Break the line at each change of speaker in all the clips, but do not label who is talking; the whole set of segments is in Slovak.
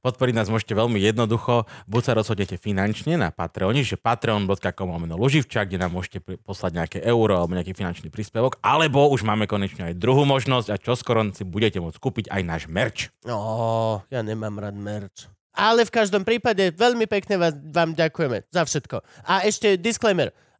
Podporiť nás môžete veľmi jednoducho, buď sa rozhodnete finančne na Patreon, že patreon.com lomeno Luživčák, kde nám môžete pri- poslať nejaké euro alebo nejaký finančný príspevok, alebo už máme konečne aj druhú možnosť a čoskoro si budete môcť kúpiť aj náš merch.
No, ja nemám rád merch. Ale v každom prípade veľmi pekne vás, vám ďakujeme za všetko. A ešte disclaimer.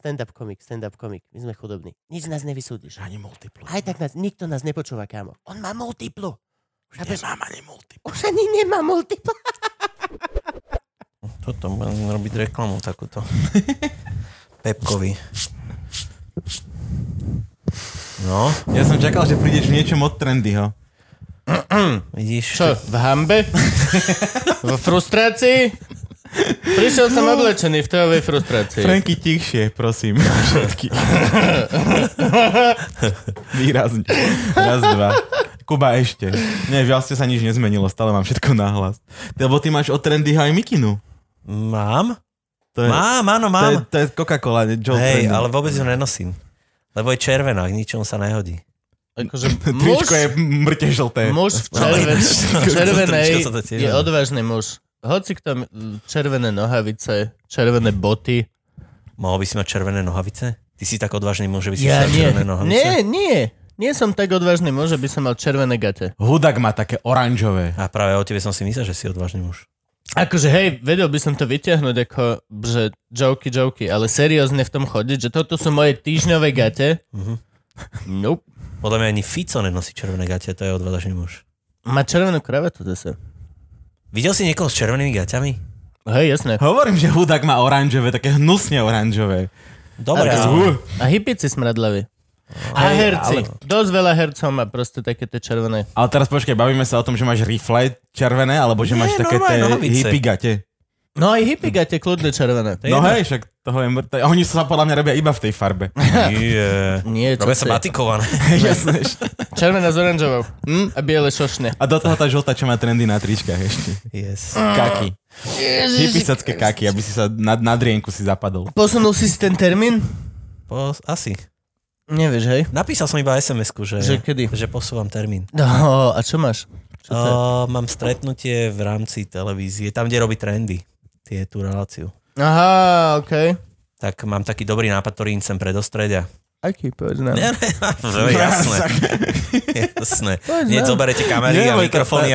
Stand-up komik, stand-up komik. My sme chudobní. Nič nás nevysúdiš.
Ani multiplu.
Aj tak nás, nikto nás nepočúva, kámo. On má multiplu.
Už nemám ani multiplu.
Už ani nemá multiplu.
Toto budem robiť reklamu takúto. Pepkovi. No,
Ja som čakal, že prídeš v niečom od Trendyho.
vidíš?
Čo, v hambe? v frustrácii? Prišiel som oblečený v tejovej frustrácii.
Franky tichšie, prosím. Všetky. Výrazne. Raz, dva. Kuba ešte. Nie, vlastne sa nič nezmenilo, stále mám všetko nahlas. Lebo ty máš od Trendyho aj mikinu.
Mám?
To je,
Mám, áno,
To je,
mám.
to je Coca-Cola, ne, Joe
Hej,
Trendy.
ale vôbec ju nenosím. Lebo je červená, k ničomu sa nehodí.
Akože muž,
Tričko je mŕte žlté.
muž v červen, v červenej
Čo sa to tiež
je
dá?
odvážny muž. Hoci kto m- červené nohavice, červené boty,
Mohol by si mať červené nohavice? Ty si tak odvážny muž, že by si
Ja
mal
nie.
červené nohavice?
Nie, nie. Nie som tak odvážny muž, že by som mal červené gate.
Hudak má také oranžové.
A práve o tebe som si myslel, že si odvážny muž.
Akože hej, vedel by som to vyťahnuť ako, že joky, joky, ale seriózne v tom chodiť, že toto sú moje týždňové gate. Nope.
Podľa mňa ani Fico nenosí červené gate, to je odvážny muž.
Má červenú kravatu zase.
Videl si niekoho s červenými gaťami?
Hej, jasné.
Hovorím, že hudak má oranžové, také hnusne oranžové.
Dobre,
Ale-
ale...
A hypici smradlaví. A herci. Dosť veľa hercov má proste také tie červené.
Ale teraz počkaj, bavíme sa o tom, že máš rifle červené, alebo že
Nie,
máš také
normálne
tie
nohavice.
hippie gate.
No aj hippie gate, kľudne červené.
je
No
jedno.
hej, však toho je mŕte. Oni sa podľa mňa robia iba v tej farbe.
Yeah.
Nie, čo
Robia sa
si.
batikované.
Jasné.
Červená s oranžovou. Mm, A biele šošne.
A do toho tá žltá, čo má trendy na tričkách ešte.
Yes.
Kaky. Hypisacké kaky, aby si sa na, na drienku si zapadol.
Posunul si si ten termín?
Po, asi.
Nevieš, hej?
Napísal som iba SMS-ku, že,
Že kedy?
že posúvam termín.
No, a čo máš? Čo to je?
Uh, mám stretnutie v rámci televízie, tam, kde robí trendy, tie, tú reláciu.
Aha, okej.
Tak mám taký dobrý nápad, ktorý im sem predostredia.
Aký, povedz nám.
Ne, ne,
No,
to je jasné. jasné.
Poď
Nie,
nám.
zoberete kamery a
Neboj,
mikrofóny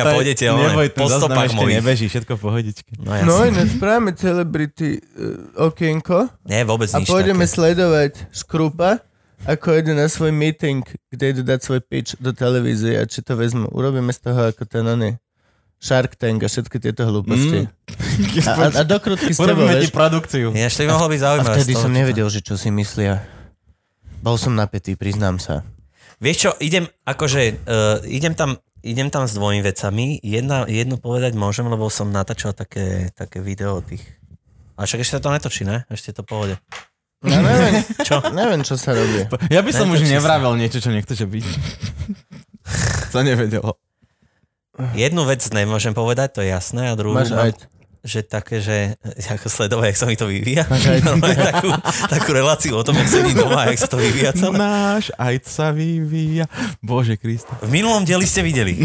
tá-
a
tá-
pôjdete
neboj,
one,
ten
po
záznam
stopách
ešte
mojich.
Nebeží, všetko v pohodičke.
No
No
jasné.
ináč správame celebrity uh, okienko
Nie, vôbec
a
nič
pôjdeme
také.
sledovať Škrupa, ako ide na svoj meeting, kde ide dať svoj pitch do televízie a či to vezmu. Urobíme z toho ako ten oný Shark Tank a všetky tieto hlúposti. A, a, a dokrutky s tebou,
Urobíme
vieš?
ti produkciu.
Ináč to by mohlo byť
A
zaujímavé. z
vtedy
toho,
som
čo-
nevedel, že čo si myslia. Bol som napätý, priznám sa.
Vieš čo, idem, akože, uh, idem, tam, idem tam s dvomi vecami. Jedna, jednu povedať môžem, lebo som natáčal také, také video o tých. A však ešte sa to netočí, ne? Ešte je to v pohode.
No neviem,
Čo?
neviem, čo sa robí.
Ja by som
Ne,
už
to si-
nevravel niečo, čo nechceš byť. To nevedelo.
Jednu vec nemôžem povedať, to je jasné, a druhú
Máš
mám,
aj...
že také, že ako sledovať, jak sa mi to vyvíja.
aj-
Normálne takú, takú reláciu o tom, jak sedí doma, a jak sa to vyvíja celé.
Náš ajc sa vyvíja. Bože Kriste.
V minulom dieli ste videli.
V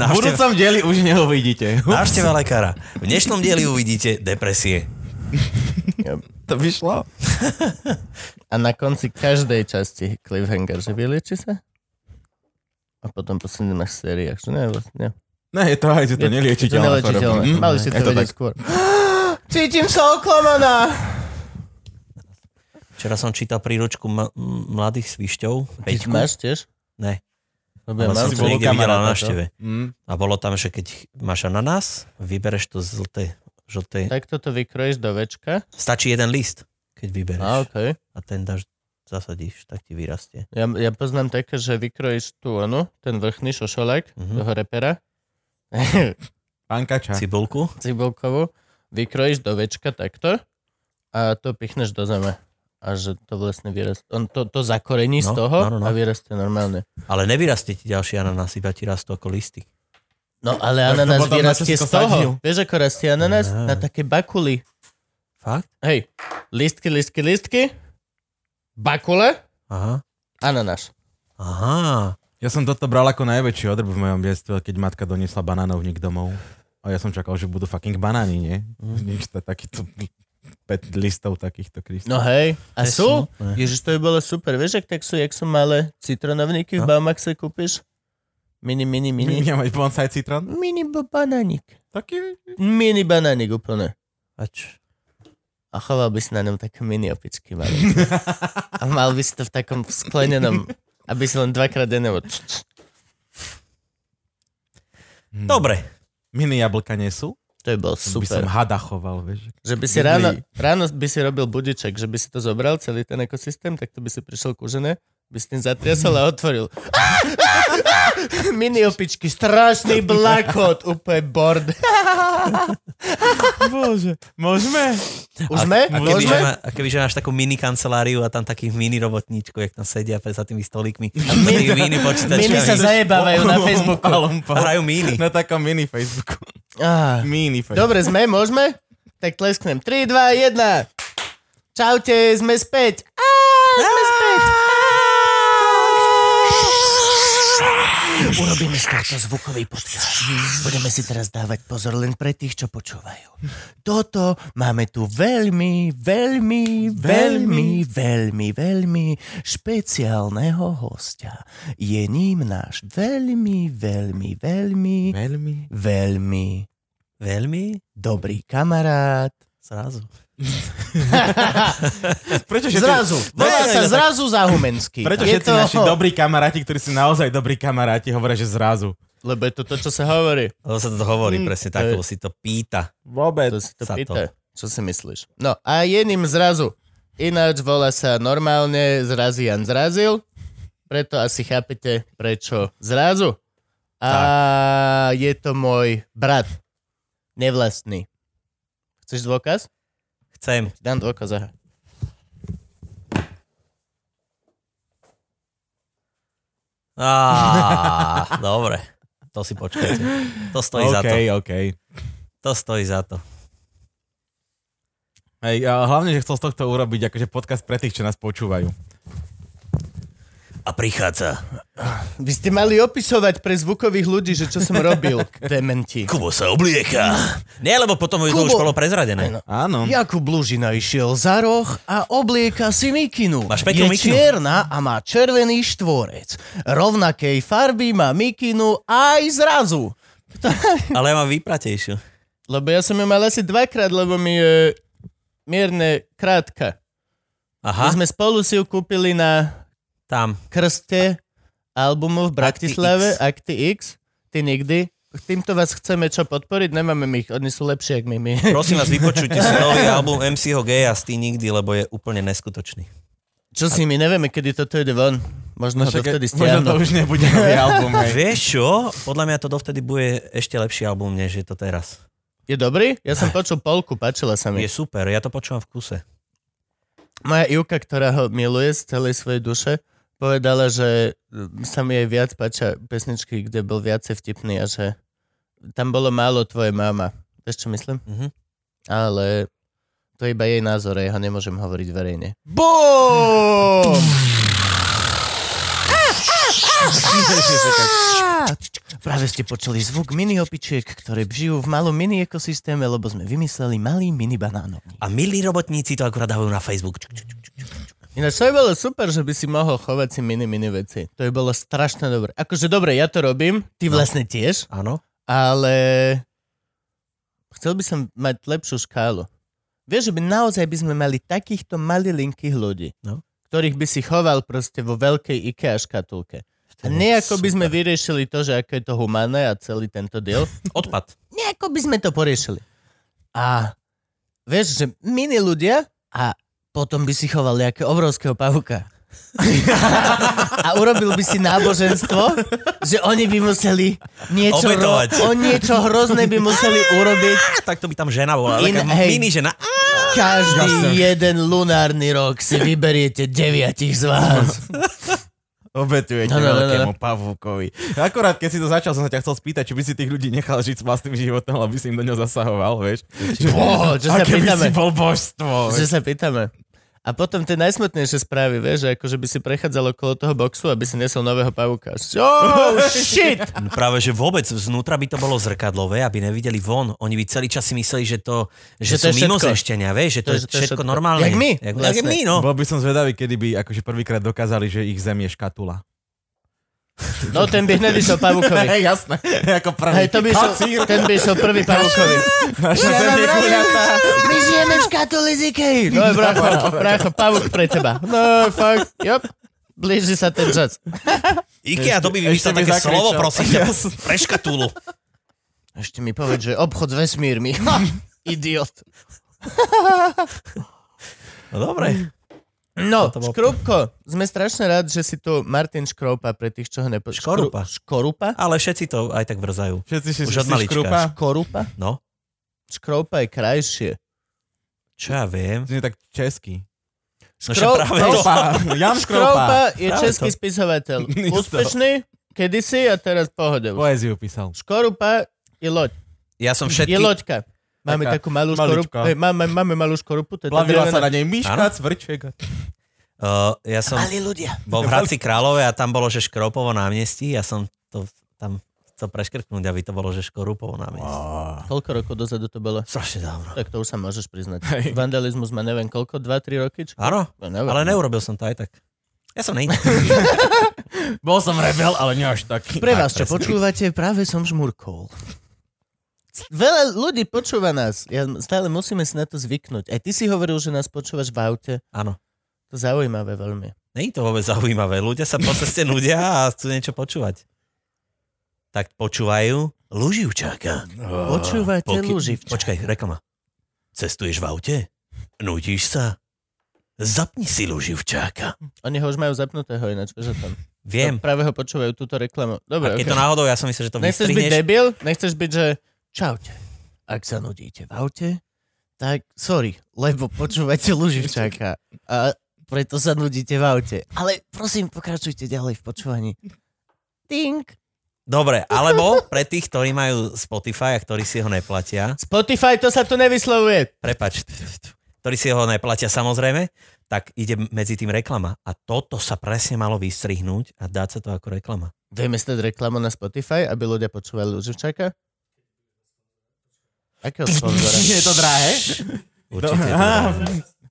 Návšteva,
budúcom dieli už neuvidíte.
návšteva lekára. V dnešnom dieli uvidíte depresie.
To vyšlo?
A na konci každej časti cliffhanger, že vylieči sa? A potom posledný máš sériách, že ne, vlastne.
Ne, je to aj, že
Je
to
to
neliečiteľné.
neliečiteľné.
choroba. Hm?
Mali ste
Je
to vedieť
tak.
skôr. Cítim sa oklamaná.
Včera som čítal príručku ma- m- mladých
Ty
svišťov. Peťku.
máš tiež?
Ne,
Lebo ja
ale
mám
som
si
to
bol u
tiež.
niekde videl
kamaráta to.
na návšteve.
Mm.
Hm?
A bolo tam, že keď máš ananás, vybereš to z žltej, žltej.
Tak toto vykrojíš do večka.
Stačí jeden list. keď vybereš.
A, okay.
a ten dáš, zasadíš, tak ti vyrastie.
Ja, ja poznám také, že vykrojíš tu, ano, ten vrchný šošolek,
Mhm.
toho repera,
Pankača.
Cibulku?
cibulkovú, vykrojíš do večka takto a to pichneš do zeme. A že to vlastne vyrastie. On to, to zakorení no, z
No,
toho no,
áno,
no,
no.
a vyrastie normálne.
Ale nevyrastie ti ďalší ananás, iba ti rastú ako listy.
No ale
Tak to
ananás
potom na
vyrastie z
Česko sadil.
toho. Vieš, ako rastie ananás?
Á.
Na také bakuli.
Fakt?
Hej, listky, listky, listky, bakule,
Aha.
ananáš.
Aha.
Ja som toto bral ako najväčší odrb v mojom detstve, keď matka doniesla banánovník domov. A ja som čakal, že budú fucking banány, nie?
Mhm.
Nič to takýto 5 listov takýchto kristov.
No hej, a
To je
sú?
smutné.
Ježiš, to by bolo super. Vieš, ak tak sú, jak sú malé citronovníky v
No.
Baumaxe kúpiš? Mini, mini, No, mini.
Mini. mať bonsai citrón?
Mini ba- bananík.
Taký.
Mini bananík úplne.
Ač.
A choval by si na ňom také mini opičky malé. A mal by si to v takom sklenenom, aby si len dvakrát denne bol- Hmm.
Hm.
Dobre.
Mini jablka nie sú?
To je bol
Super. By som
super.
hada choval, vieš.
Že by si
Jedli.
ráno, ráno by si robil budiček, že by si to zobral, celý ten ekosystém, tak to by si prišiel ku žene, by si tým zatriasol a otvoril. Mini opičky, strašný blakot, úplne bord.
Bože, môžeme?
Už sme?
A keby, že,
Môžeme?
má- a keby že máš takú mini kanceláriu a tam takých mini robotníčkov, jak tam sedia pred za tými stolíkmi. A mini, mini počítačkami.
Mini sa zajebávajú na Facebooku.
Hrajú mini.
Na takom mini Facebooku.
Ah.
Mini Facebooku.
Dobre, sme, môžeme? Tak tlesknem. 3, 2, 1. Čaute, sme späť. Á, sme späť. Urobíme z tohto zvukový podcast. Budeme si teraz dávať pozor len pre tých, čo počúvajú. Toto máme tu veľmi, veľmi, veľmi, veľmi, veľmi špeciálneho hostia. Je ním náš veľmi, veľmi, veľmi,
Veľmi.
veľmi
Veľmi?
dobrý kamarát.
Zrazu.
Prečo všetci,
Zrazu. Volá sa zrazu za Humenský.
prečo
Je
všetci naši dobrí kamaráti, ktorí sú naozaj dobrí kamaráti, hovoria, že zrazu?
Lebo je to to, čo sa hovorí.
Lebo sa to hovorí
Mm,
presne
to
tak,
je-
lebo si to pýta.
Vôbec.
To si to
Sa to.
pýta. Čo si myslíš? No a je ním zrazu. Ináč volá sa normálne Zrazian Zrazil. Preto asi chápete, prečo zrazu. A je to môj brat. Nevlastný. Chceš dôkaz?
Chcem.
Dám dôkaz, aha.
Á, dobre. To si počkajte. To stojí
OK,
za to.
OK.
To stojí za to.
Hej, a hlavne, že chcel z tohto urobiť akože podcast pre tých, čo nás počúvajú.
A prichádza.
Vy ste mali opisovať pre zvukových ľudí, že čo som robil. Dementi.
Kubo sa oblieka. Nie, lebo potom ju to
Kubo.
už bolo prezradené.
Áno.
No.
Áno.
Jakub Lužina išiel za roh a oblieka si mikinu.
Máš peknú
je
mikinu.
čierna a má červený štvorec. Rovnakej farby má mikinu aj zrazu.
Ale ja mám vypratejšiu.
Lebo ja som ju mal asi dvakrát, lebo mi je mierne krátka.
Aha,
My sme spolu si ju kúpili na
tam.
krste albumu v Bratislave,
X.
Akty X. Ty nikdy. Týmto vás chceme čo podporiť, nemáme my ich, oni sú lepší, ako my. my.
Prosím vás, vypočujte si nový album MCho Gay a ty nikdy, lebo je úplne neskutočný.
Čo si my nevieme, kedy toto ide von. Možno ho
No
No Však-
dovtedy
možno to
stiahnu.
už nebude nový album. Hej.
Vieš čo? Podľa mňa to dovtedy bude ešte lepší album, než je to teraz.
Je dobrý? Ja som počul polku, páčila sa mi.
Je super, ja to počúvam v kuse.
Moja Ivka, ktorá ho miluje z celej svojej duše, povedala, že mm, sa mi jej viac páčia pesničky, kde bol viacej vtipný a že tam bolo málo tvoje mama. Vieš, čo myslím?
Mhm.
Ale to je iba jej názor, ja ho nemôžem hovoriť verejne.
Bum!
Práve ste počuli zvuk mini opičiek, ktoré žijú v malom mini ekosystéme, lebo sme vymysleli malý mini banánovník.
A milí robotníci to akurát dávajú na Facebook. Čuk, čuk, čuk, čuk.
Ináč to je bolo super, že by si mohol chovať si mini mini veci. To je bolo strašne dobre. Akože dobre, ja to robím, ty vlastne tiež,
Áno.
ale chcel by som mať lepšiu škálu. Vieš, že by naozaj by sme mali takýchto malilinkých ľudí,
No.
ktorých by si choval proste vo veľkej IKEA škatulke. A nejako by sme vyriešili to, že ako je to humánne a celý tento diel.
Odpad.
Nejako by sme to poriešili. A vieš, že mini ľudia a Potom by si choval nejaké obrovského pavuka. a urobil by si náboženstvo, že oni by museli niečo, ro-
Obetovať.
o niečo hrozné by museli urobiť
Á, tak to by tam žena bola,
In-
taká
hej.
mini žena. Á,
Každý jeden lunárny rok si vyberiete deviatich z vás.
Obetujete
No, no, no, no.
veľkému pavúkovi. Akorát, keď si to začal, som sa ťa chcel spýtať, či by si tých ľudí nechal žiť s vlastným životom, aby si im do ňoho zasahoval, vieš. Že-
Boh, čo sa
Aké by
pýtame?
si bol
Že
božstvo, vieš.
sa pýtame. A potom tie najsmutnejšie správy, vieš, že akože by si prechádzal okolo toho boxu, aby si nesol nového pavuka. Oh, shit!
No práve, že vôbec vnútra by to bolo zrkadlové, aby nevideli von. Oni by celý čas si mysleli, že to,
Že to
že, sú
je všetko.
mimozešťania, vieš, že to, je
že to je všetko.
všetko, normálne.
Jak my,
Jak, jak
vlastne.
my, no.
Bol by som zvedavý, kedy by akože prvýkrát dokázali, že ich zem je škatula.
No ten by hneď išiel pavukovi.
Hej, jasné. Ako prvý.
Hej, to by išiel,
Kacír.
ten by išiel prvý pavukovi.
Naša zem je guľatá.
My žijeme v škatuli z Ikei. No je bracho, bracho, pavuk pre teba. No, fuck, jop. Blíži sa ten čas.
IKEA, to by
Ešte-
vymyslel
ešte by
také
zakričal.
slovo, prosím ťa,
Jasné.
pre škatulu.
Ešte mi povedz, že obchod s vesmírmi. Ha, Idiot.
No dobre.
No,
Toto bol-
Škrupko, sme strašne rád, že si tu Martin Škroupa pre tých, čo ho nepo...
Škorupa.
Škru- Škorupa?
Ale všetci to aj tak vrzajú.
Všetci si
Už
si
od malička.
škrupa.
Škorupa?
No,
Škroupa je krajšie.
čo ja viem.
Znie tak česky.
No však práve to.
Škropa. Jan Škropa.
Škroupa je
Práve
český
to.
spisovateľ.
Isto.
Úspešný, kedysi a teraz v pohode. už.
Poéziu písal.
Škorupa je loď.
Ja som
Je
všetky...
loďka. Máme
Taká
takú malú škorupu.
maličká.
Hej, máme, máme malú škorupu. To je tá
Plavila sa
drevená-
na nej myška,
Áno.
cvrček.
Uh, ja som
Malí ľudia.
bol v Hradci Králové a tam bolo, že Škropovo námestí. Ja som to tam chcel preškrtnúť, aby to bolo, že Škorupovo námestí.
Koľko rokov dozadu to bolo?
Strašne dávno.
Tak to už sa môžeš priznať.
Hej.
Vandalizmus má neviem koľko, 2-3 roky? Či...
Áno,
Ja neviem.
ale neurobil som to aj tak. Ja som nej.
Bol som rebel, ale ne až taký.
Pre vás, čo počúvate, práve som žmurkol. Veľa ľudí počúva nás. Ja stále musíme si na to zvyknúť. Aj ty si hovoril, že nás počúvaš v aute.
Áno.
To zaujímavé veľmi.
Není to vôbec zaujímavé. Ľudia sa po ceste nudia a chcú niečo počúvať. Tak počúvajú Luživčáka.
Počúvate Luživčáka.
Počkaj, reklama. Cestuješ v aute? Nudíš sa? Zapni si Luživčáka.
Oni ho už majú zapnutého ináč, že tam.
Viem.
To Práve ho počúvajú túto reklamu.
A
Dobre,
keď
okay.
to náhodou, ja som myslel, že to
Nechceš byť
vystrihneš.
debil? Nechceš byť, že čaute. Ak sa nudíte v aute, tak sorry, lebo počúvate Luživčáka. A preto sa nudíte v aute. Ale prosím, pokračujte ďalej v počúvaní. Dink.
Dobre, alebo pre tých, ktorí majú Spotify a ktorí si ho neplatia,
Spotify, to sa tu nevyslovuje.
prepač, ktorí si ho neplatia samozrejme, tak ide medzi tým reklama. A toto sa presne malo vystrihnúť a dať sa to ako reklama.
Vieme stať reklamu na Spotify, aby ľudia počúvali Luživčáka? Akého sponzora?
Je to drahé?
Určite.
Á,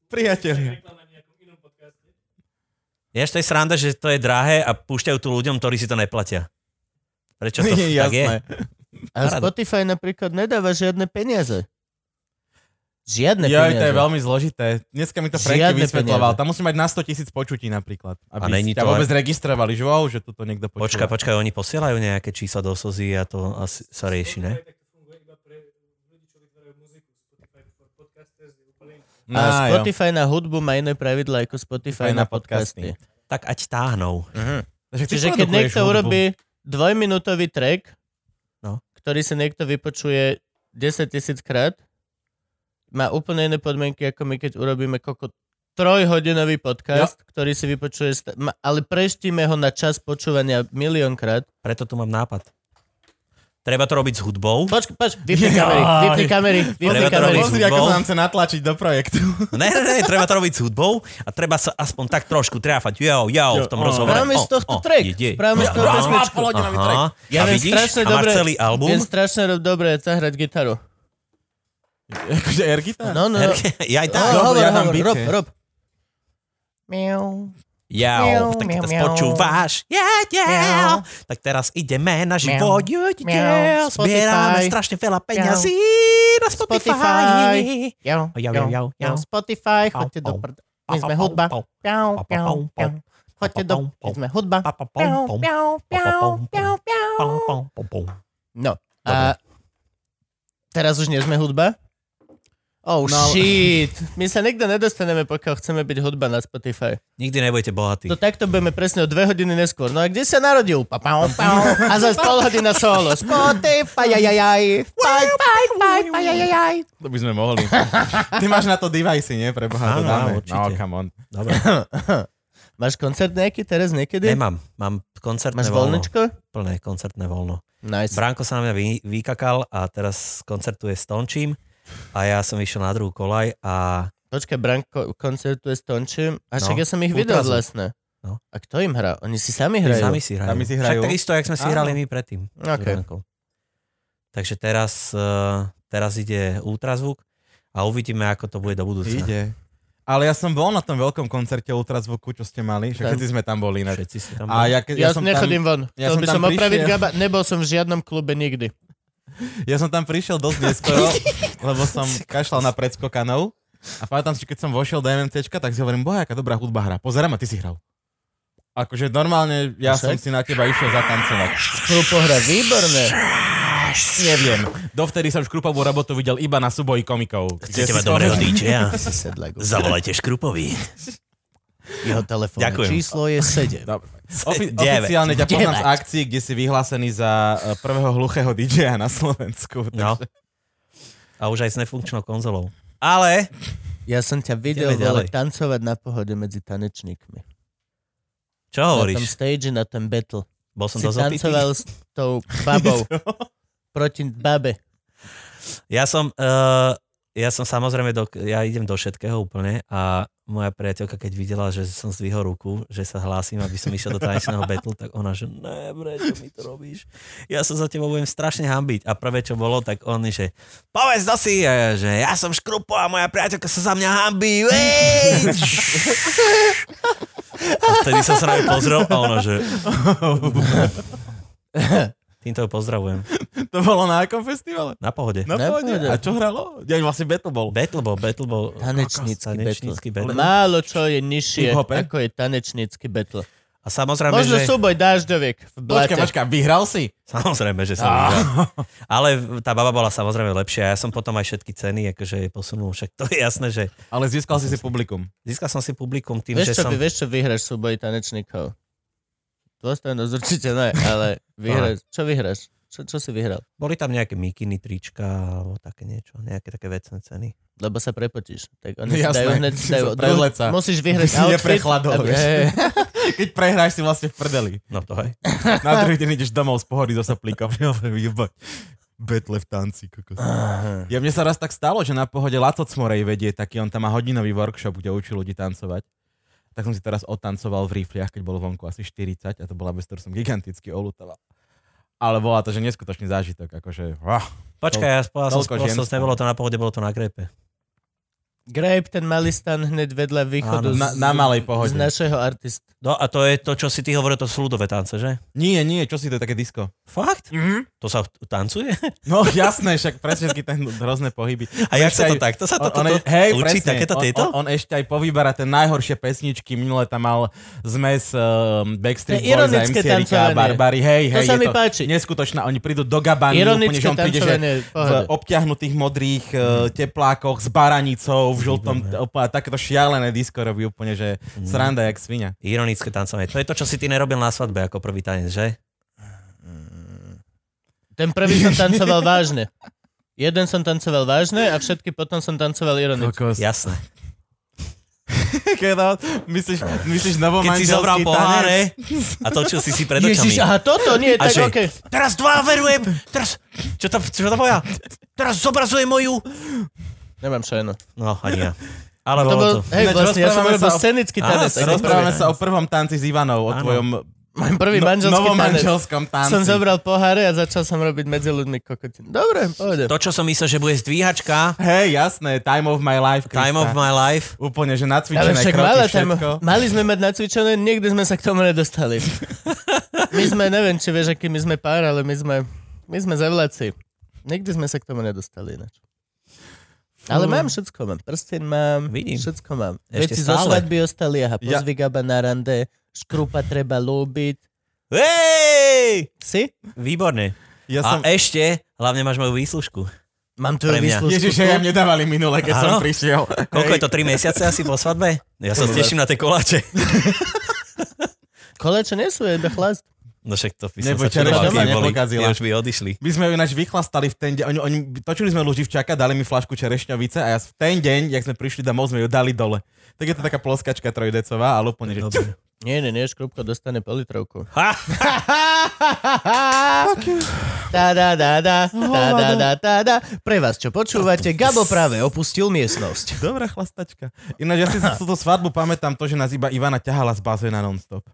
Priatelia.
Vieš, to je sranda, že to je drahé a púšťajú tu ľuďom, ktorí si to neplatia. Prečo to
Je
tak je?
jasné.
A
Paráda.
Spotify napríklad nedáva žiadne peniaze. Žiadne
Joj,
peniaze.
to je veľmi zložité. Dneska mi to Franky
Žiadne
vysvetloval.
peniaze.
Tam musí mať na 100 tisíc počutí napríklad. Aby
A není
ťa
to aj-
vôbec registrovali, že wow, že toto niekto počúva.
Počkaj, počkaj, oni posielajú nejaké čísla do Sozy a to asi sa rieši, ne?
A
Á, No, jo.
Spotify na hudbu má iné pravidla ako Spotify
Spotify
na
na
podcasty.
Tak ať táhnov.
Takže ty
Čiže keď
produkuješ
niekto
hudbu.
urobí dvojminútový track,
No.
ktorý si niekto vypočuje 10 tisíc krát, má úplne iné podmienky, ako my, keď urobíme koko trojhodinový podcast, ktorý si vypočuje, sta- ma- ale preštíme ho na čas počúvania miliónkrát.
Preto tu mám nápad. Treba to robiť s hudbou.
Počkaj, počkaj, vypni kamery, vypni kamery, vypni
Treba to
kamery.
robiť
Pozri, ako
hudbou.
sa nám chce natlačiť do projektu.
No Ne, ne, ne, treba to robiť s hudbou a treba sa aspoň tak trošku tráfať. Jau, jau, v tom
Jo,
rozhovore.
Práve z
O,
tohto
o,
track.
je, je.
Práve z
No,
toho
Aha.
pesničku.
Aha.
Ja
a
viem
vidíš,
strašne
a máš
dobre-
celý album.
Viem strašne rob- dobre zahrať gitaru.
Akože air
Ah,
guitar?
No, no, no.
Ja aj
Á,
tak.
Dobre,
hovor,
ja
hovor,
dám bicie.
rob, rob. Miau.
Jau,
Miau,
tak
miau,
teraz
miau.
počúváš. Ja,
Miau.
ja. Tak teraz ideme na život. Ja, ja.
Miau.
Zbierame
Spotify.
strašne veľa peňazí na Spotify.
Spotify. Jau,
Jau, jau,
jau,
jau,
jau.
jau.
Spotify, choďte
Pau,
do
pau.
prd... My sme hudba. Jau, jau, jau. Choďte do... My sme hudba. Jau, jau, jau, jau, jau. No. A teraz už nie sme hudba. Oh,
No, ale-
shit. My sa nikde nedostaneme, pokiaľ chceme byť hudba na Spotify.
Nikdy nebudete bohatí.
To takto budeme presne o dve hodiny neskôr. No a kde sa narodil? Pa, pa, pa, a za pol hodina solo. Spotify, jajajaj. Paj, paj, paj, paj, jajajaj.
To by sme mohli. Ty máš na to device, nie? Preboha, to
Áno,
dáme.
áno, určite.
No, come on.
Dobre.
Máš koncert nejaký teraz niekedy?
Nemám. Mám koncertné
Máš
voľno.
voľničko?
Plné koncertné voľno.
Nice.
Branko sa na mňa vy, vykakal a teraz koncertuje s Tončím a ja som išiel na druhú kolaj a
Počkaj, Branko koncertuje s Tončím. A však
No,
ja som ich
v
videl
Ultrazu.
vlastne.
No.
A kto im hrá? Oni si sami
Hrajú.
hrajú.
sami si hrajú.
Sami si
Však
hrajú.
takisto, jak sme si
Áno.
hrali my predtým. s
Ok.
Brankou. Takže teraz, eh, teraz ide ultrazvuk a uvidíme, ako to bude do budúcna.
Ide. Ale ja som bol na tom veľkom koncerte ultrazvuku, čo ste
Tam.
mali. Však všetci sme tam boli. Ináč.
Všetci si tam
A ja, ke,
Ja, ja
ja, som
nechodím von.
tam,
Chcel
ja som
by
tam
som opraviť
prišiel.
Gaba. Nebol som v žiadnom klube nikdy.
ja som tam prišiel dosť neskoro, lebo som kašľal na predskokanov. A pamätám si, keď som vošiel do MMCčka, tak si hovorím, boha, aká dobrá hudba hra. Pozerám a ty si hral. Akože normálne ja
Však?
som si na teba išiel zatancovať.
Krupo hra výborné.
Neviem. Dovtedy som škrupovú robotu videl iba na súboji komikov.
Chcete
Kde
mať
si
dobrého
povedal-
DJa?
Si sedla, Gabo.
Zavolajte Škrupovi.
Jeho telefónne
Ďakujem.
číslo je 7.
Dobre. Ofi-
Devať.
oficiálne ťa poznám z
Devať.
akcií, kde si vyhlásený za eh, prvého hluchého DJ-a na Slovensku.
No. A už aj s nefunkčnou konzolou. Ale
Ja som ťa videl
Ideme ďalej.
vole, tancovať na pohode medzi tanečníkmi.
Čo
Na tom
hovoríš?
stage, na tom battle.
Bol som
si
dosť opitý.
tancoval s tou babou. proti babe.
Ja som, uh, ja som samozrejme, do, ja idem do všetkého úplne a moja priateľka, keď videla, že som zdvihol ruku, že sa hlásim, aby som išiel do tanečného battle, tak ona, že ne, bre, čo mi to robíš? Ja sa za tebou budem strašne hambiť. A prvé, čo bolo, tak on, že povedz, kto si, A ja, že ja som škrupo a moja priateľka sa za mňa hambí. Ej! A vtedy som sa na ňu pozrel a ona, že... Týmto ju pozdravujem.
To bolo na akom festivale?
Na pohode.
Na
Na
pohode.
pohode.
A čo hralo? Ja vlastne battle bol.
Battle bol, battle bol.
Tanečnícky,
tanečnícky
battle.
battle.
Málo čo je nižšie,
Hip-hope?
ako je tanečnícky battle.
A samozrejme,
Možno
že...
súboj dáždoviek v blate.
Počka, počka, vyhral si?
Samozrejme, že som
Á.
vyhral. Ale tá baba bola samozrejme lepšia. Ja som potom aj všetky ceny akože posunul. Však to je jasné, že
Ale získal si si publikum.
získal som si publikum tým,
Vieš
že
čo,
som...
by- vieš čo vyhráš súboj tanečníkov? Dôstojnosť určite ne, ale vyhráš. Čo vyhráš? Čo, čo si vyhral?
Boli tam nejaké mikiny, trička alebo také niečo. Nejaké také vecné ceny.
Lebo sa prepotíš. Tak oni
Jasné,
si dajú hneď...
si
Dajú,
sa prevlec sa.
musíš vyhrať
Si neprechladol,
aby-
vieš.
hej,
Keď prehráš, si vlastne v prdeli.
No to aj.
Na druhý deň ideš domov z pohody do saplíka. Jebať. Betle v tanci, kokos. Ja mne sa raz tak stalo, že na pohode Laco Cmorej vedie taký, on tam má hodinový workshop, kde učí ľudí tancovať. Tak som si teraz otancoval v rifliach, keď bolo vonku asi 40 a to bola vec, ktorú som giganticky olutala. Ale bola to, že neskutočný zážitok, akože... ah.
Počkaj, ja povedal som
Toľko
skôr,
ženstva.
nebolo to na pohode, bolo to na grepe.
Grape, ten malý stan hneď vedľa východu z,
Áno,
Na, na malej
z
pohode.
našeho artistu.
No a to je to, čo si ty hovoril, to sú ľudové tance, že?
Nie, nie, čo si to je také disko?
Fakt?
Mm-hmm.
To sa tancuje?
No jasné, však pre všetky ten hrozné pohyby.
A jak sa to
Ešte aj-
takto sa to,
on,
to,
on,
to,
je- hej,
učí
presne.
takéto
On-
tieto?
On, on, ešte aj povyberá tie najhoršie pesničky. Minule tam mal zmes um,
To je
Backstreet Boys a
ironické
MCRK a
tancovanie.
Barbary. Hej,
To
hej,
sa
je
mi
to
páči.
neskutočná. Oni prídu do gabany, úplne,
Ironické
že on príde, že
tancovanie.
v
pohode.
obťahnutých modrých
Mhm.
uh, teplákoch s baranicou, v žltom, úplne takéto šialené disko robí úplne, že
Mhm.
sranda jak svinia.
Ironické tancovanie. To je to, čo si ty nerobil na svadbe ako prvý tanec, že?
Ten prvý som tancoval vážne. Jeden som tancoval vážne a všetky potom som tancoval ironicky.
Kokos.
Jasné.
Keď no, myslíš, myslíš
Keď si
novomanželský
zobral
tanec?
poháre a točil si si pred
Ježiš,
očami.
aha, toto nie,
A
tak
že,
okej.
teraz dva verujem, teraz, čo to, čo to povedal? Teraz zobrazujem moju.
Nemám šajno.
No, ani ja. Ale
To
bolo
bol,
to.
hej,
Ináč
vlastne ja som
rozprávame
robil
sa o-
scenický
Á,
tanec.
Áno,
Rozprávame
prvý
sa o prvom tanci s Ivanou, o
Áno.
tvojom
Môj prvý
no-
manželský
novom
tanec.
manželskom tanci.
Som zobral poháre a začal som robiť medzi ľuďmi kokotiny. Dobre, pohode.
To, čo som myslel, že bude zdvíhačka,
Hej, jasné, time of my life, Krista.
time of my life,
Úplne, že nacvičené
Ale však
kroky,
mala tam,
všetko.
mali sme mať nacvičené, nikdy sme sa k tomu nedostali. My sme, neviem, či vieš, aký my sme pár, ale my sme, my sme zavláci. Nikdy sme sa k tomu nedostali ináč. Ale mám všetko, mám prsten, mám,
Vidím.
všetko mám.
Ešte
Veci zo
stále.
svadby ostali, aha,
Ja-
pozvi Gaba na rande, škrupa treba lúbiť.
hej!
Si?
Výborne.
Ja som...
A ešte, hlavne máš moju výslužku.
Mám tu
Pre mňa.
vyslúžku.
Ježiš, ja mne dávali minule, keď som
Áno?
prišiel.
Koľko
Hej.
je to, 3 mesiace asi po svadbe? Ja sa teším na tie koláče.
Koleče nie sú, jebe chlast.
No však to by som
Neboj,
sa čudoval,
čerešňa ma
keby boli,
nepokazila.
tie už by odišli.
My sme ju ináč vychlastali v ten deň, oni, oni, točili sme Luživčaka, dali mi flašku čerešňovice a ja v ten deň, jak sme prišli domov, sme ju dali dole. Tak je to taká ploskačka trojdecová, ale úplne, že
Dobre.
Nie, nie, nie, škrupko dostane politrovku.
Ha!
Tá, dá, dá, dá, tá, dá, dá, tá, dá. Pre vás, čo počúvate, Gabo práve opustil miestnosť.
Dobrá chlastačka. Ináč ja si za túto svadbu pamätám to, že nás iba Ivana ťahala z bazéna non-stop.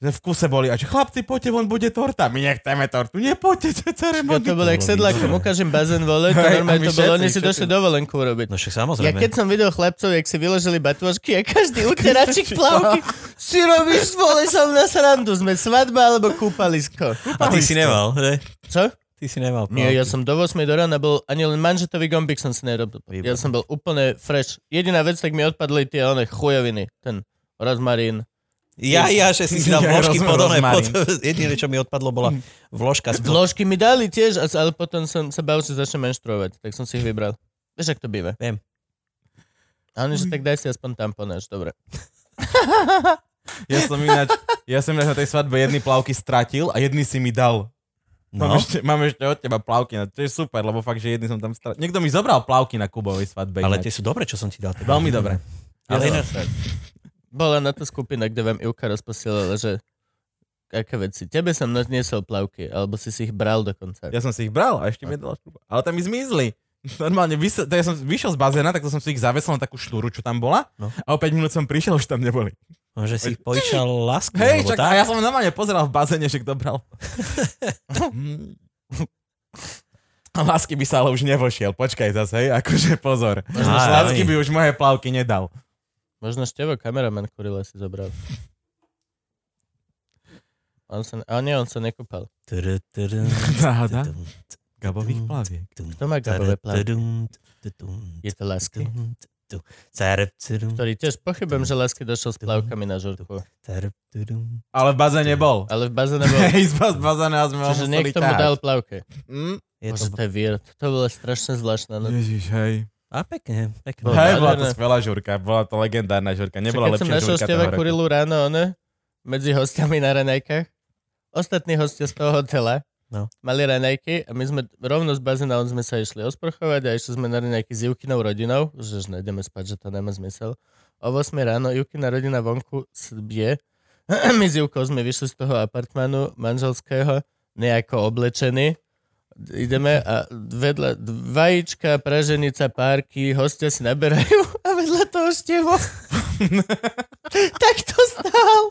Že v kuse boli a že chlapci, poďte von, bude torta. My nechceme tortu. Nie, poďte,
Ja
to je
to
ceremonia.
bolo jak sedlákom, ukážem bazén vole, to
Hej,
normálne
a my
to bolo,
všetci,
oni si
všetci.
došli dovolenku urobiť.
No však
Ja
samozrejme.
keď som videl chlapcov, jak si vyložili batôžky a každý uteračik plavky, si robíš vole som na srandu, sme svadba alebo kúpalisko.
A ty si nemal, že?
Čo?
Ty si nemal.
Nie, ja
plavky.
som do 8 do rána bol, ani len manžetový gombík som si nerobil. Ja som bol úplne fresh. Jediná vec, tak mi odpadli tie one chujoviny, ten rozmarín.
Ja, ja, že si si dal
Ja
vložky
rozumiem,
podobné. Pod...
rozmarín.
Jediné, čo mi odpadlo, bola vložka z pod...
Vložky mi dali tiež, a- ale potom som sa bavil, že začnem menštruovať, tak som si ich vybral. Vieš, ak to býva.
Viem.
A oni, že tak daj si aspoň tamponáč, dobre.
Ja som ináč, ja som ináč na tej svadbe jedny plavky stratil a jedny si mi dal. Mám,
No,
ešte, mám ešte od teba plavky, na, to je super, lebo fakt, že jedný som tam stratil. Niekto mi zobral plavky na Kubovej svadbe.
ale tie
ináč.
sú dobre, čo som ti dal. tebe.
Veľmi dobre.
Ale
Ja
iné...
som- Bola na to skupina, kde vám Ivka rozposielala, že aké veci. Tebe som nesol plavky, alebo si si ich bral dokonca.
Ja som si ich bral a ešte mi dala šruba. Ale tam mi zmizli. Normálne, vys- tak ja som vyšiel z bazéna, tak to som si ich zavesol na takú šnúru, čo tam bola.
No.
A o 5 minút som prišiel, už tam neboli.
Že si ich požičal lásku.
Hej,
alebo
čak,
tak?
a ja som normálne pozeral v bazéne, že kto bral. A lásky by sa ale už nevošiel. Počkaj zase, hej, akože pozor.
Možno,
Už
že-
lásky by už moje plavky nedal.
Možno Števo, kameraman Kurila si zobral. On sa, a nie, on sa nekúpal.
Tru, tru,
Záhada?
tru,
Gabových plaviek.
tru,
Kto má gabové
tru, tru,
plavky?
tru, tru,
Je to
tru,
Lasky.
tru, tru, tru,
Ktorý tiež pochybujem, že Lasky došiel s plavkami na žurku.
tru, tru.
Ale v bazéne bol.
Ale v bazéne bol...
Hej, z baz- bazéna sme ho
Čiže
museli
niekto mu
ťahať.
dal plavke.
Hm?
Je
Bože, to
to...
je weird. To bolo strašne zvláštne. No.
Ježiš, hej.
A pekne, pekne.
Bol
Hej,
No, nádherné.
bola to skvelá žurka, bola to legendárna žurka, nebola
Keď som
lepšia
našiel
žurka toho
Števa
roku.
Kurilu ráno, one, medzi hostiami na ranajkách, ostatní hostia z toho hotela,
No.
mali ranajky a my sme rovno z bazéna, on sme sa išli osprchovať a išli sme na ranajky s Jukinou rodinou, že už nejdeme spať, že to nemá zmysel. O 8 ráno Jukina rodina vonku je. My s Jukou sme vyšli z toho apartmanu manželského, nejako oblečení. Ideme a vedľa vajíčka, praženica, párky, hostia si naberajú a vedľa toho števo. tak to stál.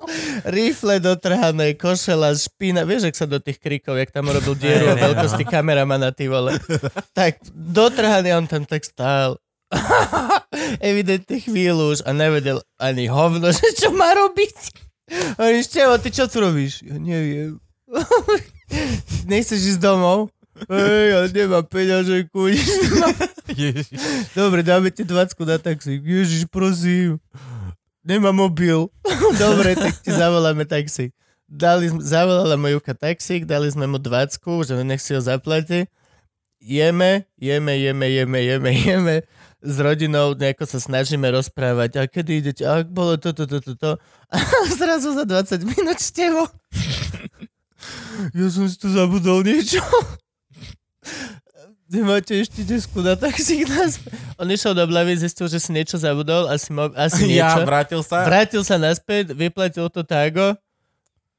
Rifle dotrhané, košela, špina. Vieš, ak sa do tých krikov, jak tam robil dieru o
Ne, ne,
veľkosti kameramana, ty vole. Tak dotrhaný on tam tak stál. Evidentne chvíľu už a nevedel ani hovno, že čo má robiť. Hovorím, Števo, ty čo tu robíš? Ja neviem. Nechceš ísť domov? Hej, ja nemám peniaze, kuň.
Ježiš.
Dobre, dáme ti 20 na taxi. Ježiš, prosím. Nemám mobil. Dobre, tak ti zavoláme taxi. Dali, sme- zavolala mojúka taxík, dali sme mu 20, že nech si ho zaplatí. Jeme, jeme, jeme, jeme, jeme, jeme. S rodinou nejako sa snažíme rozprávať. A kedy idete? A bolo toto, toto, toto. A zrazu za 20 minút števo. Ja som si tu zabudol niečo. Nemáte ešte desku na taxík naspäť. On išiel do Blavy, zistil, že si niečo zabudol, asi, mo- asi
Ja,
niečo.
vrátil sa.
Vrátil sa naspäť, vyplatil to tágo,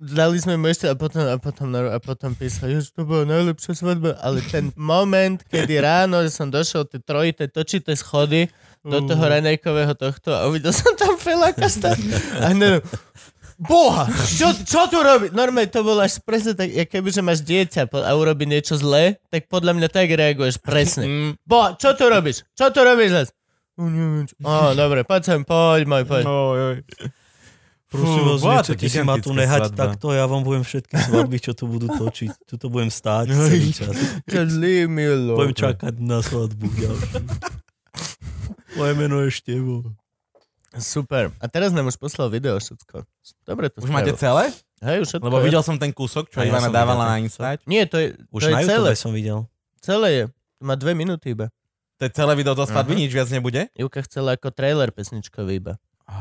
dali sme mu ešte a potom, a potom, a potom písal, že to bola najlepšia svadba, ale ten moment, kedy ráno že som došiel tie trojité točité schody do toho ranejkového tohto a uvidel som tam feláka stať. A neviem, Boha, čo, čo tu robí? Normálne to bolo až presne tak, jak keby, že máš dieťa po- a urobí niečo zlé, tak podľa mňa tak reaguješ presne.
Mm,
Boha, čo tu robíš? Čo tu robíš zas? "No, neviem, čo." Á, dobre, poď sem, poď, môj, poď.
oj, oj.
Prosím
Fú,
vás,
bola
viete,
to
ty si ma tu
gigantická
nehať
svadba.
takto, ja vám budem všetky svadby, čo tu budú točiť. Tuto budem stáť celý čas.
Čo zlý, Milo.
Budem čakať na svadbu ďalšiu. Moje meno je Števo.
Super. A teraz nám už poslal video všetko. Dobre to
Už máte celé?
Hej, už všetko.
Lebo
je.
videl som ten kúsok, čo
A ja som
Ivana dávala
videl
na
ten
Instač.
Nie, to je,
Už
to je
na
celé.
YouTube som videl.
Celé je. Má dve minúty iba.
To je celé video do svadby, nič viac nebude?
Juka chcela ako trailer pesničkový iba.
Á,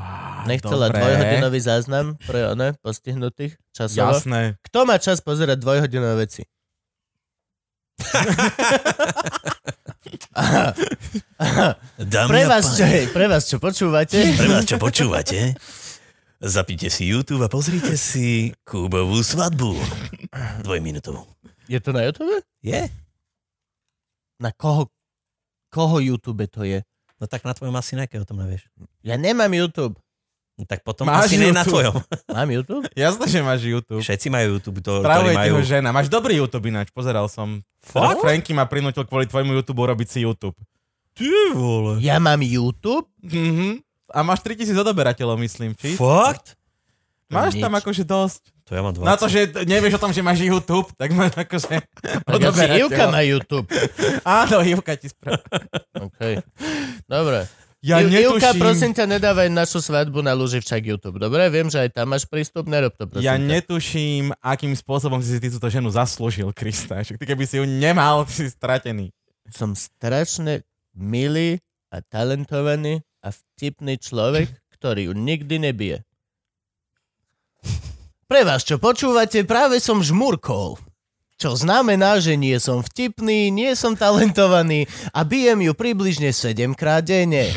Nechcela
dobre.
dvojhodinový záznam pre one postihnutých časovo.
Jasné.
Kto má čas pozerať dvojhodinové veci?
Dámy
Pre
a
vás, čo,
páni,
je- pre vás, čo počúvate,
pre vás, čo počúvate, zapnite si YouTube a pozrite si Kúbovú svadbu. Dvojminútovú.
je to na YouTube?
Je?
Na koho, koho YouTube to je?
No tak na tvojom asi nejaké o tom nevieš.
Ja nemám YouTube.
No tak potom
Máš
asi nie na
YouTube.
tvojom.
Mám YouTube?
Jasné, že máš YouTube.
Všetci majú YouTube, to, ktorí
Pravuje ti
majú...
ho žena. Máš dobrý YouTube ináč, pozeral som. Fakt? Franky ma prinútil kvôli tvojmu YouTube robiť si YouTube.
Ty vole.
Ja mám YouTube?
Mhm. A máš 3000 odoberateľov, myslím, či?
Fakt?
Máš
Nič.
tam akože dosť.
To ja mám 20.
Na to, že t- nevieš o tom, že máš YouTube, tak máš akože
Dobre, Ivka
odoberateľov.
má YouTube.
Áno, Ivka ti spraví.
Okay. Dobre.
Ja
Ju- Ivka,
netuším,
prosím ťa, nedávaj našu svadbu na Luživčak YouTube. Dobre, viem, že aj tam máš prístup, nerob to, prosím
ja
ťa.
netuším, akým spôsobom si si ty túto ženu zaslúžil, Krista. Však ty keby si ju nemal, si stratený.
som strašne milý a talentovaný a vtipný človek, ktorý ju nikdy nebije. Pre vás, čo počúvate, práve som žmurkol. Čo znamená, že nie som vtipný, nie som talentovaný a bijem ju približne 7 krát denne.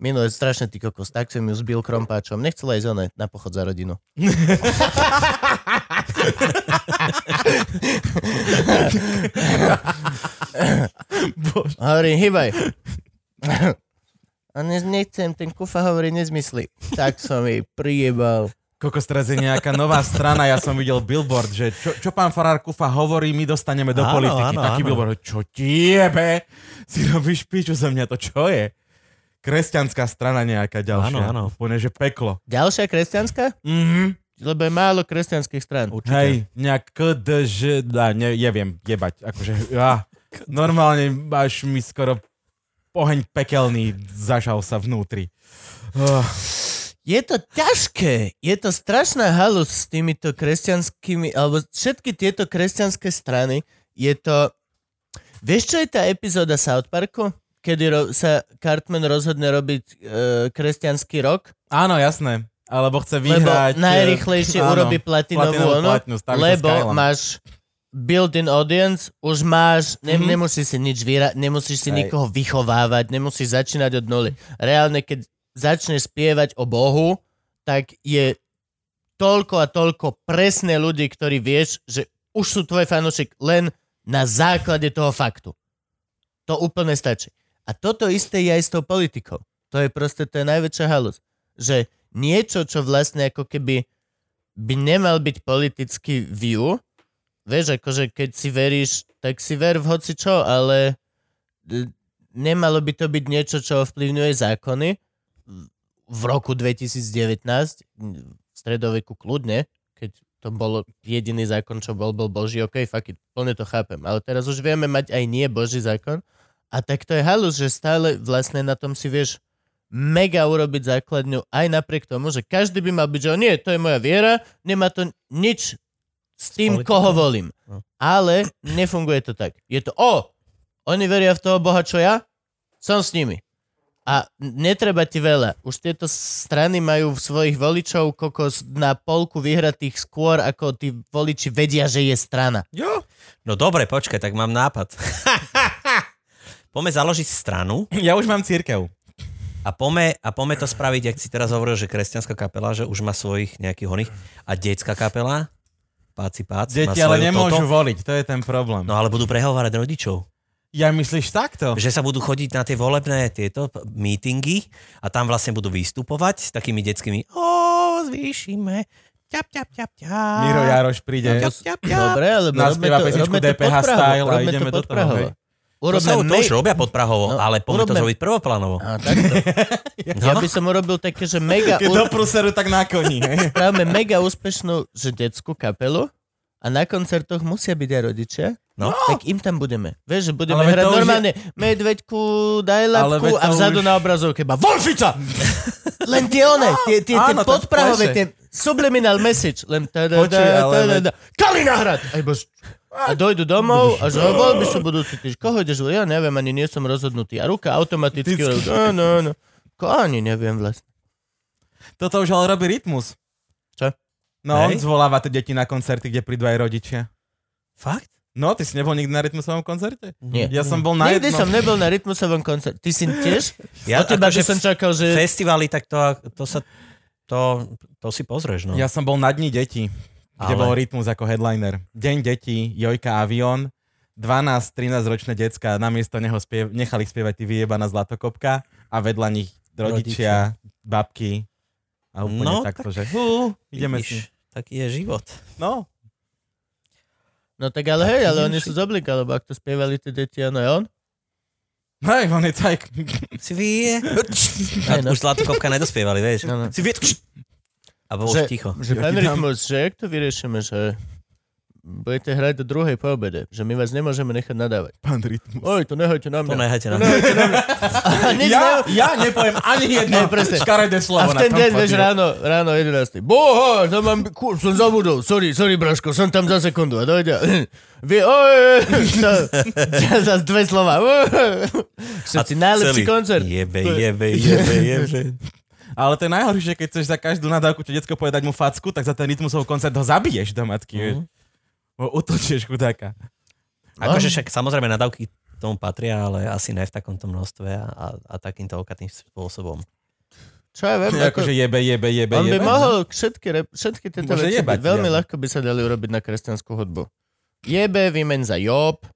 Minule strašne ty kokos, tak som ju zbil krompáčom. Nechcela ísť one na pochod za rodinu.
Bože.
A Hovorím, hýbaj. A ne, nechcem, ten kufa hovorí nezmysly. Tak som jej prijebal.
Kokos, teraz je nejaká nová strana, ja som videl billboard, že čo, čo pán Farár Kufa hovorí, my dostaneme do
Áno,
politiky.
áno,
Taký
áno.
billboard, čo ti jebe, si robíš piču za mňa, to čo je? Kresťanská strana nejaká ďalšia.
Áno, áno.
Úplne, že peklo.
Ďalšia kresťanská?
Mhm.
Lebo je málo kresťanských strán.
Určite.
Hej, nejak KDŽ, dá, ne, neviem, jebať, akože, á, normálne až mi skoro oheň pekelný zažal sa vnútri. Ah,
Je to ťažké. Je to strašná halus s týmito kresťanskými, alebo všetky tieto kresťanské strany. Je to... Vieš, čo je tá epizóda South Parku? Kedy ro- sa Cartman rozhodne robiť e, kresťanský rok?
áno, jasné, alebo chce vyhrať...
Lebo najrychlejšie
eh, áno,
urobí platinovú
platinovú
onu,
platňu, staví sa
lebo
Skyline.
máš built-in audience, už máš, ne,
Mhm.
mm-hmm. nemusíš si nič vyra- nemusíš si
Hej.
nikoho vychovávať, nemusíš začínať od nuly. Reálne, keď začneš spievať o Bohu, tak je toľko a toľko presne ľudí, ktorí vieš, že už sú tvoj fanúšik len na základe toho faktu. To úplne stačí. A toto isté je aj s tou politikou. To je proste, to je najväčšia halus. Že niečo, čo vlastne ako keby by nemal byť politický view, vieš, akože keď si veríš, tak si ver v hoci čo, ale e, nemalo by to byť niečo, čo ovplyvňuje zákony v- v roku 2019, m, v stredoveku kľudne, keď to bolo jediný zákon, čo bol, bol Boží, ok, fuck it, plne to chápem, ale teraz už vieme mať aj nie Boží zákon, a tak to je halus, že stále vlastne na tom si vieš mega urobiť základňu aj napriek tomu, že každý by mal byť, že "O nie, to je moja viera, nemá to nič s tým,
politikou?
koho volím.
No.
Ale nefunguje to tak. Je to, o, oni veria v toho Boha, čo ja, som s nimi. A netreba ti veľa. Už tieto strany majú v svojich voličov kokos na polku vyhratých skôr, ako tí voliči vedia, že je strana.
Jo,
No dobre, počkaj, tak mám nápad. Poďme založiť stranu
ja už mám církev.
a poďme, a poďme to spraviť, ak si teraz hovoril, že kresťanská kapela, že už má svojich nejakých oných a detská kapela, páci pác, má
Deti
svoju
ale nemôžu
toto.
voliť, to je ten problém.
No ale budú prehovárať rodičov.
Ja myslíš takto?
Že sa budú chodiť na tie volebné tieto p- mítingy a tam vlastne budú vystupovať s takými detskými o, zvýšime, ťap, ťap, ťap, ťap.
Miro Jaroš príde.
ťap, ťap, ťap.
Dobre, alebo robme
Naspieva
to,
pesničku
robme to pod
DPH
Prahou,
style a
robme to
ideme
pod
do toho,
Prahou.
hej.
To,
Urobme
sa, to už
make-
robia pod Prahovo,
No,
ale poďme to
urobme-
zrobiť No, prvoplánovo.
Á, takto. Ja by som urobil také, že mega,
Keď do
u...
pruseru, tak na koni. hej.
práve mega úspešnú že detskú kapelu a na koncertoch musia byť aj rodičia,
No.
tak im tam budeme. Vieš, že budeme
Ale veď
hrať
to už je-
normálne medveďku, daj
Ale veď
labku a
to
vzadu
už-
na obrazovke iba Wolfica! Len No tie one, tie, tie, tie
Áno, to je v
podprahové,
pleše.
tie, Subliminal message. Len tada,
Počuj,
tada,
ale
tada, Kalináhrad! Aj bož. A dojdu domov a že "A voľby sú budúci týž. Koho ideš? voliť?" Ja neviem, ani nie som rozhodnutý. A ruka automaticky...
Vždycky.
No, no, no. Ko ani neviem vlastne.
Toto už ale robí rytmus.
Čo?
No, on
Hej.
zvoláva tie deti na koncerty, kde prídu aj rodičia.
Fakt?
No, ty si nebol nikdy na rytmusovom koncerte?
Nie.
Ja som bol na
Nikdy
jednom.
som nebol na rytmusovom koncerte. Ty si tiež?
Ja
Od teba, že
akože
som čakal, že...
Festivaly, tak to, to sa... To, to si pozrieš, no.
Ja som bol na Dni detí, kde
Ale-
bol Rytmus ako headliner. Deň detí, Jojka Avion, 12-13 ročné decka, namiesto neho spiev- nechali spievať ty vyjebaná zlatokopka a vedľa nich rodičia, babky a úplne
No,
takto, že hú, ideme
Vidíš,
si.
Taký je život.
No,
No tak ale hej, ale oni
Taký
sú z oblika, lebo ak to spievali tie deti, áno, je on.
hej, No, on je tak.
Si vie.
Hej,
A
no.
už Zlatokopka nedospievali, vieš.
No, no.
Si vie. A bolo
Že-
už ticho.
Že
Ja
pán
ti dám-
Rytmus, že jak to vyriešime, že budete hrať do druhej po obede, že my vás nemôžeme nechať nadávať.
Pán Rytmus.
Oj, to nehajte na
To
mňa.
nehajte na
To nehajte na mňa. A, nič ne-
Ja, ja nepoviem ani jedno
Hej, presne. a
škaredé slovo
v ten
na tom
deň, vieš,
papieri.
ráno, ráno 11. Boha, to mám, ku, som zabudol, sorry, sorry, Braško, som tam za sekundu a dojde. Vy, oj, to, zase dve slova. Všetci najlepší
celý.
koncert.
Jebe,
To je-
jebe, jebe, jebe.
Ale to je najhoršie, že keď chceš za každú nadávku čo detsko povedať mu facku, tak za ten rytmusov koncert ho zabiješ do matky.
Mhm.
Mm. Utočieš chudáka.
No.
Akože však samozrejme nadávky k tomu patria, ale asi ne v takomto množstve a, a, a takýmto okatým spôsobom.
Čo ja viem, ako,
Akože jebe, jebe, jebe,
on by
jebe.
mohol všetky, rep- všetky tieto
Môže
veci,
jebať,
byť- veľmi
jasne.
ľahko by sa dali urobiť na kresťanskú hudbu. Jebe, vymen za Job,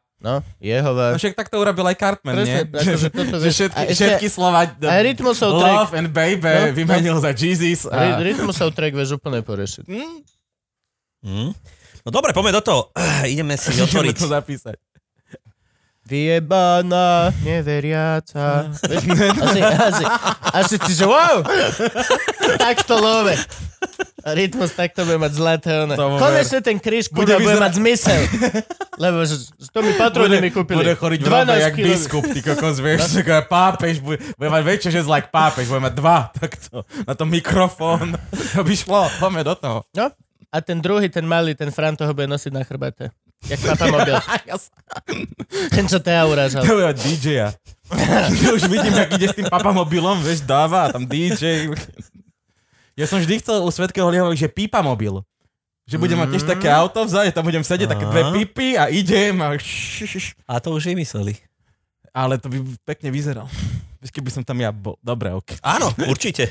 no,
No
Jehova.
však tak to urobil aj Cartman,
Presne,
nie?
akože toto
že
vieš.
všetky,
A ešte-
všetky slova
A Rytmusov track,
love and baby
No, no.
vymenil za Jesus.
ry-
A...
Rytmusov track vieš úplne porešiť.
Hm,
Hm? No dobre, poďme do toho. Ideme si
ideme
otvoriť.
to zapísať.
Vyjebaná, neveriaca. Vieš, asi, asi, asi si, že wow! tak to love. Rytmus takto bude mať zlaté one.
To mu ver.
Konečne ten kríž
Bude
kurva bude
vyzerať-
mať zmysel. Lebo že, že to mi patrony mi kúpili. No.
bude choriť v robe
12
jak
kilo.
biskup, ty kokos, vieš, že ako je pápež, bude, bude mať väčšie žezlo jak pápež, bude mať dva, takto, na tom mikrofón, to by šlo, poďme do toho.
No, a ten druhý, ten malý, ten Fran toho bude nosiť na chrbate. Jak papa mobil. ten, čo tea urážal.
To je od DJ-a. Už vidím, jak ide s tým papamobilom, vieš, dáva a tam DJ. Ja som vždy chcel u Svetkeho Liehových, že pípa mobil. Že budem mať tiež
Mm.
také auto vzade, tam budem sedieť, také dve
Aha.
pipy a idem a šššš.
A to už vymysleli.
Ale to by pekne vyzeralo. Vieš, Keby som tam ja bol. Dobre, ok.
Áno, určite.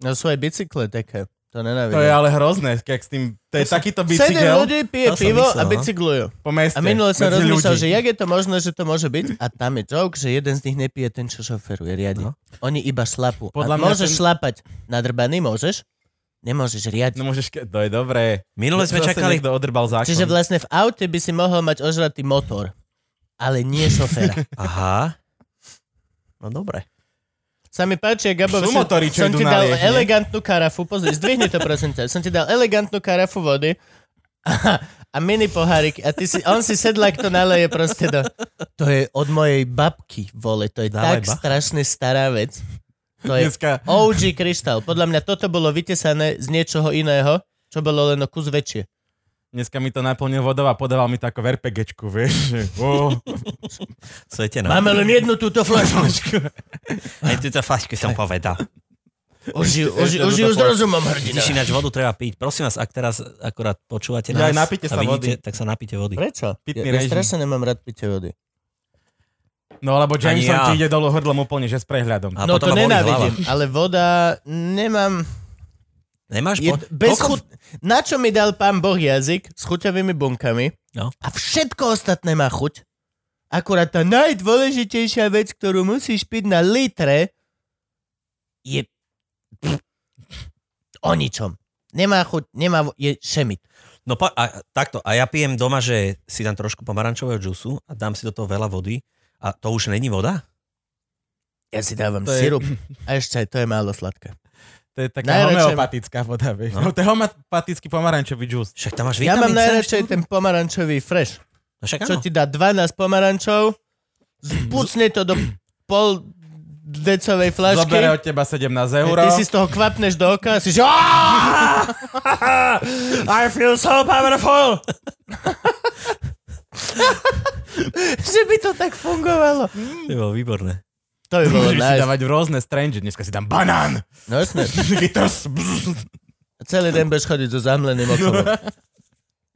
No svoje bicykle také. To
To je
nenávidím.
ale hrozné, keď s tým, to je takýto
Sedem
bicykel
ľudí pije
To som
pivo
myslel,
a
no.
bicyklujú.
po meste.
A minule som
medzi
rozmýšľal,
ľudí.
že jak je to možné, že to môže byť. A tam je joke, že jeden z nich nepije ten, čo šoferuje riadne.
No.
Oni iba šlapu.
Podľa
Podľa a
mňa
môžeš
ten-
šlapať nadrbaný, môžeš? Nemôžeš riadiť.
No môžeš, ke- to je dobré.
Minule sme
Zase
čakali...
Niekto odrbal zákon.
Čiže vlastne v aute by si mohol mať ožratý motor, ale nie šoféra.
Aha. No dobre.
Sa mi páči, Gabo,
Sú
som,
motory, čo
som
idú
ti dal
na lieh, nie?
elegantnú karafu, pozri, zdvihni to prosím ťa, som ti dal elegantnú karafu vody a, a mini pohárik a ty si, on si sedlak to naleje proste do... To je od mojej babky, vole, to je
Dávaj
tak
bacha.
strašne stará vec. To je
Dneska,
OG kryštál. Podľa mňa toto bolo vytesané z niečoho iného, čo bolo len o kus väčšie.
Dneska mi to naplnil vodou a podával mi to ako v RPGčku, vieš. že, Ó,
Svetená.
Máme len jednu túto flašku.
Aj ty to flašku som povedal.
Už, ju- už,
ešte
už
túto
ju s
flašku.
rozumom, hrdina.
Vidíš, ináč vodu treba piť. Prosím vás, ak teraz akorát počúvate
No,
nás
Ja aj napite
a
sa
vidíte, tak sa napíte vody.
Prečo?
Pitný
Ja, ja
režim.
strašne nemám rád pitie vody.
No lebo Jameson
Ani ja.
ti ide dolu hrdlom úplne, že s prehľadom.
A
no
potom
to
ma boli
nenávidím,
hlava.
ale voda nemám...
Nemáš
Je,
po...
bez
Koľko-
chut... Na čo mi dal pán Boh jazyk s chuťovými bunkami
No.
a všetko ostatné má chuť. Akurát tá najdôležitejšia vec, ktorú musíš piť na litre, je pff, o ničom. Nemá chuť, nemá... vo- Je šemit.
No po, a, takto, a ja pijem doma, že si dám trošku pomarančového džusu a dám si do toho veľa vody a to už není voda?
Ja si dávam
To je-
sirup a ešte aj to je málo sladké.
To je taká
Najradšej-
homeopatická voda, vieš. No.
No.
to je homeopatický pomarančový džús.
Však tam máš
Ja mám
vitamín C.
najradšej ten pomarančový fresh.
No však
čo
áno.
ti dá 12 pomarančov, zbucne to do pol decovej flašky.
Zobere od teba 17 eur.
Ty si z toho kvapneš do oka a si že...
I feel so powerful!
že by to tak fungovalo.
To bolo výborné.
To by bolo
Môžeš si
nice.
dávať rôzne strange. Dneska si dám banán.
No jasné.
Citrus.
Celý den budeš chodiť so zamleným okom.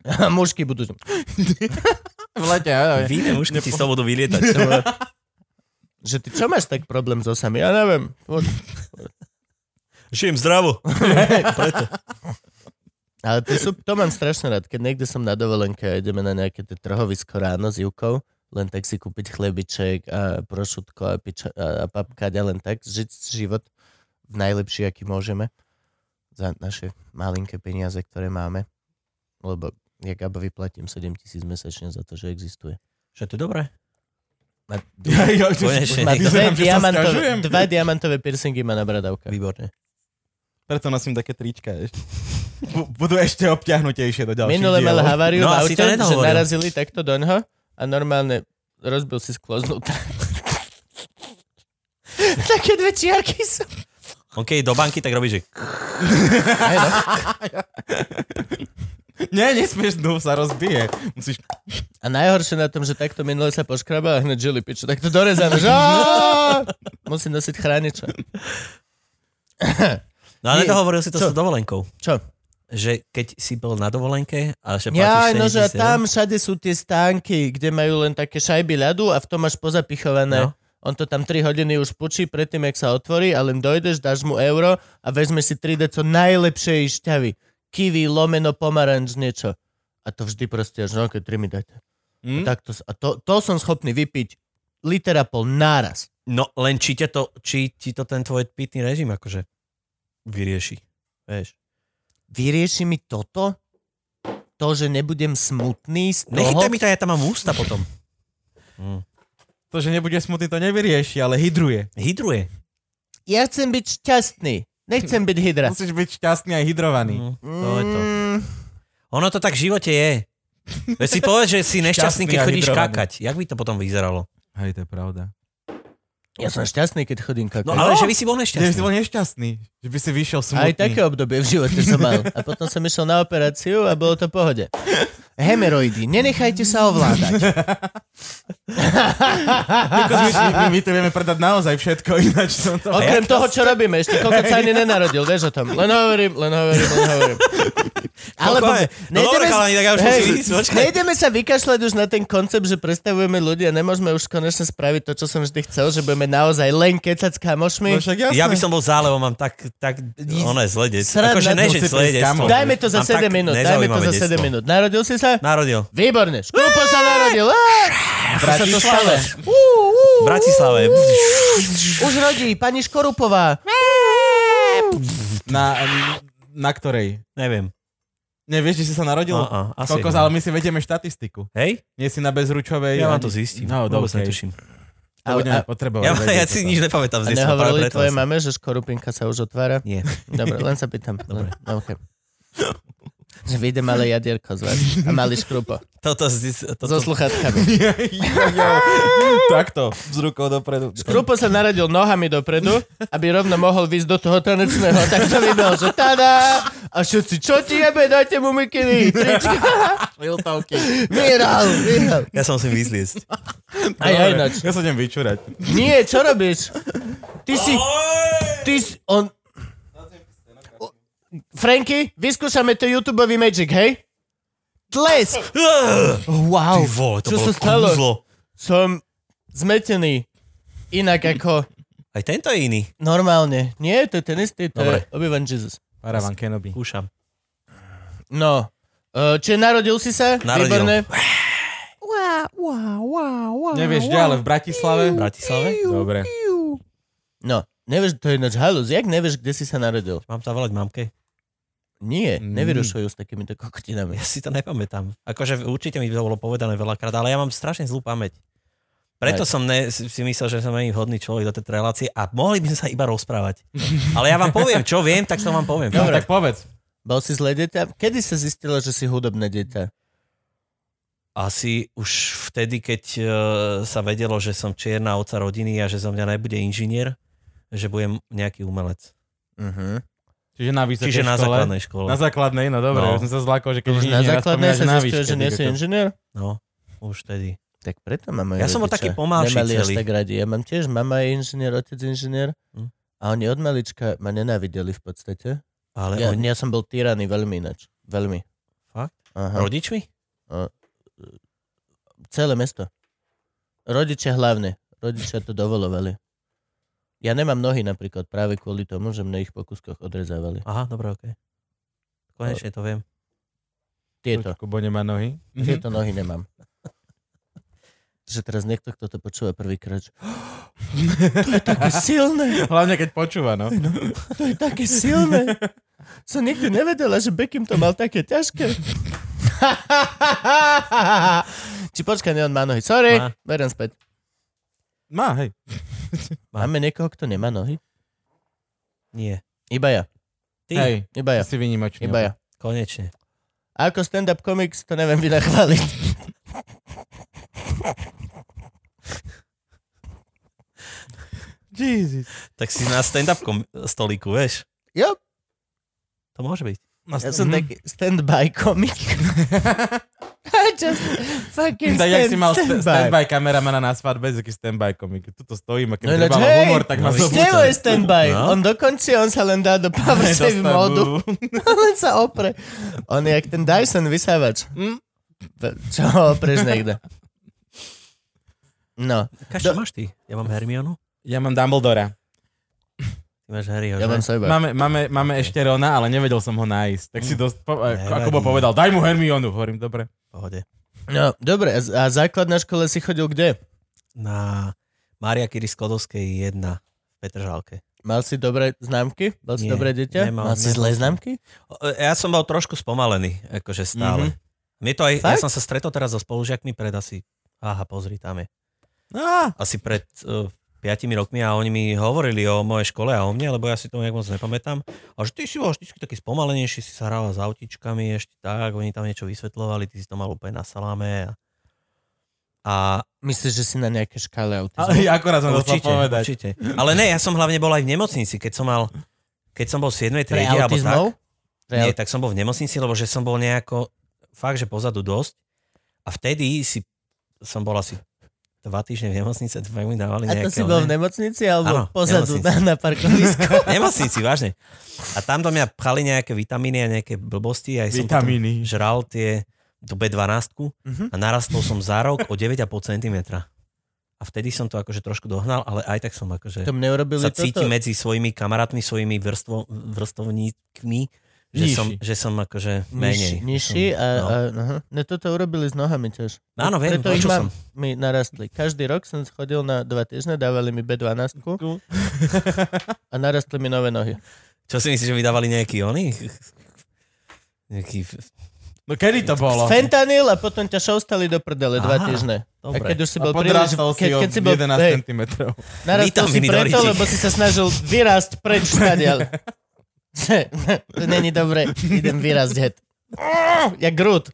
A mužky budú...
v lete, áno.
Víne mužky ti z toho budú vylietať. To bolo-
Že ty čo máš tak problém s osami? Ja neviem.
Žijem zdravo. Preto.
Ale to, sú, to mám strašne rád, keď niekde som na dovolenke a ideme na nejaké tie trhovisko ráno s Jukou, len tak si kúpiť chlebiček a prošutko a, piča, a, a papkať a len tak žiť život v najlepší, aký môžeme za naše malinké peniaze, ktoré máme. Lebo ja Gabo vyplatím 7 tisíc mesačne za to, že existuje.
Že to je dobré.
Má,
Ja, ja, ja,
Konečne
má dve,
niekto-
Vyzerám, že sa
diamantové,
sťažujem.
dva diamantové piercingy má na bradavkách. Výborne.
Preto nosím také trička ešte. Bu- Budú ešte obťahnutejšie do ďalších
Minule mal
dielov.
haváriu
No,
v
asi
aute,
to
že
nedohovoril.
narazili takto doňho a normálne rozbil si sklo znútra. Také dve čiarky sú.
On keď ide do banky, tak robí, že...
Nie, nesmieš, no sa rozbije. Musíš...
A najhoršie na tom, že takto minule sa poškrabal a hneď žili piču, takto dorezané. Že... "Aaaa!" Musím nosiť chrániča.
No
Nie.
ale dohovoril si to
Čo?
s dovolenkou.
Čo?
Že keď si bol na dovolenke a že
Ja,
platíš
no, že a
70 eur,
tam všade sú tie stánky, kde majú len také šajby ľadu a v tom máš pozapichované.
No.
No. On to tam 3 hodiny už pučí predtým, jak sa otvorí a len dojdeš, dáš mu euro a vezme si 3D co najlepšej šťavy. Kiwi, lomeno, pomaranč, niečo. A to vždy proste, že no, keď 3 mi dajte.
Hm?
Tak to, a to, to som schopný vypiť liter a pol náraz.
No len či, ťa to, či ti to ten tvoj pitný režim akože vyrieši. Vieš.
Vyrieši mi toto? To, že nebudem smutný z toho?
Nechytaj mi to, ja tam mám ústa potom.
To, že nebude smutný, to nevyrieši, ale hydruje.
Hydruje.
Ja chcem byť šťastný. Nechcem byť hydra.
Musíš byť šťastný aj hydrovaný.
Mhm.
Mm, to je to.
Mm.
Ono to tak v živote je. Veď si povedz, že si nešťastný, keď
Šťastný a
chodíš
hydrovaný.
kakať. Jak by to potom vyzeralo?
Hej, to je pravda.
Ja som šťastný, keď chodím kakať.
No ale
No.
že by si bol
Že by si
nešťastný.
bol nešťastný. Že by si vyšiel smutný.
Aj také obdobie v živote som mal. A potom som išiel na operáciu a bolo to v pohode. Hemeroidy, nenechajte sa ovládať.
Ako sme- my, my, to vieme predať naozaj všetko, ináč som to...
Okrem toho, čo robíme, ešte koľko sa ani nenarodil, vieš o tom. Len hovorím, len hovorím, len hovorím. Alebo
je? No dobre,
sa-
chalani, tak ja už
hej,
musím ísť, počkaj.
nejdeme sa vykašľať už na ten koncept, že predstavujeme ľudí a nemôžeme už konečne spraviť to, čo som vždy chcel, že budeme naozaj len kecať s kamošmi.
No však jasné.
Ja by som bol zále, lebo mám tak, tak ono je zledec.
Srad
Akože
na
ne,
to
že
si prísť,
zledec.
kamo.
Dajme to za
Mám tak
7 minút, dajme to
nezaujímavé
za 7
detstvo.
minút. Narodil si sa?
Narodil.
Výborne, škúpo sa narodil. Á, ako sa to stalo? Ú, ú,
V Bratislave.
Už rodí, pani Škorupová.
Na, na ktorej?
Neviem.
Nevieš, že si sa narodil?
Á, á, asi
Koľko,
nie.
ale my si vedieme štatistiku.
Hej?
Nie si na bezručovej.
Ja vám
ani-
to zistím.
No,
Vôbec
dobre.
netuším.
To budeme
A- a-
potrebovať.
Ja,
vedieť
ja si
toto.
nič nepamätám
A
z detstva, práve
nehovorili
preto.
tvojej
asi.
mame, že Škorupinka sa už otvára?
Nie.
Dobre, len sa pýtam.
Dobre.
Len- no, Okay. Že vyjde malé jadierko z vás a malý škrupo.
Toto, z-
So
toto,
sluchatkami.
Jo, jo. Takto, s rukou dopredu.
Škrupo sa naradil nohami dopredu, aby rovno mohol výjsť do toho tanečného. Tak to vybel, že tada! A všetci, čo ti jebe, dajte mu mikiny! Trička! Vyhral, vyhral.
ja som musím vyzliesť.
Aj, aj ináč.
Ja sa idem vyčúrať.
Nie, čo robíš? Ty si... Ty si... On... O- Franky, vyskúšame to YouTube Magic, hej? Tlesk!
Ty
Wow,
vole, to
čo
bolo
sa stalo?
kúzlo.
Som zmetený. Inak ako
Aj tento je iný.
normálne. Nie, to je ten istý, to
Dobre.
je Obi-Wan Jesus.
Paravan Kenobi.
Kúšam.
No. E, Čiže narodil si sa?
Narodil.
Výborné.
Nevieš, kde, ale v Bratislave?
V Bratislave?
Dobre.
No, nevieš, to je ináč halus. Jak nevieš, kde si sa narodil?
Mám to volať mamke?
Nie,
Mm.
nevyrušujú s takýmito kokotinami.
Ja si to nepamätám. Akože určite mi to bolo povedané veľakrát, ale ja mám strašne zlú pamäť.
Aj.
Preto som ne, si si myslel, že som není vhodný človek do tejto relácie a mohli by sme sa iba rozprávať. Ale ja vám poviem, čo viem, tak to vám poviem.
No, tak povedz.
Bol si zlé dieťa? Kedy sa zistila, že si hudobné dieťa?
asi už vtedy, keď eh, sa vedelo, že som čierna oca rodiny a že zo mňa nebude inžinier, že budem nejaký umelec.
Mhm.
Uh-huh. Čiže na vysokej
Čiže
škole.
na základnej škole.
Na základnej, no dobre,
No.
no. som sa zlákol, že keď
Už
nič
na základnej
nespomínaš
sa
na
zistil,
výške,
že nie
tak
si
je to-
inžinier?
No, už vtedy.
Tak preto ma moji
Ja som bol
rodičia
taký pomalší
nemali až
celý.
tak radi. Ja mám tiež, mama je inžinier, otec inžinier.
Hm.
A oni od malička ma nenávideli v podstate.
Ale
Ja,
oni...
ja som bol tyraný veľmi inač. Veľmi.
Fakt?
Aha.
Rodičmi?
Celé mesto. Rodičia hlavne. Rodičia to dovolovali. Ja nemám nohy napríklad práve kvôli tomu, že mne ich po kuskoch odrezávali.
Aha, dobre, okej. Konečne to viem.
Tieto.
Trošku Bo nemá nohy.
Mhm.
Tieto nohy nemám. Že teraz niekto, kto to počúva prvýkrát, že to je také silné,
Hlavne keď počúva, no.
to je také silné. Som nikdy nevedela, že Beckham to mal také ťažké. Či počkaj, ne, on má nohy. Sorry,
Má.
berem späť.
Má, hej.
Má.
Máme niekoho, kto nemá nohy?
Nie.
Iba ja,
Ty,
Hej,
iba ja,
si vynimočný.
iba ja.
konečne.
A ako stand-up comics to neviem vynachváliť.
Jesus.
Tak si na stand-up kom- stolíku, vieš?
Jo,
To môže byť.
ja som
Mhm.
taký stand-by komik. Just fucking
Tak
stand,
jak si mal stand,
stand-by.
standby kameramana na svadbe, taký standby komik. Tuto stojím a
No
keď no,
ináč,
treba
hej,
humor, tak ma
no,
Ste
zobudí.
ho je stand-by.
No.
On dokončí, on sa len dá do power save
Dostanú.
modu. len sa opre. On je jak ten Dyson vysávač.
Hm?
V- Čo ho opreš niekde. No,
Kaš, čo
Do-
máš ty? Ja mám Hermionu?
Ja mám Dumbledora.
Ty máš Harryho,
ja
že?
mám seba.
Máme, máme, máme ešte Rona, ale nevedel som ho nájsť. Tak si
Mm.
dosť, po, ako,
Nevadí.
ako bo povedal, daj mu Hermionu. Hovorím, dobre.
Pohode.
No, dobre, a z- a základná škola si chodil kde?
Na Mária Kiri Skodovskej 1 v Petržalke.
Mal si dobré známky? Mal si
Nie,
dobré dieťa?
nemal,
Mal si
nemal
zlé
som.
známky?
O, e, Ja som bol trošku spomalený, akože stále. Mm-hmm. Mne to aj, ja
Mhm. Fakt?
som sa stretol teraz so spolužiakmi pred asi, aha, pozri, tam je.
No.
Á,
Asi pred uh, 5 rokmi a oni mi hovorili o mojej škole a o mne, lebo ja si to nejak moc nepamätám. A že ty si bol vždy taký spomalenejší, si sa hrával s autičkami ešte tak, oni tam niečo vysvetľovali, ty si to mal úplne na saláme. A, a
Myslíš, že si na nejaké škále autizmu?
ale akorát som to chcel
určite,
povedať.
určite. Ale ne, ja som hlavne bol aj v nemocnici, keď som mal, keď som bol v 7.
Pre
triede, alebo tak,
autizmov? Pre
Nie,
aut-
tak som bol v nemocnici, lebo že som bol nejako fakt, že pozadu dosť. A vtedy si, som bol asi dva týždne v nemocnici, tak mi dávali
A
nejaké...
to si bol v
oné-
nemocnici alebo
Áno,
pozadu na,
nemocnici.
na parkovisku?
nemocnici, vážne. A tam do mňa pchali nejaké vitamíny a nejaké blbosti. Aj som potom
Vitamíny.
žral tie tú B12
Mhm.
a narastol som za rok o 9,5 cm. A vtedy som to akože trošku dohnal, ale aj tak som akože...
To mne urobili
sa cíti
toto.
medzi svojimi kamarátmi, svojimi vrstvo, vrstovníkmi, že
Nižší.
som, že som akože
Niž-
menej.
Nižší
Som-
a, a aha. no toto urobili s nohami tiež.
No áno, viem,
Preto ich
počul
mám, mi narastli. Každý rok som chodil na dva týždne, dávali mi B12 a narastli mi nové nohy.
Čo si myslíš, že vydávali nejaký oni? Nejaký...
No kedy to bolo?
Fentanyl a potom ťa šoustali do prdele dva
Aha,
týždne. A
Dobre.
keď už si bol
a
príliš...
podrastol si
Keď,
o
keď si bol,
11
hej,
cm.
narastol si
Vitamíny do
preto,
ryti.
lebo si sa snažil vyrásť preč stadiaľ. to není dobre. Idem vyrásť het. Ja grút.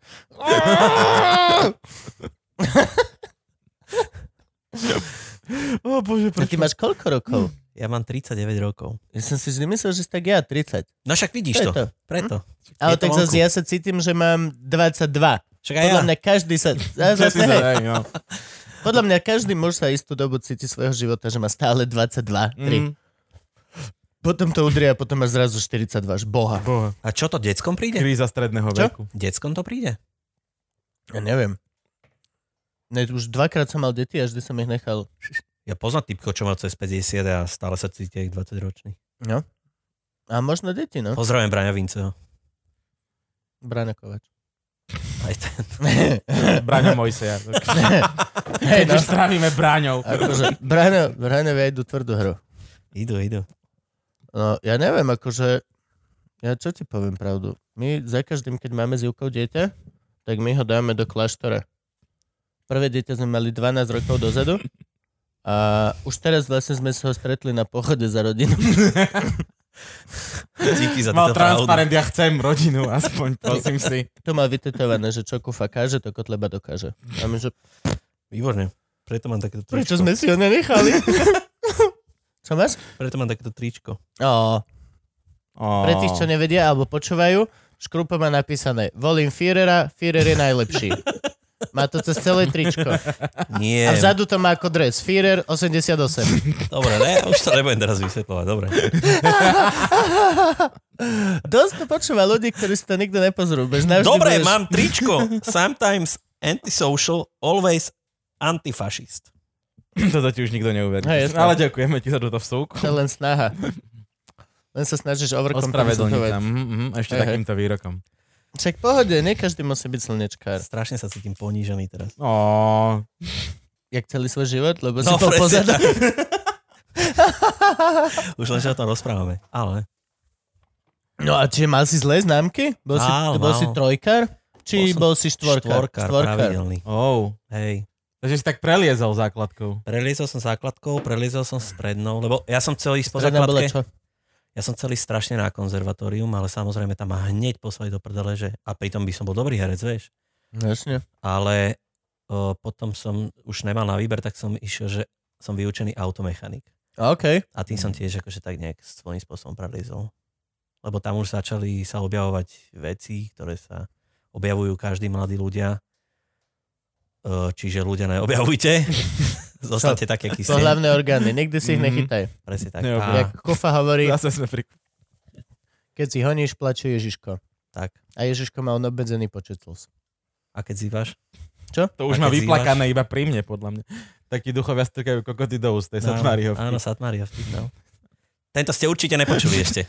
Ó bože,
A ty
prečo?
máš koľko rokov?
Ja mám 39 rokov.
Ja som si vždy myslel, že si tak ja, 30.
No však vidíš
To je
to.
to.
Preto.
Ale
Je to
tak zase
vonku.
ja sa cítim, že mám 22.
Však aj ja.
Podľa mňa každý sa... A
Čo si
Zase,
za-
hej,
hej, no.
podľa mňa každý muž sa istú dobu cíti svojho života, že má stále 22, 3.
Mm,
Potom to udrie a potom máš zrazu 42, až boha.
boha.
A čo to, deckom príde?
Kríza stredného
Čo?
veku.
Deckom to príde?
Ja neviem. Ne, už dvakrát som mal deti a vždy som ich nechal.
Ja poznám typko, čo má cez 50 a stále sa cíti jak 20 ročný.
No. A možno deti, no.
Pozdravujem Braňa Vinceho.
Brane Kovač.
Aj ten.
Braňo Mojseja.
Hej,
Keď
no.
už strávime Braňou.
Akože, Brane, Branevia idú tvrdú hru.
Idú, idú.
No, ja neviem, akože... Ja čo ti poviem pravdu? My za každým, keď máme s Jukou dieťa, tak my ho dáme do kláštora. Prvé dieťa sme mali 12 rokov dozadu a už teraz vlastne sme sa ho stretli na pochode za rodinu.
Díky za
Mal
túto pravdu.
transparent, ja chcem rodinu, aspoň, prosím si.
To má vytetované, že čo kufa káže, to kotleba dokáže. A my, že
Výborne. Preto mám takéto tričko.
prečo sme si ho nenechali? čo máš?
Preto mám takéto tričko.
Oh.
Oh.
Pre tých, čo nevedia alebo počúvajú, Škrupa má napísané Volím Führera, Führer je najlepší. Má to cez celé tričko. A
Nie.
vzadu to má ako dres. Führer 88.
Dobre, ne, už to nebudem teraz vysvetľovať. Dobre.
Dosť to počúva ľudí, ktorí si to nikto nepozrú. Bež navždy
Dobre,
budeš...
mám tričko. Sometimes antisocial, always antifašist.
Toto ti už nikto neuverí.
Hej, jasné.
Ale ďakujeme ti za túto vsúku.
To je len snaha. Len sa snažíš
Ospravedlniť
overkompenzovať.
tam. mhm, mhm, Ešte
Hej, hej.
takýmto výrokom.
Však pohode, nie každý musí byť slnečkár.
Strašne sa cítim ponížený teraz.
Oh.
Jak celý svoj život, lebo si bol
No, presne
pozadu.
tak. už len, že o tom rozprávame. Ale
No a či mal si zlé známky? Bol si,
Mal,
bol
mal.
si trojkár? Či bol,
Bol
si štvorkár?
štvorkár, pravidelný.
Oh.
Hej.
Takže si tak preliezol základkou.
Preliezol som základkou, preliezol som strednou, lebo ja som celý ísť po
Stredná bola
základke.
čo?
Ja som celý strašne na konzervatórium, ale samozrejme tam ma hneď poslali do prdele, že a pritom by som bol dobrý herec, vieš.
Jasne.
Ale o, potom som už nemal na výber, tak som išiel, že som vyučený automechanik.
OK.
A tým som tiež akože tak nejak svojím spôsobom prelizol. Lebo tam už začali sa objavovať veci, ktoré sa objavujú každý mladí ľudia. E, Čiže ľudia neobjavujte. Zostaňte tak, akí ste.
Pohlavné orgány, nikdy si ich
Mhm.
nechytaj.
Presne tak.
Neobjavujte.
Jak
A,
Kufa hovorí,
Zase sme pri...
keď si honíš, plače Ježiško.
tak.
A Ježiško má on obmedzený počet slz.
A keď zývaš?
To už
A
má
keď
vyplakané iba pri mne, podľa mňa. Takí duchovia strkajú kokoty do úst, tej
No,
Satmáriho.
Áno, Satmáriho vtip, no. Tento ste určite nepočuli ešte.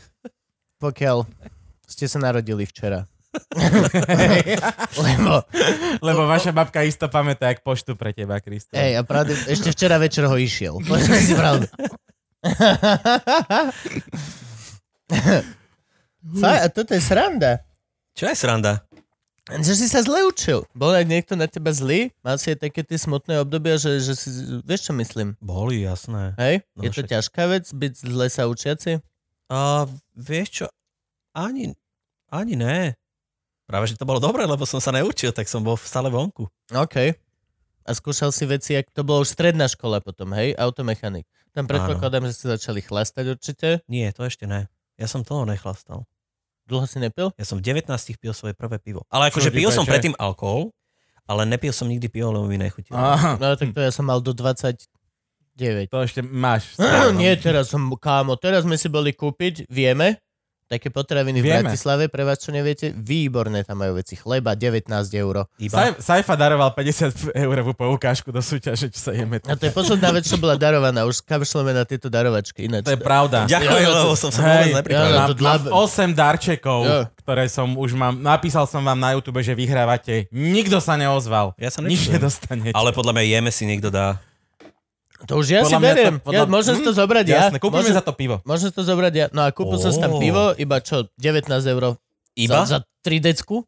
Pokiaľ ste sa narodili včera. Lebo,
Lebo vaša babka isto pamätá, jak poštu pre teba, Kristo.
hej, a pravde, ešte včera večer ho išiel. Povedzme si pravdu. Faj, a toto je sranda.
Čo je sranda?
Že si sa zle učil. Bol aj niekto na teba zlý? Mal si aj také tie smutné obdobia, že, že si... Vieš, čo myslím?
Boli, jasné.
Hej?
No,
je to
však.
ťažká vec, byť zle sa učiaci?
A vieš čo? Ani, ani ne. Práve, že to bolo dobré, lebo som sa neučil, tak som bol stále vonku.
OK. A skúšal si veci, ak to bolo už stredná škola potom, hej? Automechanik. Tam predpokladám, že ste začali chlastať určite.
Nie, to ešte ne. Ja som toho nechlastal.
Dlho si nepil?
Ja som v 19 pil svoje prvé pivo. Ale akože
Čo,
pil
ty
som
peče?
predtým alkohol, ale nepil som nikdy pivo, lebo mi nechutilo.
Aha,
No ale tak to ja som mal do 29.
to ešte máš.
Nie, teraz som, kámo, teraz sme si boli kúpiť, vieme, také potraviny v
Vieme.
Bratislave, pre vás, čo neviete, výborné tam majú veci. Chleba, 19 eur.
Iba
Saj, Sajfa daroval 50 eurovú poukážku do súťaže, čo sa jeme.
A to je posledná vec, čo bola darovaná. Už kašleme na tieto darovačky. Ináč.
To je pravda.
ďakujem,
Ja na to-
lebo som sa vôbec
Hej,
ja
nepripravil.
na
Mám,
to dlab-
mám 8 darčekov,
Jo.
ktoré som už mám. Napísal som vám na YouTube, že vyhrávate. Nikto sa neozval.
Ja sa
Nič
nepripravil.
nedostanete.
Ale podľa mňa jeme si niekto dá.
To už ja
Podľa
si
mňa to-
beriem.
podľa-
Ja, môžem si to
Hm,
zobrať ja.
Jasné, kúpime
Môžem-
za to pivo.
Môžem si to zobrať ja. No a kúpil som si tam
Ó.
pivo, iba čo, 19 eur
Iba?
Za, za 3 decku.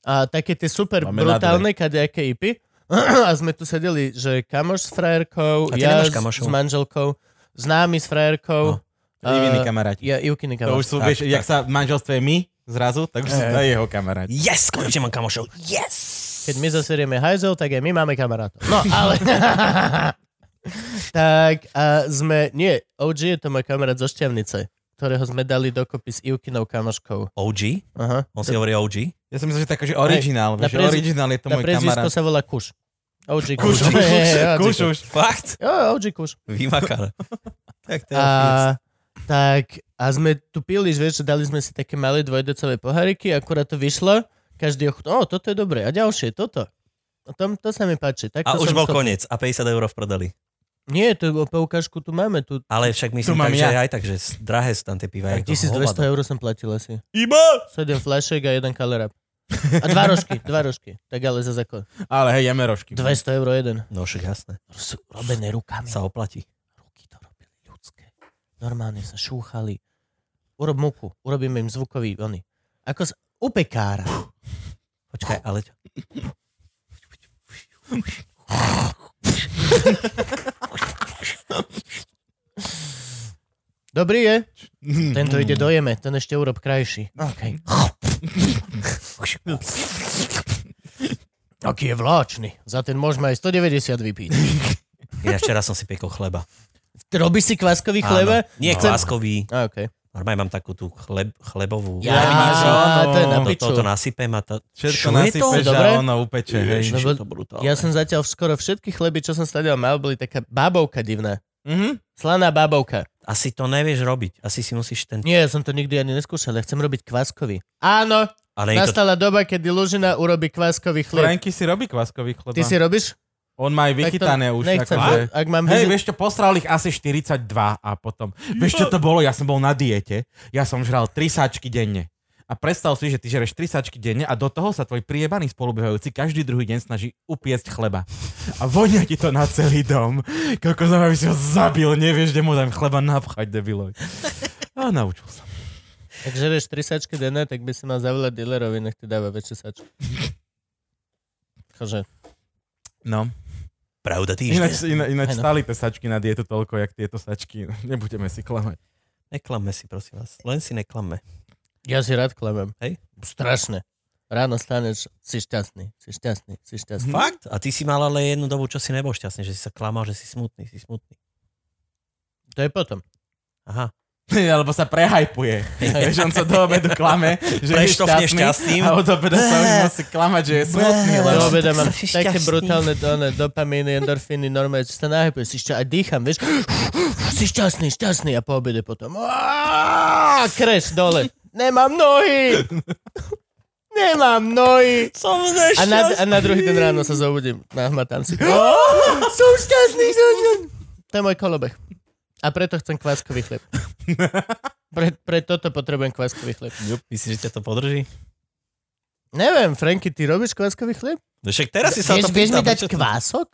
A také tie super
Máme na
brutálne kadejaké ipy. A sme tu sedeli, že kamoš s frajerkou,
A ty
ja
nemáš
s,
kamošov?
s manželkou, známy s frajerkou,
No.
a-
Diviny kamaráti.
ja, Ivkiny
Eh, To
kamoš.
už sú,
Tak,
vieš,
tak.
jak sa v manželstve my zrazu, tak už sú to aj jeho kamaráti.
Yes, konečne mám kamošov. Yes!
Keď my zaserieme hajzel, tak aj my máme kamarátov. No, ale... tak a sme... Nie, OG je to môj kamarát zo Šťavnice, ktorého sme dali dokopy s Ivkinou kamoškou.
OG?
Aha.
On si hovorí OG?
Ja som myslel, že taká, že originál,
Hej,
vieš,
na
že
prezvi-
originál je to
Na
môj
prezvisko
kamarát.
sa volá Kuš. OG
Kuš,
Kuš.
kuš,
Hej, hej, OG
kuš už.
Fakt?
Jo, OG Kuš.
Vymakané. tak to je fix.
A, tak, a sme tu pili, že vieš, že dali sme si také malé dvojdecové poháriky, akurát to vyšlo, každý ochutnal, o, toto je dobré, a ďalšie, toto. A tom, to sa mi páči. Tak
A
to
už
som
bol
schopný.
koniec a 50 eur v prodali.
Nie, to o poukážku tu máme, tu
Ale však myslím,
mám
tak, že
ja.
aj tak, že s- drahé sú tam tie piva.
tak
jak
1200
hovado.
eur som platil asi.
Iba?
7 flašek a jeden kalerab. A dva rožky, dva rožky. Tak ale za ako
Ale hej, jeme rožky.
200 eur jeden.
No však jasné,
Sú robené rukami.
sa oplatí.
Ruky to robili ľudské. Normálne sa šúchali. Urob múku, urobíme im zvukový ony. Ako z, u pekára.
Počkaj, ale... čo-
Dobrý je? Tento ide dojeme, ten ešte urob krajší. Okay. Aký je vláčny. Za ten môžeme aj 190 vypiť.
Ja včera som si piekol chleba.
Robíš si kváskový chleba?
Áno. Nie,
Chcem-
kváskový.
A, okay.
Normálne mám takú tú chleb, chlebovú.
Ja,
Jahnicu, áno.
to je na
Do
do
piču.
tohoto nasypem a to...
Všetko
Čo je to?
nasypeš
Dobre?
a ono upeče, hej.
Lebo
Ježiš, je to brutálne.
Ja som zatiaľ skoro všetky chleby, čo som stadial mal, boli taká babovka divná.
Mhm.
Slaná babovka.
Asi to nevieš robiť. Asi si musíš ten...
Nie, ja som to nikdy ani neskúšal, ja chcem robiť kváskový. Áno,
Ale je to...
nastala doba, kedy Lužina urobí kváskový chlieb.
Franky si robí kváskový chleba.
Ty si robíš?
On má aj
Tak to
vychytané už.
Nechcem,
akože...
ak mám vizi-
Hej, vieš čo, posral ich asi 42 a potom...
No.
Vieš čo to bolo? Ja som bol na diete. Ja som žral 3 sačky denne. A predstav si, že ty žereš 3 sačky denne a do toho sa tvoj priebaný spolubehajúci každý druhý deň snaží upiecť chleba. A vonia ti to na celý dom. Koľko som aby si ho zabil, nevieš, kde mu dám chleba napchať, debiloj. A naučil som.
Ak žereš 3 sačky denne, tak by si mal zavolať dealerovi, nech ti dáva väčšie sačky. Akože,
No.
Pravda týždeň.
Ináč, iná, ináč
Hej, no.
stáli tie sačky na dietu toľko, jak tieto sačky. Nebudeme si klamať.
Neklamme si, prosím vás. Len si neklamme.
ja si rád klamem.
Hej.
Strašne. Ráno staneš, si šťastný, si šťastný, si šťastný.
Fakt? A ty si mal ale jednu dobu, čo si nebol šťastný, že si sa klamal, že si smutný, si smutný.
To je potom.
Aha.
Alebo sa prehajpuje. Vieš, on sa do obedu klame, že
Preštofne
je šťastný.
šťastným.
A od obeda sa už musí klamať, že je smutný.
Do
Lebo...
Bleh.
obeda
tak
mám
Ehm, som si
také
šťastný.
brutálne one, dopamíny, endorfíny, normálne, čo sa nahypuješ, si šťa- a dýcham, vieš, si šťastný, šťastný a po obede potom, aaa, kreš dole, nemám nohy, nemám nohy.
Som
A na, a na druhý deň ráno sa zobudím, nahmatám si. som šťastný, som šťastný. To je môj kolobeh. A preto chcem kváskový chlieb. Pre, pre toto potrebujem kváskový chlieb.
Myslíš, že ťa to podrží?
Neviem, Franky, ty robíš kváskový chlieb?
No však teraz si sa
vieš,
to
vieš mi
pýtam. no
dať
čo to-
kvások?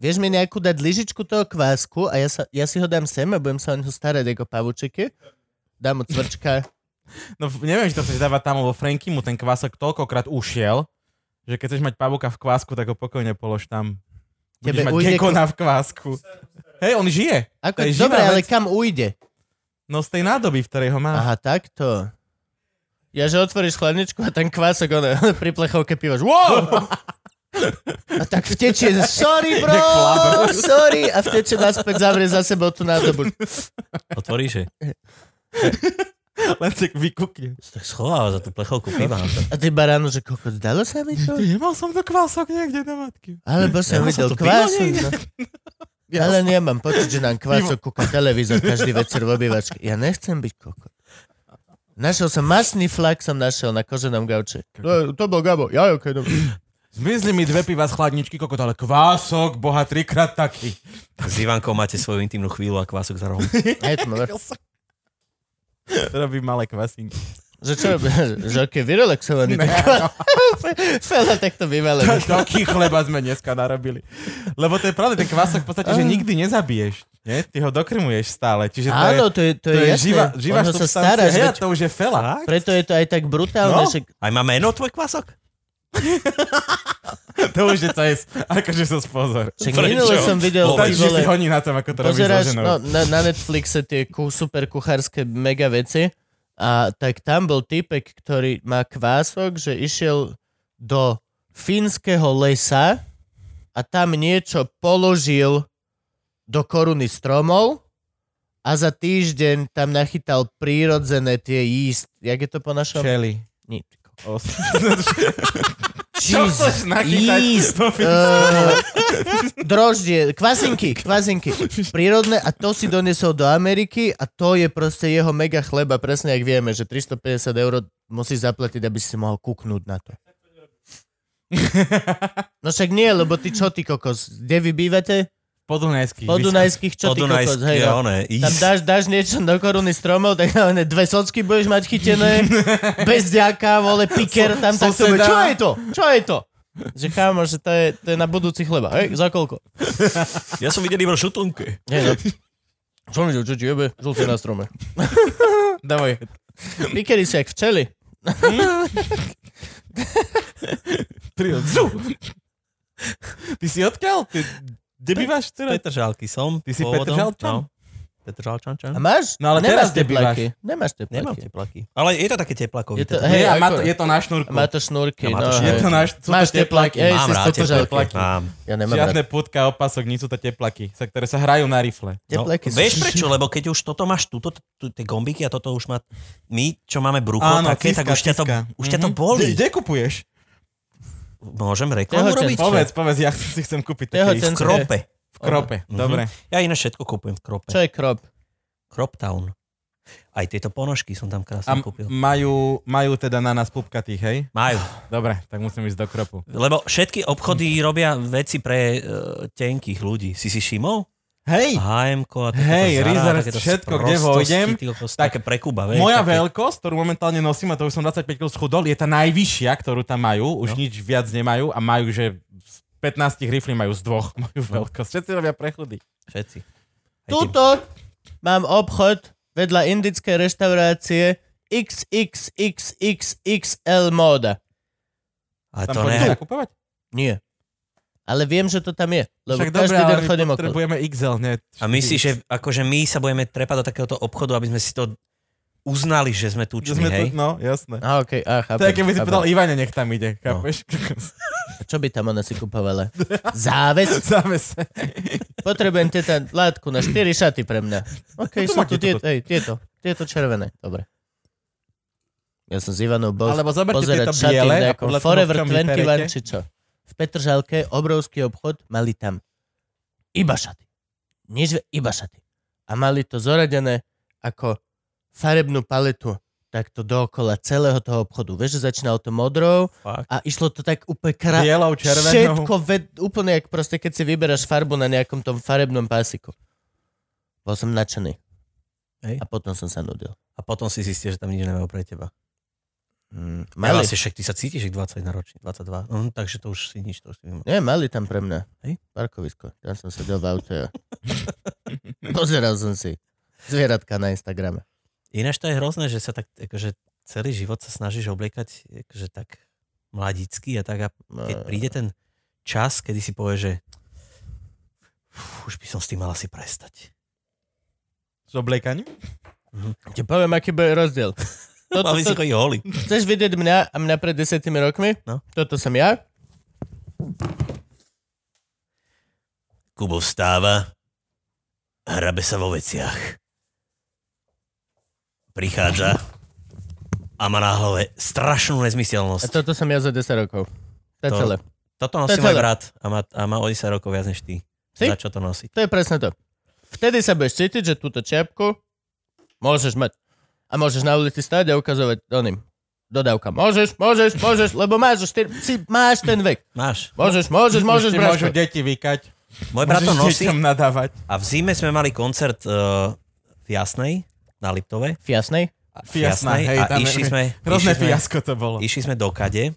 Vieš mi nejakú dať lyžičku toho kvásku a ja, sa, ja si ho dám sem a budem sa o neho starať ako pavučiky. Dám mu cvrčka.
No neviem, či to chceš dávať tam, lebo Franky mu ten kvások toľkokrát ušiel, že keď chceš mať pavuka v kvásku, tak ho pokojne polož tam. Budeš
Tebe
mať
ujde-
gekona v kvásku. Hej, on žije.
Ako,
To je živá
dobre, ale
vec.
kam ujde?
No z tej nádoby, v ktorej ho
Ah.
má. Aha.
Aha, takto. Ja, že otvoríš chladničku a ten kvások, on pri plechovke pívaš. Wow! A tak vtečie, sorry bro, sorry, a vtečie naspäť zavrie za sebou tú nádobu.
Otvoríš je.
Len si vykúkne.
Tak schováva za tú plechovku piva.
A ty baránu, že koko, zdalo sa mi to?
Ty, nemal som to kvások niekde na matky.
Alebo som
Ja som
videl
to
kvások.
pil
No. Ja len ja mám pocit, že nám kvások kúka televízor každý večer v obývačke. Ja nechcem byť koko. Našiel som masný flak, som našiel na koženom gauče. To, to bol Gabo. Ja, okay, dobre.
Zmizli mi dve piva z chladničky, kokot, ale kvások, boha, trikrát taký.
S Ivankou máte svoju intimnú chvíľu a kvások za rohom.
Hej, to ma vrch-
Robí malé kvasinky.
Že čo robí? Že aký vyrelaxovaný. Ne, Fela takto vyvalený.
Taký chleba sme dneska narobili. Lebo to je pravda, ten kvások v podstate, že nikdy nezabiješ. Nie? Ty ho dokrmuješ stále. Čiže to
Áno,
je,
to je, to
to
je,
je,
jasné.
živá, živá
Ono sa
substancia.
stará,
Hej, a
že
to už je fela.
preto je to aj tak brutálne,
No.
že
Aj má meno tvoj kvások?
To už je to je, akože sa spozor.
Však
Prečo?
minule som videl, ty
Stačí, že
vole,
si honí na tom, ako to robíš so
pozeráš
ženou.
no, na, na Netflixe tie ku, super kuchárske mega veci a tak tam bol typek, ktorý má kvások, že išiel do fínskeho lesa a tam niečo položil do koruny stromov a za týždeň tam nachytal prírodzené tie jíst. Jak je to po našom?
Čeli.
Ni-
Os- Čo
Jesus,
chceš nachytať?
jíst.
To fi-
Eh, droždie, kvasinky, kvasinky. Prírodné a to si doniesol do Ameriky a to je proste jeho mega chleba, presne ak vieme, že 350 eur musíš zaplatiť, aby si mohol kúknúť na to. No však nie, lebo ty čo ty kokos? Kde vy bývate?
Podunajský.
Po Dunajských čo ty kokos? Hej, no.
one,
Tam dáš, dáš niečo do koruny stromov, tak na one dve socky budeš mať chytené, bez ďaka, vole, piker, tam takto
suseda.
bude. Čo je to? Čo je to? Že chámo, že to je, to je na budúci chleba. Hej, za koľko?
Ja som videl iba šutunky.
Nie, no. Čo mi čo ti jebe? Žlté na strome.
Dávaj.
Pikery si jak včeli.
Tri- Zú! Ty si odkiaľ? Ty, kde bývaš teraz?
Petržalky som.
Ty si
pôvodom,
Petržalčan?
No. Petržalčan, čan?
A máš?
No ale
Nemáš
teraz kde bývaš?
tepláky. Nemáš teplaky.
Nemám teplaky. Ale je to také teplakový.
Je to,
teplak.
hej,
Hej, a má
ako-
to, je to na šnúrku.
a má to šnúrky.
A má to
no,
šnúrky.
Je
hej.
to na š... sú to
Máš teplaky, hej,
Mám
si
rád
stotožalky.
teplaky.
Mám. No,
Ja nemám rád.
Žiadne putka, opasok, nič sú to teplaky, sa, ktoré sa hrajú na rifle.
Teplaky sú-
vieš prečo? Lebo keď už toto máš, túto, tu, tie gombiky a toto už má... My, čo máme brucho,
Áno,
také,
cívka,
tak už ťa to,
cívka.
už ťa to
Mhm.
boli.
Kde, kde kupuješ?
Môžem reklamu
Tehotenstvo.
robiť?
Povedz, povedz, ja si chcem kúpiť také
Tehoten-
V krope.
v krope.
Mhm.
Dobre.
Ja iné všetko kúpujem v krope.
Čo je krop?
Crop Town. Aj tieto ponožky som tam
A
krásne
m-
kúpil.
majú, majú teda na nás pupkatých, hej?
Majú.
Dobre, tak musím ísť do kropu.
Lebo všetky
Mhm.
obchody robia veci pre uh, tenkých ľudí. Si si všimol?
Hej,
HM a takéto
Hej,
Zara,
Rizard,
takéto
všetko, kde
sprostosti,
vojdem,
ty kokos,
tak
také prekuba, vieš.
moja
také,
veľkosť, ktorú momentálne nosím, a to už som 25 kg schudol, je tá najvyššia, ktorú tam majú. Už
No.
nič viac nemajú a majú, že z 15 riflí majú z dvoch moju veľkosť. Všetci robia prechudy.
Všetci. Aj tie-
Tuto mám obchod vedľa indickej reštaurácie XXXXXL móda.
Ale
Tam
to ne,
chodíš nakupovať?
Nie. Ale viem, že to tam je. Lebo
Však
každý
dobre, ale
deň
my
chodím okolo.
potrebujeme XL, nie?
a myslíš, že akože my sa budeme trepať do takéhoto obchodu, aby sme si to uznali, že sme
Že
tuční,
sme tu,
hej?
no, jasné.
Á, okej, á, chápem.
To je, keby si
chápem.
povedal Ivane, nech tam ide,
No.
chápeš?
Čo by tam ona si kupovala? Záves?
Záves.
Potrebujem teda látku na 4 šaty pre mňa. OK,
No to
sú
máte
tu tie,
toto.
hej, tieto. Tieto červené. Dobre. Ja som s Ivanou bol
Alebo zoberte
pozerať
tieto
šaty v
biele a
nejakom
podľa toho, v
Forever
čom vy
21
perete.
či čo. V Petržalke obrovský obchod, mali tam iba šaty. Nič, ve- iba šaty. A mali to zoradené ako farebnú paletu takto dookola celého toho obchodu. Vieš, že začínalo to modrou
Fakt.
a išlo to tak úplne krá...
Bielou, červenou.
Všetko ved, úplne jak proste, keď si vyberáš farbu na nejakom tom farebnom pásiku. Bol som nadšený.
Hej.
A potom som sa nudil.
A potom si zistil, že tam nič nemajú pre teba.
Mm,
Ale
mali,
si však, ty sa cítiš, že 21 ročný, 22. Mhm, takže to už si nič, to už si mimo.
Nie, mali tam pre mňa.
Hej?
Parkovisko. Tam som sedel v aute a pozeral som si zvieratka na Instagrame.
Ináč to je hrozné, že sa tak, akože celý život sa snažíš obliekať, akože tak mladický a tak a
No,
keď príde ten čas, kedy si povie, že "Uf, už by som s tým mal asi prestať.
S obliekaním?
Ti poviem, aký bude rozdiel.
Mal
Toto,
by si
to,
chodiť holý.
chceš vidieť mňa a mňa pred desetimi rokmi?
No.
Toto som ja.
Kubo vstáva, hrabe sa vo veciach. Prichádza a má na hlave strašnú
A
nezmyselnosť. To,
toto som ja za 10 rokov. To je
To-
celé.
Toto
to
nosí
je
môj
celé.
brat a má, a má o 10 rokov viac než ty.
Si?
Za čo to nosiť?
To je presne to. Vtedy sa budeš cítiť, že túto čiapku môžeš mať. A môžeš na ulici stáť a ukazovať oným dodávka. Môžeš, môžeš, môžeš, lebo máš, už štyri- si, máš ten vek.
Máš.
Môžeš, môžeš, môžeš,
Ešte môžu
môžeš
deti vykať.
Môj brat
Môžeš
to nosí
deťom nadávať.
a v zime sme mali koncert eh, v Jasnej, na Liptove.
V jasnej?
A- v
Jasné, hej,
a
tam
išli sme,
Hrozné
išli sme,
fiasko to bolo.
išli sme do Kade.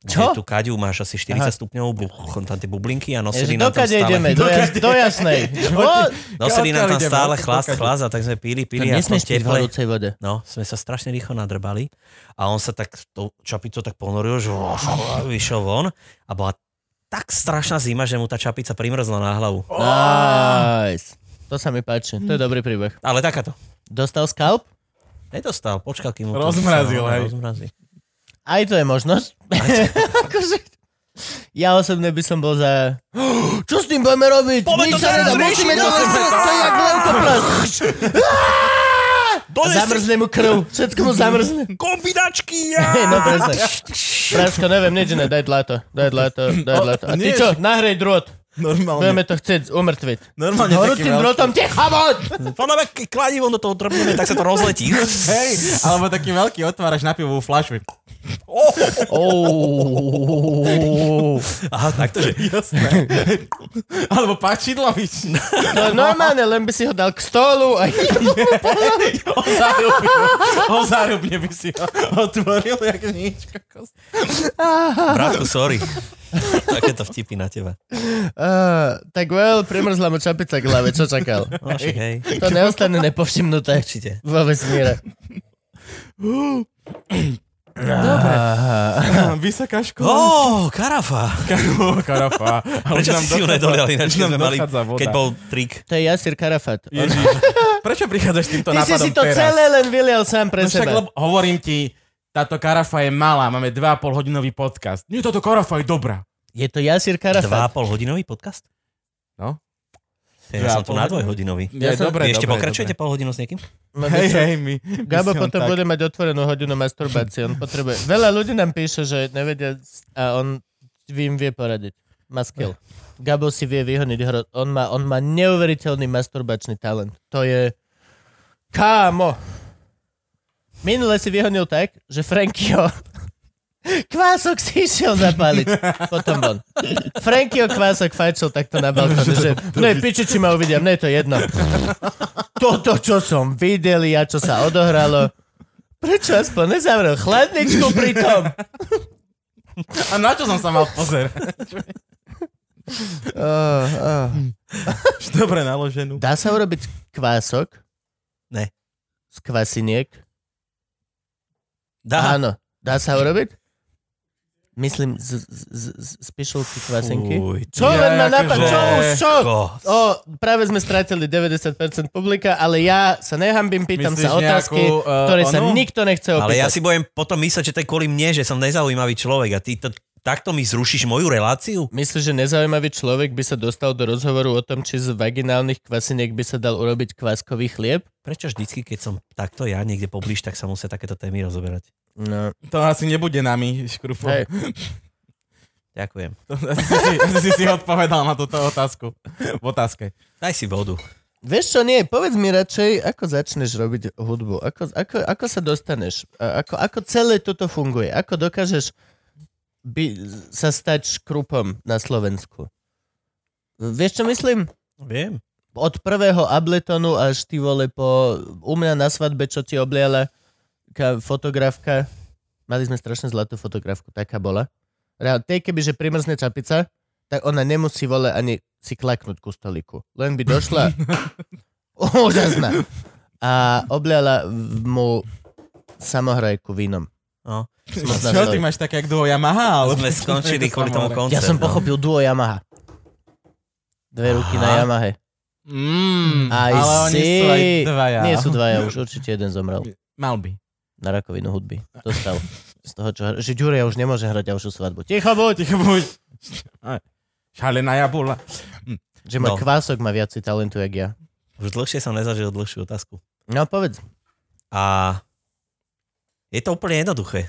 Čo?
Kde tú Kaďu máš asi 40 Aha. stupňov, buch, tam tie bublinky
Ježe,
a nosili
do
nám tam
kade
stále,
ideme? Do, jas, do jasnej. O,
nosili nám tam
Odkiaľ ideme?
stále
Odkiaľ
chlast,
do Kade?
chlast a tak sme pili,
to
pili a som
nesmieš piť v
teple.
horúcej vode.
No, sme sa strašne rýchlo nadrbali a on sa tak tou čapicou tak ponoril, že vyšiel von a bola tak strašná zima, že mu tá čapica primrzla na hlavu.
Nice. To sa mi páči. To je dobrý príbeh.
Ale takáto.
Dostal skalp?
Nedostal, počkal, kým mu to-
Rozmrazil, hej.
Rozmrazil.
Aj to je možnosť. Akože, ja osobne by som bol za... Čo s tým budeme robiť?
Poďme to
Nič sa
teraz
nedá,
riešiť,
musíme to
musíme
riešiť, to je jak leukoplast. A Zamrzne mu krv, všetko mu zamrzne.
kombinačky!
Hej, no presne. Práško, neviem, nič iné, daj dlato, daj dlato, daj dlato. A ty
nie.
čo, nahrej drôt, budeme
Normálne.
to chcieť umrtviť.
Normálne taký
Horúcim
veľký.
drotom, ticho, bod!
Podľa mňa, keď kladivom do toho drbneme, tak sa to rozletí.
Hej, alebo taký veľký otváraš na pivovú flašu.
Oh.
Aha, takto, že...
Jasné. alebo páčidlo vyč.
To je No, normálne, len by si ho dal k stolu a
O zárubne, o zárubne by si ho otvoril, jak nič. kokos.
Bratku, sorry. Takéto vtipy na teba.
Uh, tak well, primrzla mu čapica k hlave, čo čakal?
No, však, hej.
To neostane nepovšimnuté
Určite.
vo vesmíre. Dobre.
Vysoká škola.
Ó, karafa.
Karafa.
Prečo si si ju nedolial ináč, keď sme mali, keď
keď bol...
bol trik.
To je Jasir Karafat.
Ježiš, prečo prichádzaš s týmto
Ty si
nápadom
si to
teraz?
celé len vylial sám pre
No však,
seba.
lebo hovorím ti, táto karafa je malá, máme 2,5 hodinový podcast. Nie, táto karafa je dobrá.
Je to Jasir
Dva a
Karafat.
pol hodinový podcast?
No.
Ja
Dva a
som tu
pol
na
hodiny.
dvojhodinový.
Ja,
som-
dobre,
Vy ešte
dobre,
pokračujete
dobre.
pol hodinu s niekým?
No,
Hej,
vieš čo?
hej, my... my
Gabo
si on
potom
tak-
bude mať otvorenú hodinu masturbácie, on potrebuje. Veľa ľudí nám píše, že nevedia s- a on im vie poradiť. Má skill. Gabo si vie vyhoniť hro. On má, on má neuveriteľný masturbačný talent. To je... Kámo! Minule si vyhonil tak, že Frankio Kvások si išiel zapáliť. Potom von. Frankio Kvások fajčil takto na balkóne, že ne, piči, či ma uvidia, mne je to jedno. Toto, čo som videl a čo sa odohralo, prečo aspoň nezavrel chladničku pri tom?
A na čo som sa mal pozerať?
Oh, oh.
Už Dobre naloženú.
Dá sa urobiť kvások?
Ne.
Z kvasiniek?
Dá.
Áno. Dá sa urobiť? Myslím, z, z, z, z pišulky kvasinky.
Fuj,
Čo
Ja,
len ma
akože-
napadlo? Čo už, čo?
ko-
O, práve sme stratili 90% publika, ale ja sa nehambím, pýtam
Myslíš
sa otázky,
nejakú, eh,
ktoré sa
onu?
nikto nechce opýtať.
Ale ja si budem potom mysleť, že to je kvôli mne, že som nezaujímavý človek a ty to, takto mi zrušíš moju reláciu?
Myslíš, že nezaujímavý človek by sa dostal do rozhovoru o tom, či z vaginálnych kvasiniek by sa dal urobiť kváskový chlieb?
Prečo vždycky, keď som takto ja niekde poblíž, tak sa musia takéto témy rozoberať?
No.
To asi nebude nami, škrupo.
Hej.
Ďakujem.
To Asi si, asi si, si odpovedal na túto otázku. V otázke.
Daj si vodu.
Vieš čo, nie, povedz mi radšej, ako začneš robiť hudbu, ako, ako, ako sa dostaneš, A ako, ako celé toto funguje, ako dokážeš by, sa stať škrupom na Slovensku. Vieš čo myslím?
Viem.
od prvého abletonu až ty vole po u mňa na svadbe, čo ti obliala ka, fotografka. Mali sme strašne zlatú fotografku, taká bola. Reál, tej keby, že primrzne čapica, tak ona nemusí vole ani si klaknúť ku stoliku. Len by došla. Úžasná. A obliala v- mu samohrajku vínom.
No.
Smrzná
Čo
veľa.
ty máš no? také, jak duo Yamaha?
Ale
Ale...
sme skončili kvôli tomu koncertu.
Ja som pochopil duo Yamaha. Dve ruky na
Aha.
Yamahe.
Mm,
Aj
ale oni sú aj
si.
dvaja.
Nie sú dvaja, už určite jeden zomrel.
Mal by.
na rakovinu hudby. Dostal. Z toho, čo... Že Ďuria už nemôže hrať ďalšiu svadbu. Ticho buď!
Ticho buď. Aj. Šalená jabula.
Že má
No.
kvások, má viac talentu, jak ja.
Už dlhšie som nezažil dlhšiu otázku.
No povedz.
A je to úplne jednoduché.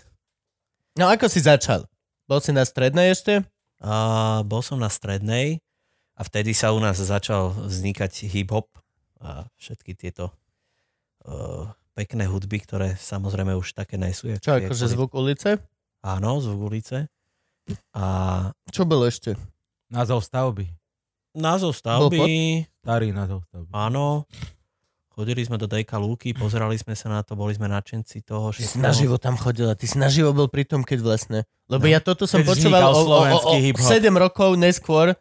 No ako si začal? Bol si na strednej ešte?
A bol som na strednej a vtedy sa u nás začal vznikať hip-hop a všetky tieto uh, pekné hudby, ktoré samozrejme už také nejsú. jak-
Čo,
jak
akože
boli-
zvuk ulice?
Áno, zvuk ulice. A
Čo bolo ešte?
Názov stavby.
názov
Bol
stavby,
Starý názov stavby.
áno. Chodili sme do Dejka Lúky, pozerali sme sa na to, boli sme nadšenci toho.
Ty si
všetkého.
naživo tam chodila, ty si naživo bol pri tom, keď vlastne. Lebo
No.
ja toto som
Keď
počúval
vznikal
o, o, o,
slovenský
o
hip-hop.
7 rokov neskôr,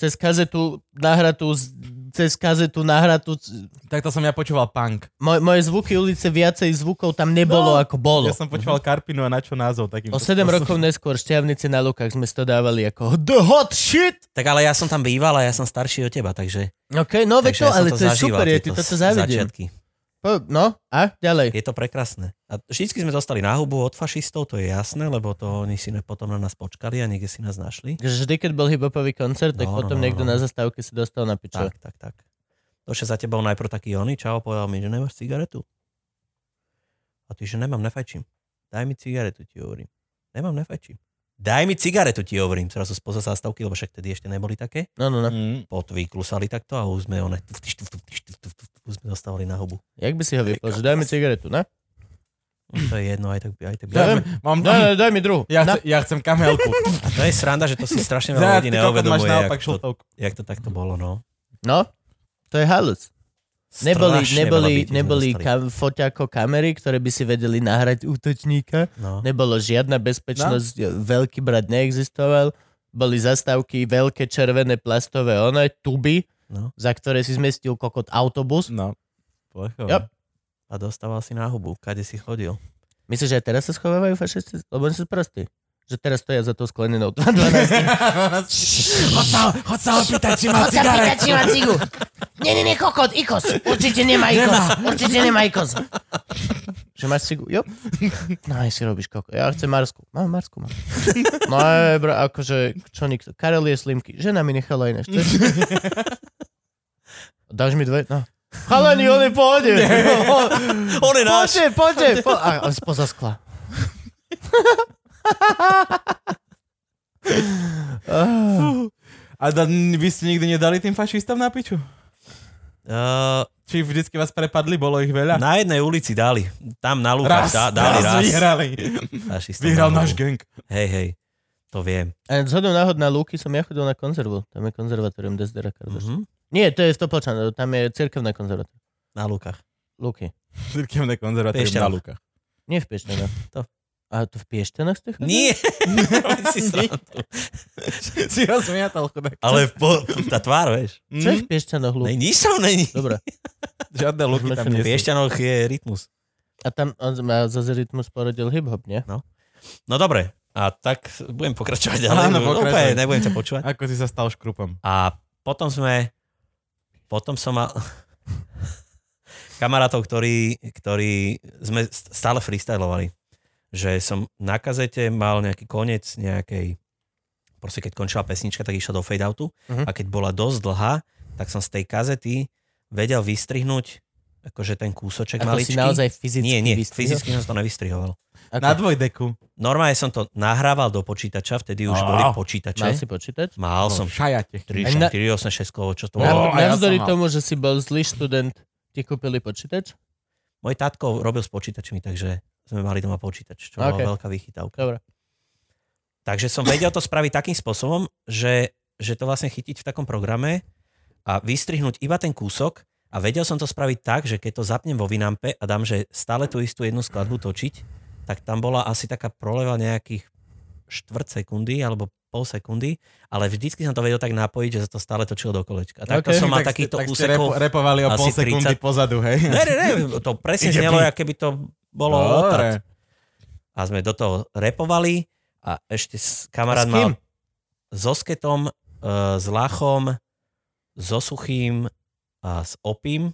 cez kazetu nahratú, z- cez kazetu nahratú. c-
Takto som ja počúval punk.
Moj, moje zvuky ulice, viacej zvukov tam nebolo,
No,
ako bolo.
Ja som počúval Karpinu a na čo názov takým.
Mhm. O 7 rokov neskôr šťavnici na Lukách sme si to dávali ako The hot shit!
Tak ale ja som tam býval a ja som starší od teba, takže,
OK, no veď
takže
to,
ja som
ale
to
to je
zažíval,
super, je, ty
tieto
toto
s-
závidím.
začiatky.
Po- No, a ďalej.
Je to prekrásne. A vždycky sme dostali náhubu od fašistov, to je jasné, lebo to oni si ne- potom na nás počkali a niekde si nás našli.
Že Vždy, keď bol hiphopový koncert, tak
No, no,
potom
no,
niekto na
no.
zastávke si dostal na pičo.
Tak, tak, tak. Došiel za tebou najprv taký oný, čau, povedal mi, že nemáš cigaretu. A ty, že nemám, nefajčím. Daj mi cigaretu, ti hovorím. Nemám, nefajčím. Daj mi cigaretu, ti hovorím. Zrazu spoza zástavky, lebo však tedy ešte neboli také.
No, no, no.
Mm.
Potvyklusali takto a už sme one, tuf, tš, tuf, tuf, tš, tuf, tuf, tuf, tuf, sme dostávali na hubu. No,
Jak by si ho vypol, že daj mi cigaretu, ne?
To je jedno, aj tak, aj tak.
Ja
Ja,
viem.
mám,
Mm.
Daj, daj, No, daj mi druhú. Na-
ja, chcem, ja chcem kamelku.
A to je sranda, že to si strašne
Ja,
veľa ľudí
ty kokot, máš
neuvedomuje,
naopak
jak to,
šltovku.
jak to takto bolo, no.
No, to je halus. Neboli,
Strašne
neboli,
veľa bytí sme
neboli
dostali.
kam, foťako kamery, ktoré by si vedeli nahrať útočníka.
No.
Nebolo žiadna bezpečnosť, veľký brat neexistoval, boli zastávky veľké červené plastové one, tuby,
No.
za ktoré si zmestil kokot autobus.
No. Plechové.
Yep.
A dostával si náhubu, kade si chodil.
Myslíš, že aj teraz sa schovávajú fašisti? Lebo oni sú prostí. Že teraz stoja za tou sklenenou 12.
Chod sa, chod sa opýtať, či má cigaret.
Pikachu a cigu. Nie, nie, nie, kokot, ikos. Určite nemá ikos. Určite nemá ikos. Že máš cigu? Jo. No aj si robíš kokot. Ja chcem Marsku. Mám Marsku, mám. No aj, bro, akože, čo nikto. Karel je slimky. Žena mi nechala iné. chceš? Dáš mi dve? No. Chalani, on je v pohode.
On je náš.
Poďte, poďte. Po... A, ale spoza skla.
A da, vy ste nikdy nedali tým fašistom na piču?
Uh,
Či vždycky vás prepadli, bolo ich veľa?
na jednej ulici dali. Tam na Lukáš dá, dali
raz,
raz.
vyhrali.
Fašistom
Vyhral
na
náš
Lukáš.
gang.
Hej, hej. To viem.
A zhodou náhod na Lúky som ja chodil na konzervu. Tam je konzervatórium Dezdera Kardoš.
Mhm.
Nie, to je Stopolčan, tam je cirkevná konzervatórium.
Na Lukách.
Lúky.
Cirkevné konzervatórium
Piešťanoch.
na Lukách.
Nie v Piešťanoch.
To.
A to v Piešťanoch ste
Mhm.
chodili?
Nie. Robí si srandu.
Si ho smiatal, chudák.
Ale po, tá tvár, vieš.
Čo je v Piešťanoch Lúky?
Ne, nič tam není.
Dobre.
mm, Žiadne luky tam
V
nie sú.
Piešťanoch je rytmus.
A tam on ma za rytmus porodil hip-hop, nie?
No dobre. A tak budem pokračovať ďalej. No,
Áno, pokračuj.
Úplne nebudem ťa počúvať.
Ako si sa stal škrupom?
A potom sme, potom som mal kamarátov, ktorí, ktorí sme st- stále freestylovali. Že som na kazete mal nejaký koniec nejakej, proste keď končila pesnička, tak išla do fade-outu
Mhm.
a keď bola dosť dlhá, tak som z tej kazety vedel vystrihnúť akože ten
A
kúsoček
to si
maličký.
naozaj fyzicky
nie, nie,
vystrihol?
fyzicky som to nevystrihoval.
Ako?
Na dvojdeku.
Normálne som to nahrával do počítača, vtedy už
Á,
boli
Mal
počítače.
si počítač?
Mal som
Šajate.
3,
Aj na-
4, 8, 6 kovo, čo to
Ó,
Na,
bolo.
a ja
navzdory
som mal.
tomu, že si bol zlý študent, ti kúpili počítač?
Môj tatko robil s počítačmi, takže sme mali doma počítač, čo
Ok.
okay. bola veľká vychytávka.
Dobre.
Takže som vedel to spraviť takým spôsobom, že, že to vlastne chytiť v takom programe a vystrihnúť iba ten kúsok a vedel som to spraviť tak, že keď to zapnem vo Vinampe a dám, že stále tú istú jednu skladbu točiť, tak tam bola asi taká proleva nejakých štvrt sekundy alebo pol sekundy, ale vždycky som to vedel tak napojiť, že sa to stále točilo do kolečka. A takto
Ok.
som mal
Tak ste-
takýchto
tak ste
úsekov.
repo- repovali o
asi
pol sekundy
30.
pozadu, hej?
Ne, ne, ne, to presne
Ide
znelo,
byť.
ako keby to bolo
Dobre.
odtať. a sme do toho repovali a ešte s,
A
kamarát
s kým?
mal so Sketom, e, s Lachom, so Suchým a s Opím.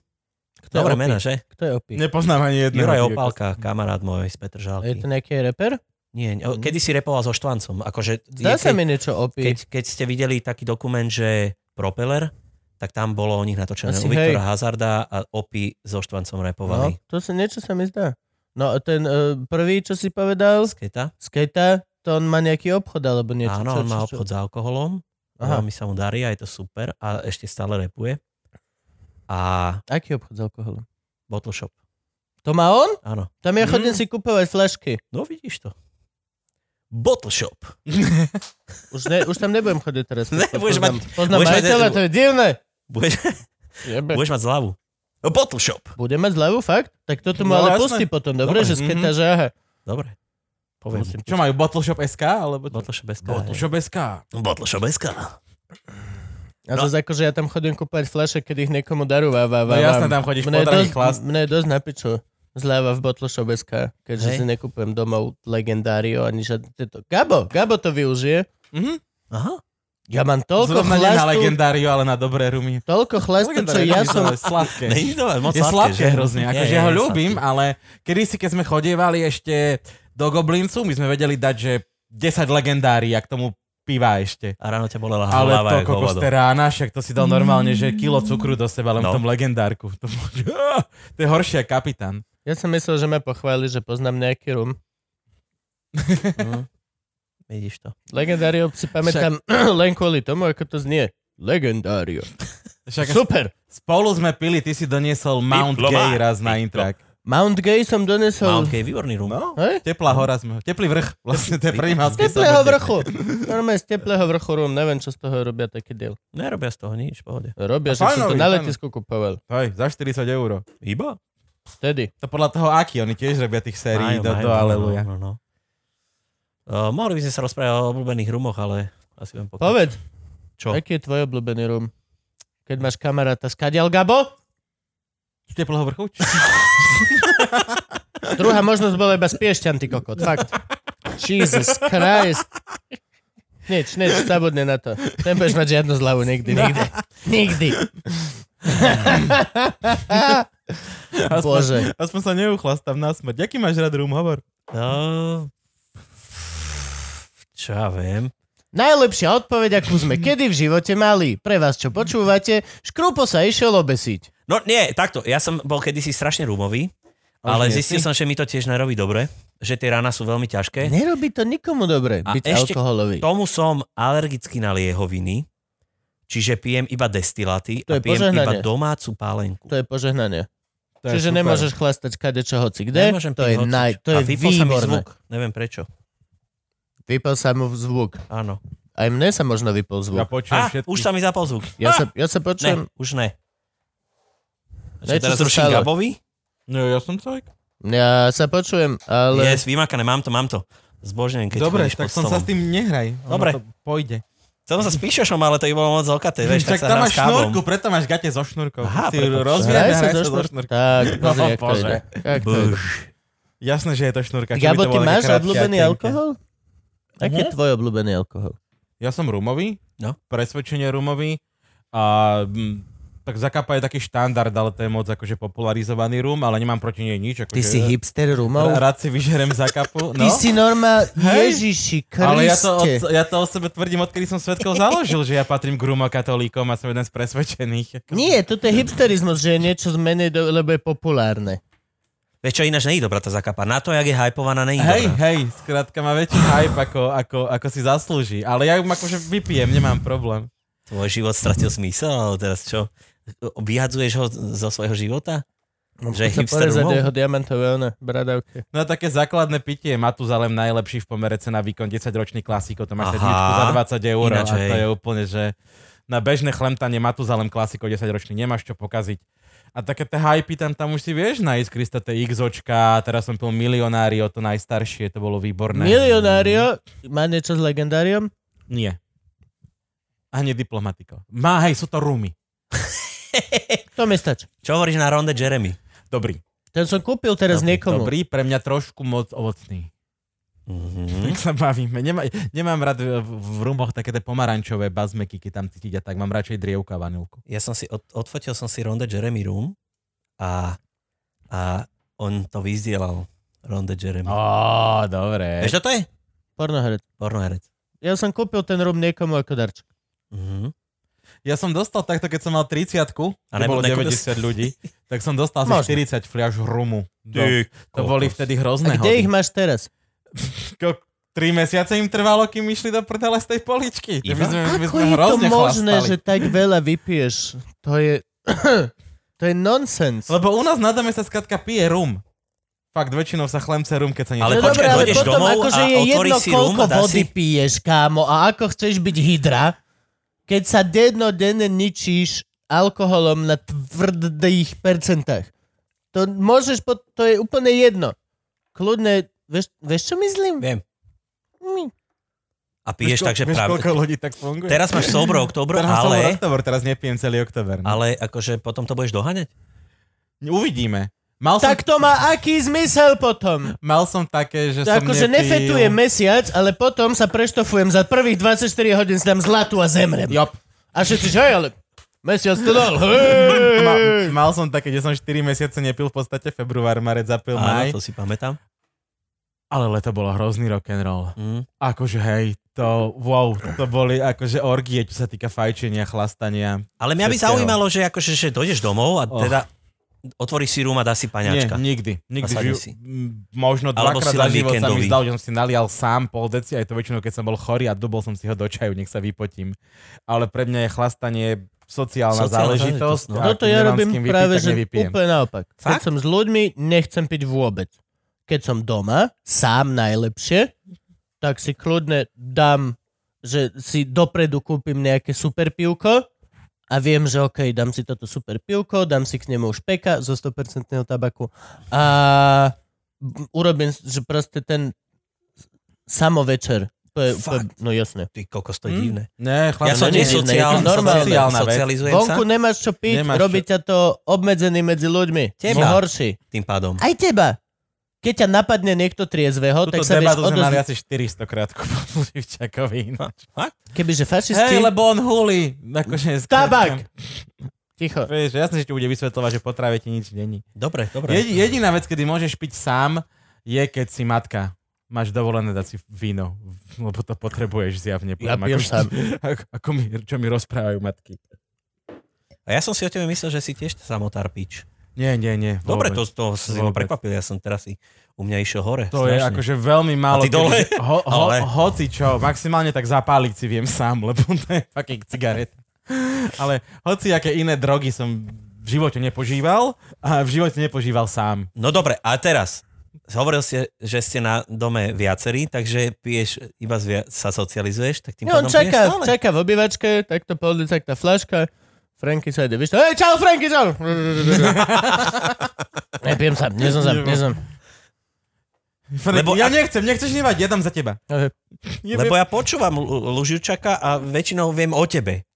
je
Dobré
Opí?
mena, že?
Kto je opí?
Nepoznám ani jedného.
Juraj
ty
Opálka, kamarát môj z
Je to
Petržalky.
nejaký reper?
Nie, nie, o, kedy si repoval so Štvancom. Akože, je,
Zdá sa
keď,
mi niečo opí.
keď, keď ste videli taký dokument, že Propeller, tak tam bolo o nich natočené.
Asi
u Viktora
hej.
Hazarda a Opy so Štvancom
No,
repovali.
to sa niečo sa mi zdá. No a ten uh, prvý, čo si povedal,
Sketa?
skejta, to on má nejaký obchod alebo niečo. čo,
Áno, on
čo,
má
čo?
obchod s alkoholom.
Aha,
Veľmi sa mu darí a je to super a ešte stále repuje. A
aký obchod s alkoholom?
Bottle Shop,
To má on?
áno.
Tam ja
Mhm.
chodím si kupovať flašky.
No vidíš to. Bottle Shop.
Už, ne, už tam nebudem chodiť teraz.
No
Ne, budeš
poznám, poznám
budeš mať-
majiteľa, to je divné.
Budeš,
Jebe.
budeš mať zľavu. Bottle Shop.
Bude mať zľavu, fakt? Tak toto mu
No, Mhm.
ale
jasné.
pustí potom, dobre?
Dobre,
Že sketa, že aha.
Dobre. Poviem.
Musím-
kokos. Čo majú, Bottle Shop SK? Alebo čo?
Bottle Shop SK.
Bottle
hej.
Shop SK.
Bottle Shop SK.
A no. zase akože ja tam chodím kúpať flaše, keď ich niekomu darovávam.
No jasné, tam chodíš
mne je
podraný
dosť,
chlast.
mne je dosť na piču zľava v Botlošobeska, keďže
Hej.
si nekúpujem domov legendário ani žiadne tieto. Gabo, Gabo to využije.
Mhm.
Aha.
Ja mám toľko
Zrovna nie na
chlastu,
legendáriu, ale na dobré rumy.
toľko chlastu, čo
Legendárium
ja
je
som...
ale sladké.
Není to moc
Je sladké hrozne, akože ja ho ľúbim,
sladké.
ale kedysi, keď sme chodievali ešte do Goblincu, my sme vedeli dať, že 10 legendárií a k tomu piva ešte.
A ráno ťa bolela
Ale
hlava
to
jak
kokos
hovado.
te rána, však to si dal normálne, že kilo cukru do seba, len
No.
v tom legendárku. To, bolo, že, á, to je horšie, ako kapitán.
Ja som myslel, že ma pochváli, že poznám nejaký rum.
Mhm. Vidíš to.
Legendário si pamätám len kvôli tomu, ako to znie. Legendário.
Však
Super.
spolu sme pili, ty si doniesol Mount
Diplomát.
Gay raz na intrak.
Mount Gay som donesol...
Mount Gay, výborný rum.
No,
Hej?
teplá hora sme ho. Teplý vrch, vlastne to je prvý
Z
malský
teplého vrchu. Normálne z teplého vrchu rum. Neviem, čo z toho robia taký diel.
Nerobia z toho nič, pohode.
Robia,
A
že som to
fajnový,
na
fajnový.
letisku kupoval.
Hej, za 40 eur.
Iba?
Vtedy.
To podľa toho, aký, oni tiež robia tých sérií
Majú,
do,
majú,
do
no,
Aleluja.
no, no. Uh, mohli by sme sa rozprávať o obľúbených rumoch, ale asi budem pokračovať.
Povedz,
Čo?
aký je tvoj obľúbený rum? Keď máš kamaráta z Kadial Gabo?
Z teplého vrchu?
Druhá možnosť bola iba spiešťan, ty kokot. Fakt. Jesus Christ. Nič, nič, zabudne na to. Nebudeš mať žiadnu zľavu nikdy,
No.
nikdy. Nikdy. Bože.
Aspoň sa neuchlastám na smrť. Jaký máš rád rum, hovor?
No, čo ja viem.
Najlepšia odpoveď, akú sme kedy v živote mali. Pre vás, čo počúvate, škrupo sa išiel obesiť.
No nie, takto, ja som bol kedysi strašne rumový, ale zistil som, že mi to tiež nerobí dobre, že tie rána sú veľmi ťažké.
Nerobí to nikomu dobre,
Eh? A
byť
ešte
alkoholový.
Tomu som alergický na liehoviny, čiže pijem iba destilaty
To je
a pijem iba
požehnanie.
domácu pálenku.
To je požehnanie.
To je
Čiže
super.
nemôžeš chlastať kade čo hoci kde.
Nemôžem
To
piť
je,
hocič.
naj, to
a
je
vypol sa mi
výborné.
zvuk, neviem prečo.
Vypol sa mu zvuk.
Áno.
Aj mne sa možno vypol
Ja
zvuk.
počujem
A,
všetky.
už sa mi zapol zvuk.
Ja
Á,
sa, ja sa
ne,
počujem...
už ne.
Ne, čo
Čo, teraz
sa
ruším
stalo?
Gabovi?
No, ja som človek.
Ja sa počujem, ale...
Yes, vymakané, mám to, mám to. Zbožňujem, keď
Dobre,
chodíš
tak
pod
som sa
stolom.
s tým nehraj. Ono
Dobre.
to pôjde.
Chcel som sa s Píšošom, ale to by bolo moc zlkaté, vieš, tak,
Hm, tak
sa
tam
hrám
máš
s kávom.
šnúrku, preto máš gate so šnúrkou.
Aha,
si
prepač.
rozviaľ
Hraj
a
sa zo
so
šnúr-
šnúrkou.
Tak, pozri,
No,
jak to ide. Jak to ide.
Jasné, že je to šnúrka. čo by
Gabo,
to
ty
bolo
máš
nejaká krátka
obľúbený
tenka.
alkohol? Aký je tvoj obľúbený alkohol?
Ja som rumový.
No.
Presvedčenie rumový. A mm, tak zakapa je taký štandard, ale to je moc akože popularizovaný rum, ale nemám proti nej nič. Akože,
Ty si hipster rumov?
r- Rád si vyžerem zakapu. No?
Ty si normál...
Hej.
Ježiši Kriste.
Ale ja to, od, ja to o sebe tvrdím, odkedy som svetkov založil, že ja patrím k rumokatolíkom a som jeden z presvedčených.
Nie, toto je hipsterizmus, že je niečo zmenej, do- lebo je populárne.
Vieš čo, ináč není dobrá tá zakapa. Na to, jak je hypovaná, není
Hej,
dobrá.
hej, skrátka má väčší hype, ako, ako, ako si zaslúži. Ale ja ju akože vypijem, nemám problém.
Tvoj život stratil zmysel, ale teraz čo? Vyhadzuješ ho zo svojho života? Že je
Sa
hipster
porezať
rumov?
jeho diamantové one, bradavky.
No a také základné pitie, Matuzalem najlepší v pomere cena výkon 10-ročný klasiko, to má
Aha.
sedmičku za 20 eur a
Ináč,
to
hej.
je úplne, že na bežné chlemtanie Matuzalem klasiko 10-ročný nemáš čo pokaziť. A také tie hypy tam, tam už si vieš nájsť, Krista, tie XOčka, teraz som pil Milionário, to najstaršie, to bolo výborné.
Milionário má niečo s legendáriom?
Nie. Ani diplomatiko. Má, hej, sú to rumy.
To mi stačí.
Čo hovoríš na ronde Jeremy?
Dobrý.
Ten som kúpil teraz
Dobrý,
niekomu.
Dobrý, pre mňa trošku moc ovocný.
Mhm.
Tak sa bavíme. Nemá, nemám rád e, v, v rumoch také tie pomarančové bazmeky, keď tam cítiť a tak. Mám radšej drievka a vanilku.
Ja som si, od, odfotil som si ronde Jeremy Room a, a on to vyzdielal. Ronde Jeremy.
Ó, dobre.
Vieš, čo to je?
Pornohrad.
Pornoherec.
Ja som kúpil ten rum niekomu ako darček.
Mhm.
Ja som dostal takto, keď som mal 30 a
A nebol
bolo 90
nekúpil si?
ľudí, tak som dostal
Možno.
asi 40 fliaž rumu. No, to
kokos.
boli vtedy
A
hrozné
kde ich máš teraz?
Ko- Tri mesiace im trvalo, kým išli do prdele z tej poličky. To
Iba?
by sme, by
Ako
sme
je to
hrozne
možné,
chlastali.
že tak veľa vypiješ? To je... to je nonsens.
Lebo u nás na dome sa skratka pije rum. Fakt, väčšinou sa chlemce rum, keď sa niečo...
Ale
No
počkaj,
dobre, ale
dojdeš
potom
domov
akože
a
je
otvoríš
jedno,
si rum
koľko
a dáš
vody
si-
piješ, kámo, a ako chceš byť hydra, keď sa dennodenne ničíš alkoholom na tvrdých percentách. To môžeš, po, to je úplne jedno. Kľudne, vieš, vieš čo myslím?
Viem.
Mm.
A piješ
ko-
takže
vieš,
práve...
koľko ľudí tak funguje?
Teraz máš sobro októbr,
teraz ale...
ale,
oktober, teraz nepijem celý oktober. No.
ale akože potom to budeš doháňať?
Uvidíme. Mal som,
Tak to má aký zmysel potom?
mal som také,
To
že som
akože
nepil...
nefetujem mesiac, ale potom sa preštofujem za prvých 24 hodín, si dám zlatu a zemrem.
Jop.
A všetci, že hej, ale mesiac to dal,
Ma,
hej.
mal som také, že som 4 mesiace nepil, v podstate február, marec, zapil maj.
Áno, to si pamätám.
Ale leto bolo hrozný rock'n'roll.
Mm.
Akože hej, to wow, to boli akože orgie, čo sa týka fajčenia, chlastania.
Ale mňa by
Všetkého.
zaujímalo, že akože že dojdeš domov a
Och.
teda otvoríš si rúm a dáš si paňačka.
Nie, nikdy. Nikdy
sadni
žijú,
si.
možno
Alebo
dvakrát
si
za
len
život sa mi
víkendový.
zdal, že som si nalial sám pol deci, aj to väčšinou, keď som bol chorý a dubol som si ho do čaju, nech sa vypotím. Ale pre mňa je chlastanie sociálna,
Sociálna
záležitosť.
záležitosť, no.
a
Toto
ak
ja
nemám
robím
s kým vypiť,
práve,
tak
že
nevypijem.
úplne naopak. Keď
Fakt?
som s ľuďmi, nechcem piť vôbec. Keď som doma, sám najlepšie, tak si kľudne dám, že si dopredu kúpim nejaké super pivko a viem, že OK, dám si toto super pivko, dám si k nemu špeka zo 100% tabaku a urobím, že proste ten samovečer. To je, úplne- no jasne.
Ty kokos, to je
Hm?
divné.
Ne,
Ja
chlastanie.
som
nie, nie,
nesociálny,
nie, normálne.
sociálna socializujem
Vonku
sa
nemáš čo piť,
Nemáš
robí ťa to obmedzený medzi ľuďmi.
Teba.
Si horší.
tým pádom.
Aj teba. Keď ťa napadne niekto triezveho, tak
Túto
sa vieš
debatu sme mali
odozvať.
asi 400 krát po Živčakovi. ináč.
Kebyže fašisti...
Hej, lebo on huli. Akože,
Tabak! Ticho.
Vieš, jasne, že ti bude vysvetľovať, že po tráve ti nič není.
Dobre, dobre.
Jedi, jediná vec, kedy môžeš piť sám, je keď si matka. Máš dovolené dať si víno, lebo to potrebuješ zjavne.
Ja
Poviem,
pijem sám.
Ako, ako mi, čo mi rozprávajú matky.
A ja som si o tebe myslel, že si tiež samotár pič.
Nie, nie, nie.
Dobre,
vôbec.
to, to si ma
Vôbec.
prekvapil, ja som teraz si, u mňa išiel hore.
To je akože veľmi
A
málo.
ty dole?
kedy- Ho, ho,
Ale-
Hoci čo, maximálne tak zapáliť si viem sám, lebo to je fucking cigaret. Ale hoci aké iné drogy som v živote nepožíval a v živote nepožíval sám.
No dobre, a teraz, hovoril si, že ste na dome viacerí, takže piješ, iba zvia- sa socializuješ, tak tým
Ja, on
pádom piješ
čaká,
stále.
čaká v obývačke, takto po ulici, tá flaška. Franky sa ide, víš to, hej, čau, Franky, čau! Nepijem sa, nie som sám, nie som.
Lebo
Lebo ja
ak-
nechcem, nechceš nevať, ja dám za teba.
Lebo ja počúvam Lu- Lužičaka a väčšinou viem o tebe.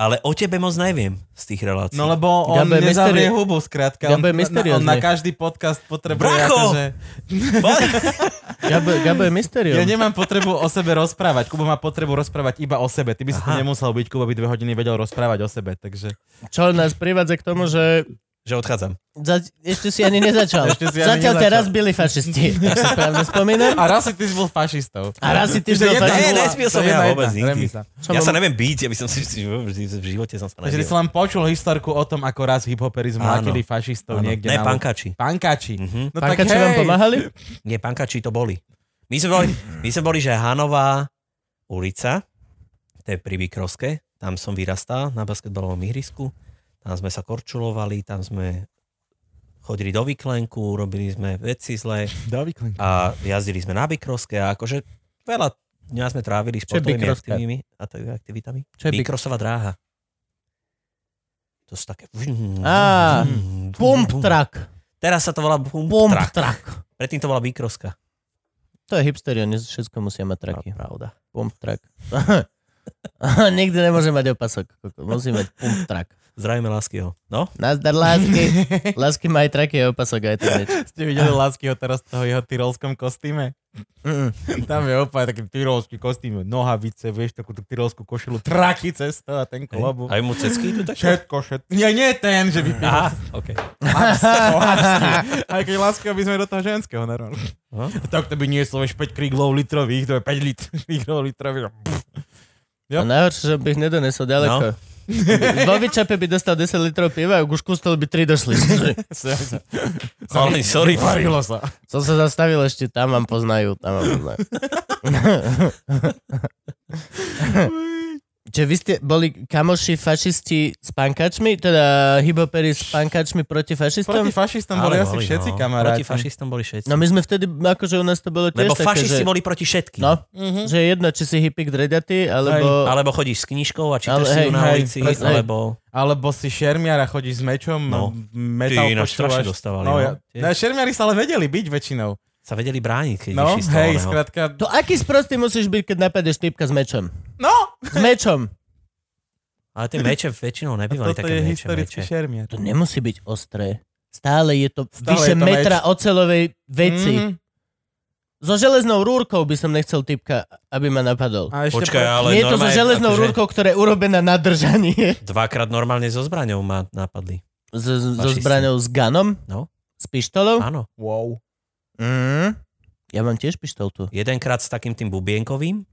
Ale o tebe moc neviem z tých relácií.
No lebo on
Gabo je mysteri-
nezavrie hubu, skrátka.
Gabo je
on, na, on
mysteriózny.
na každý podcast potrebuje
Bracho!
akože...
Gabo, Gabo je mysterium.
Ja nemám potrebu o sebe rozprávať. Kubo má potrebu rozprávať iba o sebe. Ty by si to
Aha.
nemusel byť, Kubo by dve hodiny vedel rozprávať o sebe, takže...
Čo nás privádza k tomu, že
že odchádzam.
za, ešte si ani nezačal.
Ešte si ani
Zatiaľ ťa
nezačal.
raz byli fašisti, ak si správne spomínam.
A raz si ty si bol fašistou.
A raz si ty bol
Čiže jedna
fašista.
Ne,
nula,
nespil
to
som
je
ja
jedna
vôbec
jedna,
nikdy.
remisa.
Čo
ja
mám-
sa neviem byť, ja by som si si- v živote som sa
No, Takže ty si
nebil.
len počul historku o tom, ako raz hiphoperi zmlátili fašistov
Áno.
niekde
Ne, Mhm.
na...
pankači.
Pankači. No tak
Pankači vám
hej.
pomáhali?
Nie, pankači to boli. My sme boli, my sme boli že Hanová ulica, to je pri Vykrovske, tam som vyrastal na basketbalovom ihrisku, tam sme sa korčulovali, tam sme chodili do Vyklenku, robili sme veci zlé
Do výklenku.
a jazdili sme na Vykrovske a akože veľa dňa sme trávili
Čo je
športovými
Vykrovská?
aktivitami, a to je aktivitami.
Čo je Vykrovská?
Vykrosová dráha. To sú také...
Á, Pump truck.
Teraz sa to volá pump,
Pump
track.
truck.
Predtým to bola Vykrovská.
To je hipsterion, nie všetko musia mať traky.
Pravda.
Pump track. Nikdy nemôže mať opasok. koko. Musí mať pump track.
Zdravíme Láskyho. No?
Nazdar lásky. Lásky má aj traky a opasok aj tak nič.
Ste videli Láskyho teraz v toho jeho tyrolskom kostýme? Tam je opäť taký tyrolský kostým, nohavice, vieš, takú tú tyrolskú košilu, traky cesto a ten klobu.
Aj mu cecky idú tak?
Všetko, všetko. Nie, nie ten, že
Aha,
vypíva.
OK.
Aj keď Láskyho by sme do toho ženského narovnali.
No.
Tak to by nieslo, vieš, 5 kriglov litrových, to je 5 lit, kriglov litrových.
A najhoršie, že by ich nedonesol ďaleko. Vo vyčape by dostal 10 litrov piva a už kustol by 3 došli.
Ale sorry.
Varilo sa.
Som sa zastavil ešte, tam vám poznajú, tam vám poznajú. Čiže vy ste boli kamoši fašisti s pankačmi? Teda hiboperi s pankačmi proti fašistom?
Proti fašistom boli
Ale
asi
boli,
všetci
no.
kamaráti.
Proti fašistom boli všetci.
No my sme vtedy, akože u nás to bolo tiež
Lebo
také, že...
fašisti boli proti všetkým.
No,
Mhm.
mm-hmm. že jedno, či si hippik dredatý, alebo...
Alebo chodíš s knižkou a čítaš
Ale
si
hej,
ju na
hej,
ulici,
presne.
alebo...
Alebo si šermiara chodíš s mečom,
No.
no. metal
Ty ináč strašne
počúvaš.
dostávali,
No,
no.
ja,
Tiež.
no, šermiari sa ale vedeli byť väčšinou.
Sa vedeli brániť, keď
No,
išli z toho
hej,
oného.
skrátka.
To aký sprostý musíš byť, keď napadeš typka s mečom?
No,
S mečom!
Ale tie meče väčšinou nebývali
toto
také
je
meče,
historický
meče.
šermiar.
To nemusí byť ostré. Stále je to
Stále
vyše
je to meč.
metra ocelovej veci.
Mhm.
So železnou rúrkou by som nechcel typka, aby ma napadol.
A ešte
Počkaj,
pre-
ale
Nie je to so
normálne,
železnou
akože
rúrkou, ktorá je urobená na držanie.
Dvakrát normálne so zbraňou ma napadli.
S, so
Fašisti.
zbraňou s ganom?
No.
S pištolou?
Áno.
Wow.
Mm. Ja mám tiež pištol tu.
Jedenkrát s takým tým bubienkovým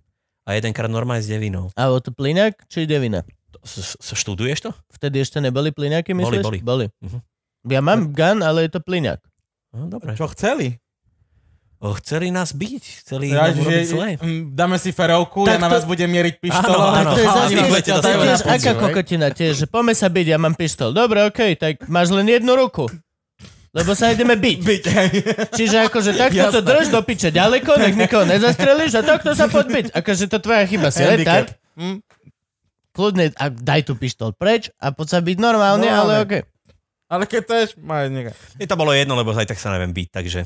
a jedenkrát normálne s devinou.
A o to plynak či devina?
To- s- s- Študuješ to?
Vtedy ešte neboli plyňaky,
Boli,
myslíš?
boli.
boli.
Mhm.
Ja mám gun, ale je to plyňak.
No, dobre.
Čo chceli?
O, chceli nás byť, chceli
Ja,
nám urobiť
že,
zle.
mm, dáme si ferovku,
Tak
ja na
to-
vás budem mieriť pištol.
Áno,
ale
áno.
to je
ale
zase
oni budete
to je
dostať
tiež
na
aká kokotina tiež, že poďme sa byť, ja mám pištol. Dobre, okej, tak máš len jednu ruku. Lebo sa ideme byť.
Byť, hej.
Čiže akože takto to
Jasné.
drž do piče ďaleko, nech nikoho nezastrelíš a takto sa podbiť. Akože to tvoja chyba si, ale
Handicap.
tak,
Hm?
kľudne a daj tu pištol preč a poď sa byť normálne,
Normálne.
ale okej.
Ale keď chceš, maj neka.
Je to bolo jedno, lebo aj tak sa neviem byť, takže...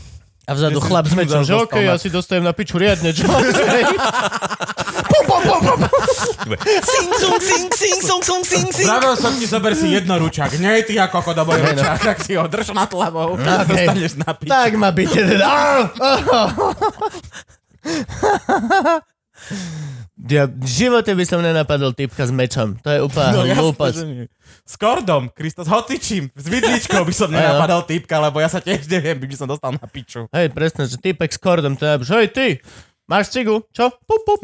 A vzadu
Ty si
chlap s mečom,
zas
že
dostal
okej,
na-
ja si dostajem na piču riadne, čo? Pum, pum, pum, pum.
Sing, sung, sing, sing, sung, sung, sing, sing.
Pravil som ti, zober si jednoručak. Nie, ty ako koko dobrý
no.
ručak, tak si ho drž nad hlavou.
Ok.
Dostaneš na pič.
Tak ma byte teda. Á, á. Ja v živote by som nenapadol typka s mečom. To je úplne no, hlúposť.
S kordom, Kristos, hocičím, s vidličkou by som nenapadal týpka, lebo ja sa tiež neviem, by som dostal na piču.
Hej, presne, že typek s kordom, to je, že hej, ty, máš cigu, čo? Pup, pup.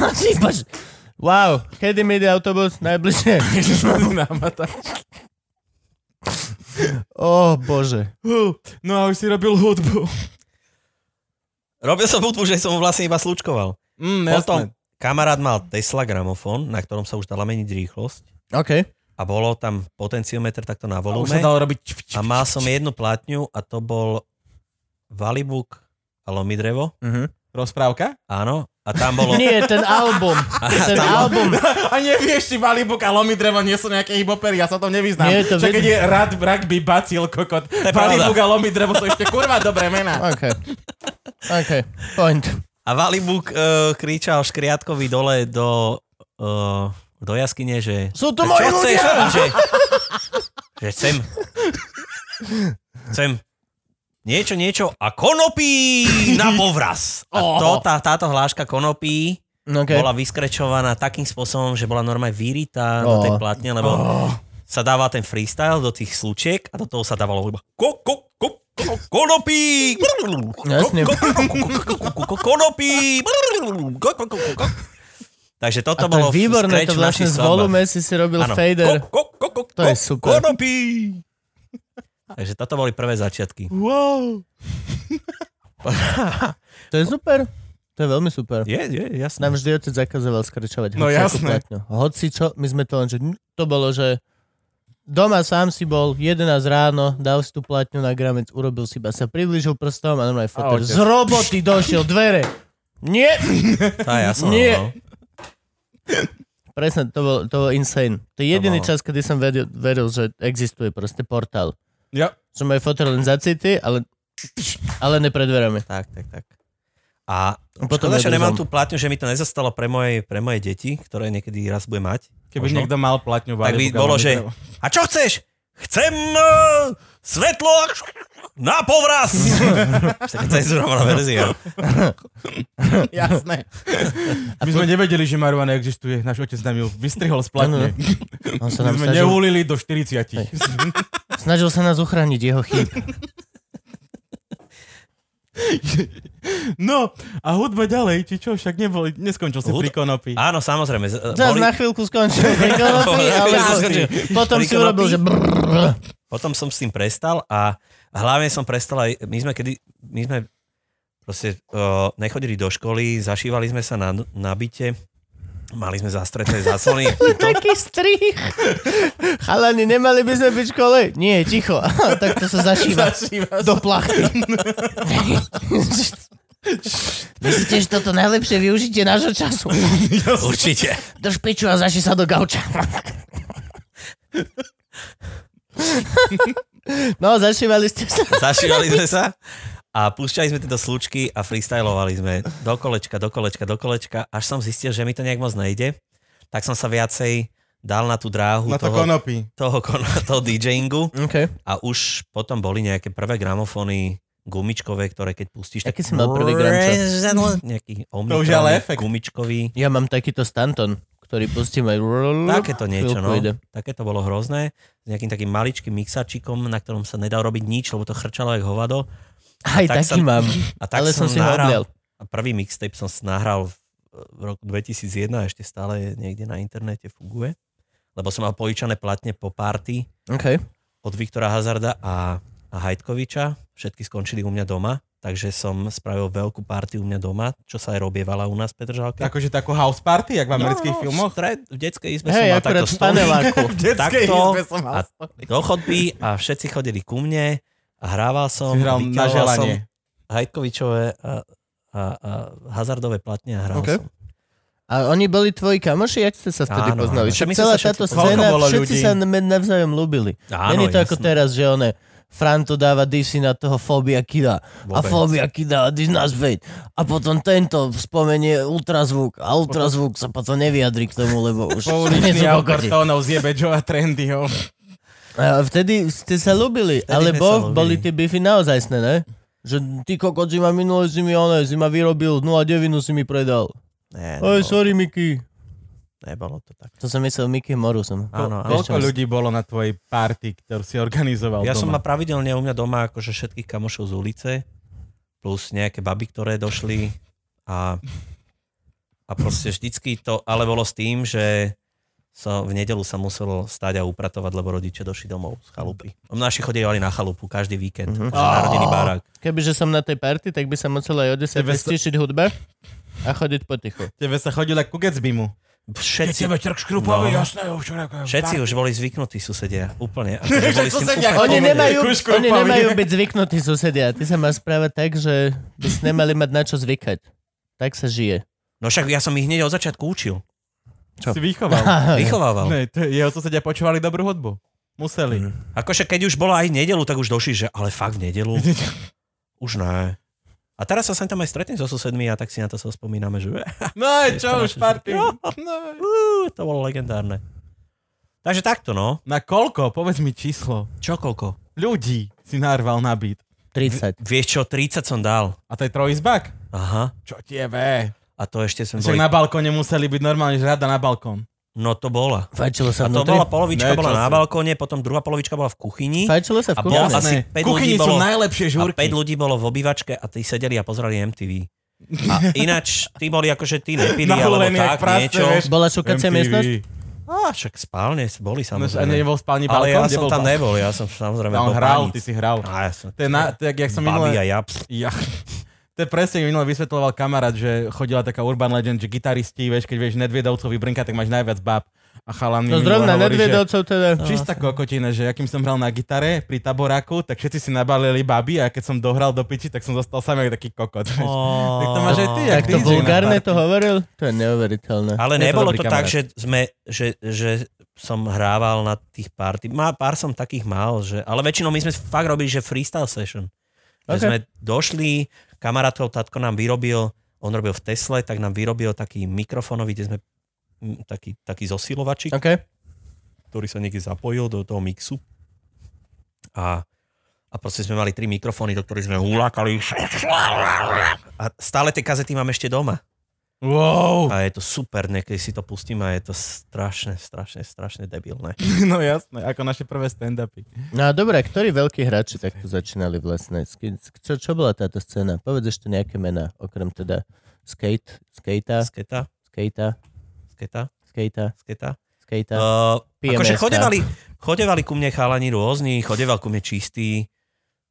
A ty paš- wow, kedy mi ide autobus? Najbližšie. Ó, oh, bože.
Hú, No a už si robil hudbu.
Robil som hudbu, že som ho vlastne iba slučkoval.
Mm,
Potom kamarát mal Tesla gramofón, na ktorom sa už dala meniť rýchlosť
OK.
a bolo tam potenciometer takto na
Už
volume
sa dalo robiť...
a mal som jednu platňu a to bol Valibuk a Lomidrevo.
Mhm. Rozprávka?
Áno. A tam bolo...
Nie, ten album. Ten album.
A nevieš, či Balibuk a Lomi drevo nie sú nejaké hybopery, ja sa to nevyznám.
Nie, to
Čo
ved-
keď je rad, rugby, bacil, kokot.
je
Balibuk a Lomi drevo sú ešte kurva dobré mená.
OK. OK. Point.
A Valibuk uh, kričal Škriatkovi dole do, uh, do jaskyne, že...
Sú to moji
chceš?
ľudia.
Že, že chcem. Chcem. Niečo, niečo. A konopí na povraz. A to, tá, táto hláška konopí
OK.
bola vyskrečovaná takým spôsobom, že bola normálne vyritá do tej
Oh.
platne, lebo sa dáva ten freestyle do tých slučiek a do toho sa dávalo iba ko, ko, ko, ko, konopí!
Jasne.
Ko, ko, ko, ko, ko, ko, ko, Konopí! Ko, ko, ko, ko, ko. Takže
A
toto
to je
bolo
výborné, to
scratch v
vlastne
našich
z
svadbách.
volume si si robil
Áno.
fader.
Ko, ko, ko, ko,
To je
ko,
super.
Konopí! Takže toto boli prvé začiatky.
Wow.
To je super. To je veľmi super.
Je, je, jasné.
Nám vždy otec zakazoval skrečovať.
No
hociakú
jasné.
platňu. Hoci čo, my sme to len, že to bolo, že doma sám si bol 11 ráno, dal si tú platňu na gramec, urobil si iba sa priblížil prstom a normálne foter.
otec.
Z roboty došiel dvere. Nie!
Tá, ja som,
Nie.
no.
Presne, to bol, to bol insane. To je jediný
bolo.
čas, kedy som vedel, veril, že existuje proste portál.
Jo.
Že majú foter len za city, ale, ale ne pred dverami.
Tak, tak, tak. A
A potom
potom škoda, že
nedrzom.
nemám tú platňu, že mi to nezostalo pre moje, pre moje deti, ktoré niekedy raz bude mať.
Keby
Možno.
niekto mal platňu
tak by
Balibuk a
bolo,
Lomi
že
drevo.
a čo chceš? Chcem uh, svetlo na povraz! Taká cenzurovaná verzia.
Jasné. My sme nevedeli, že marihuana existuje. Náš otec nám ju vystrihol z platne.
On sa
My
nám
sme
snažil,
neulili do 40.
snažil sa nás uchrániť jeho chyb.
No, a hudba ďalej, či čo, však neboli, neskončil si
Hudba-
pri konopi.
Áno, samozrejme. z- eh,
Zas
boli-
na chvíľku skončil pri konopí,
Na
ale
chvíľku skončil
potom
pri
si urobil,
konopí.
že brrrr.
Potom som s tým prestal a hlavne som prestal aj, my sme kedy, my sme proste uh, nechodili do školy, zašívali sme sa na, na byte, mali sme zastreté zásony.
Taký strich. Chalani, nemali by sme byť v škole? Nie, ticho. tak to sa zašíva do plachty. Myslíte, že toto najlepšie využite nášho času?
Určite.
Drž piču a zaši sa do gauča. No, zašívali ste sa.
Zašívali sme sa a púšťali sme tieto slučky a freestylovali sme do kolečka, do kolečka, do kolečka, až som zistil, že mi to nejak moc nejde, tak som sa viacej dal na tú dráhu
Na to
toho,
konopy.
toho, kon- toho DJingu
Okay.
a už potom boli nejaké prvé gramofóny gumičkové, ktoré keď pustíš, tak...
Aký si mal prvý gramčo?
Nejaký
No, už je ale
omnitrón,
efekt.
gumičkový.
Ja mám takýto Stanton, ktorý pustím aj...
Takéto niečo,
chvíľku
no.
ide.
Také to bolo hrozné. S nejakým takým maličkým mixačikom, na ktorom sa nedal robiť nič, lebo to chrčalo jak hovado.
Aj
tak
taký
sa-
mám,
A tak
ale som, si ho odlial.
nahral, A prvý mixtape som s- nahral v, v roku 2001 a ešte stále niekde na internete funguje. Lebo som mal pojičané platne po party
Okay.
od Viktora Hazarda a, a Hajtkoviča. Všetky skončili u mňa doma, takže som spravil veľkú party u mňa doma, čo sa aj robievala u nás v Petržalke.
Akože takú house party, jak v amerických
No,
filmoch.
Stred, v detskej izbe som
Hej,
mal
akurát
takto
v
100
paneláku.
detskej
Takto
izbe som
a
mal
do chodby a všetci chodili ku mne a hrával som.
Si hral na
vyťahoval
želanie.
Som Hajtkovičové a, a, a Hazardové platne a hral
OK.
som.
A oni boli tvoji kamoši? Jak ste sa vtedy
Áno,
poznali?
áno. Však
Však
my sme
celá
sa všetci
táto
poznali.
scéna,
Koľko bolo
všetci
ľudí?
sa n- navzájom ľúbili.
Áno,
Není to ako
jasné.
teraz, že one Franto dáva disy na toho Fobia Kida. A
Vôbec.
Fobia Kida a dis nás veď. A potom tento spomenie ultrazvuk. A ultrazvuk sa potom nevyjadri k tomu, lebo už nie sú
Pouličný
kokoti.
autokortónov zjebe Joe a Trendyho.
A vtedy ste sa ľúbili,
Vtedy sme sa
alebo
ľúbili.
boli tie bify naozajstné, ne? Že ty kokot si ma minulé si mi one, si ma vyrobil, 0,9 si mi predal.
Ne,
Oj,
nebolo,
sorry, Miky.
nebolo to tak.
To som myslel, Miky Moru som.
Áno, áno.
Koľko ľudí bolo na tvojej party, ktorú si organizoval
Ja som ma
doma?
pravidelne u mňa doma akože všetkých kamošov z ulice, plus nejaké baby, ktoré došli a, a proste vždycky to, ale bolo s tým, že som v nedelu sa musel stať a upratovať, lebo rodiče došli domov z chalupy. No, Naši chodievali na chalupu každý víkend,
Mhm.
mm-hmm. na rodinný barák.
Kebyže som na tej party, tak by sa musel aj o 10
Tebe sa-
stišiť hudbe a chodiť potichu.
Tebe sa chodila ku Gatsbymu.
Všetci,
črk
škrupový, No.
jasné, už
všetci už boli zvyknutí susedia, úplne. Akože boli s tým
Susedia,
úplne
Oni
Oni
nemajú,
kušku
oni
upali.
nemajú byť zvyknutí susedia. Ty sa máš správať tak, že by si nemali mať na čo zvykať. Tak sa žije.
No však ja som ich hneď od začiatku učil,
Čo?
Si vychoval.
vychovával.
Ne, to, jeho susedia počúvali dobrú hudbu. Museli.
Akože keď už bola aj nedelu, tak už došli, že ale fakt v nedelu. už ne. A teraz sa sem tam aj stretnem so susedmi a tak si na to sa spomíname, že
No aj čo, už party. No.
uh, to bolo legendárne. Takže takto no.
Na koľko? Povedz mi číslo.
Čo koľko?
Ľudí si narval na byt.
30.
Vieš čo, 30 som dal.
A to je trojizbak?
Aha.
Čo tiebe?
A to ešte som
Však
boli...
na balkóne museli byť normálne, že rada na balkón.
No to bola.
Fajčilo sa
A to
vnútri?
bola polovička,
Ne, čo
bola na
si.
balkóne, potom druhá polovička bola v kuchyni.
Fajčilo sa v
A bol
kuchyni.
asi
Jasné.
5 ľudí
Kuchyni sú
bolo-
najlepšie
A 5
žúrky.
ľudí bolo v obývačke a tí sedeli a pozerali MTV. A ináč, tí boli akože tí nepili, alebo
Naholení jak
tak
prasce,
niečo.
vieš.
Bola šukacia
MTV.
miestnosť?
A No, však spálne boli
No, a
samozrejme.
nebol spálny balkón?
Ale ja
kde
som
bol
tam
balkón?
nebol, ja som samozrejme
Tam
bol
hral,
panic.
ty si hral.
Á, ja som...
To je na, to, je, jak som
Babi
minule...
a ja.
Ja. To je presne, mi minule vysvetloval kamarát, že chodila taká urban legend, že gitaristi, vieš, keď vieš Nedviedovcov vybrnka, tak máš najviac bab. A chalan mi
No
minule
zrovna
hovorí, že-
Nedvedovcov teda.
No.
Čistá kokotina, že ja kým som hral na gitare pri taboráku, tak všetci si nabalili baby a ja keď som dohral do piči, tak som zostal sám jak taký kokot. vieš. Tak to máš aj ty,
Tak
jak
to
DJ na
vulgárne
party.
to hovoril? To je neuveriteľné.
Ale
Je to
nebolo
dobrý
to, tak,
kamarát.
že, sme, že, že som hrával na tých party. Má, pár som takých mal, že, ale väčšinou my sme fakt robili, že freestyle session. Že
Ok.
sme došli, kamarátov tatko nám vyrobil, on robil v Tesle, tak nám vyrobil taký mikrofonový, kde sme mm, taký, taký zosilovačik.
OK.
ktorý sa niekde zapojil do toho mixu. A, a proste sme mali tri mikrofóny, do ktorých sme hulákali. A stále tie kazety mám ešte doma.
Wow,
A je to super, niekedy si to pustím a je to strašne, strašne, strašne debilné.
no jasné, ako naše prvé stand-upy.
No a dobre, ktorí veľkí hráči takto začínali vlastne? S kým- s- Čo, čo bola táto scéna? Povedz ešte nejaké mená, okrem teda skate, skata,
Sketa,
skata,
sketa,
skata,
sketa.
skata.
Uh,
PMS-ka.
akože chodevali, chodevali ku mne chalani rôzni, chodeval ku mne čistý.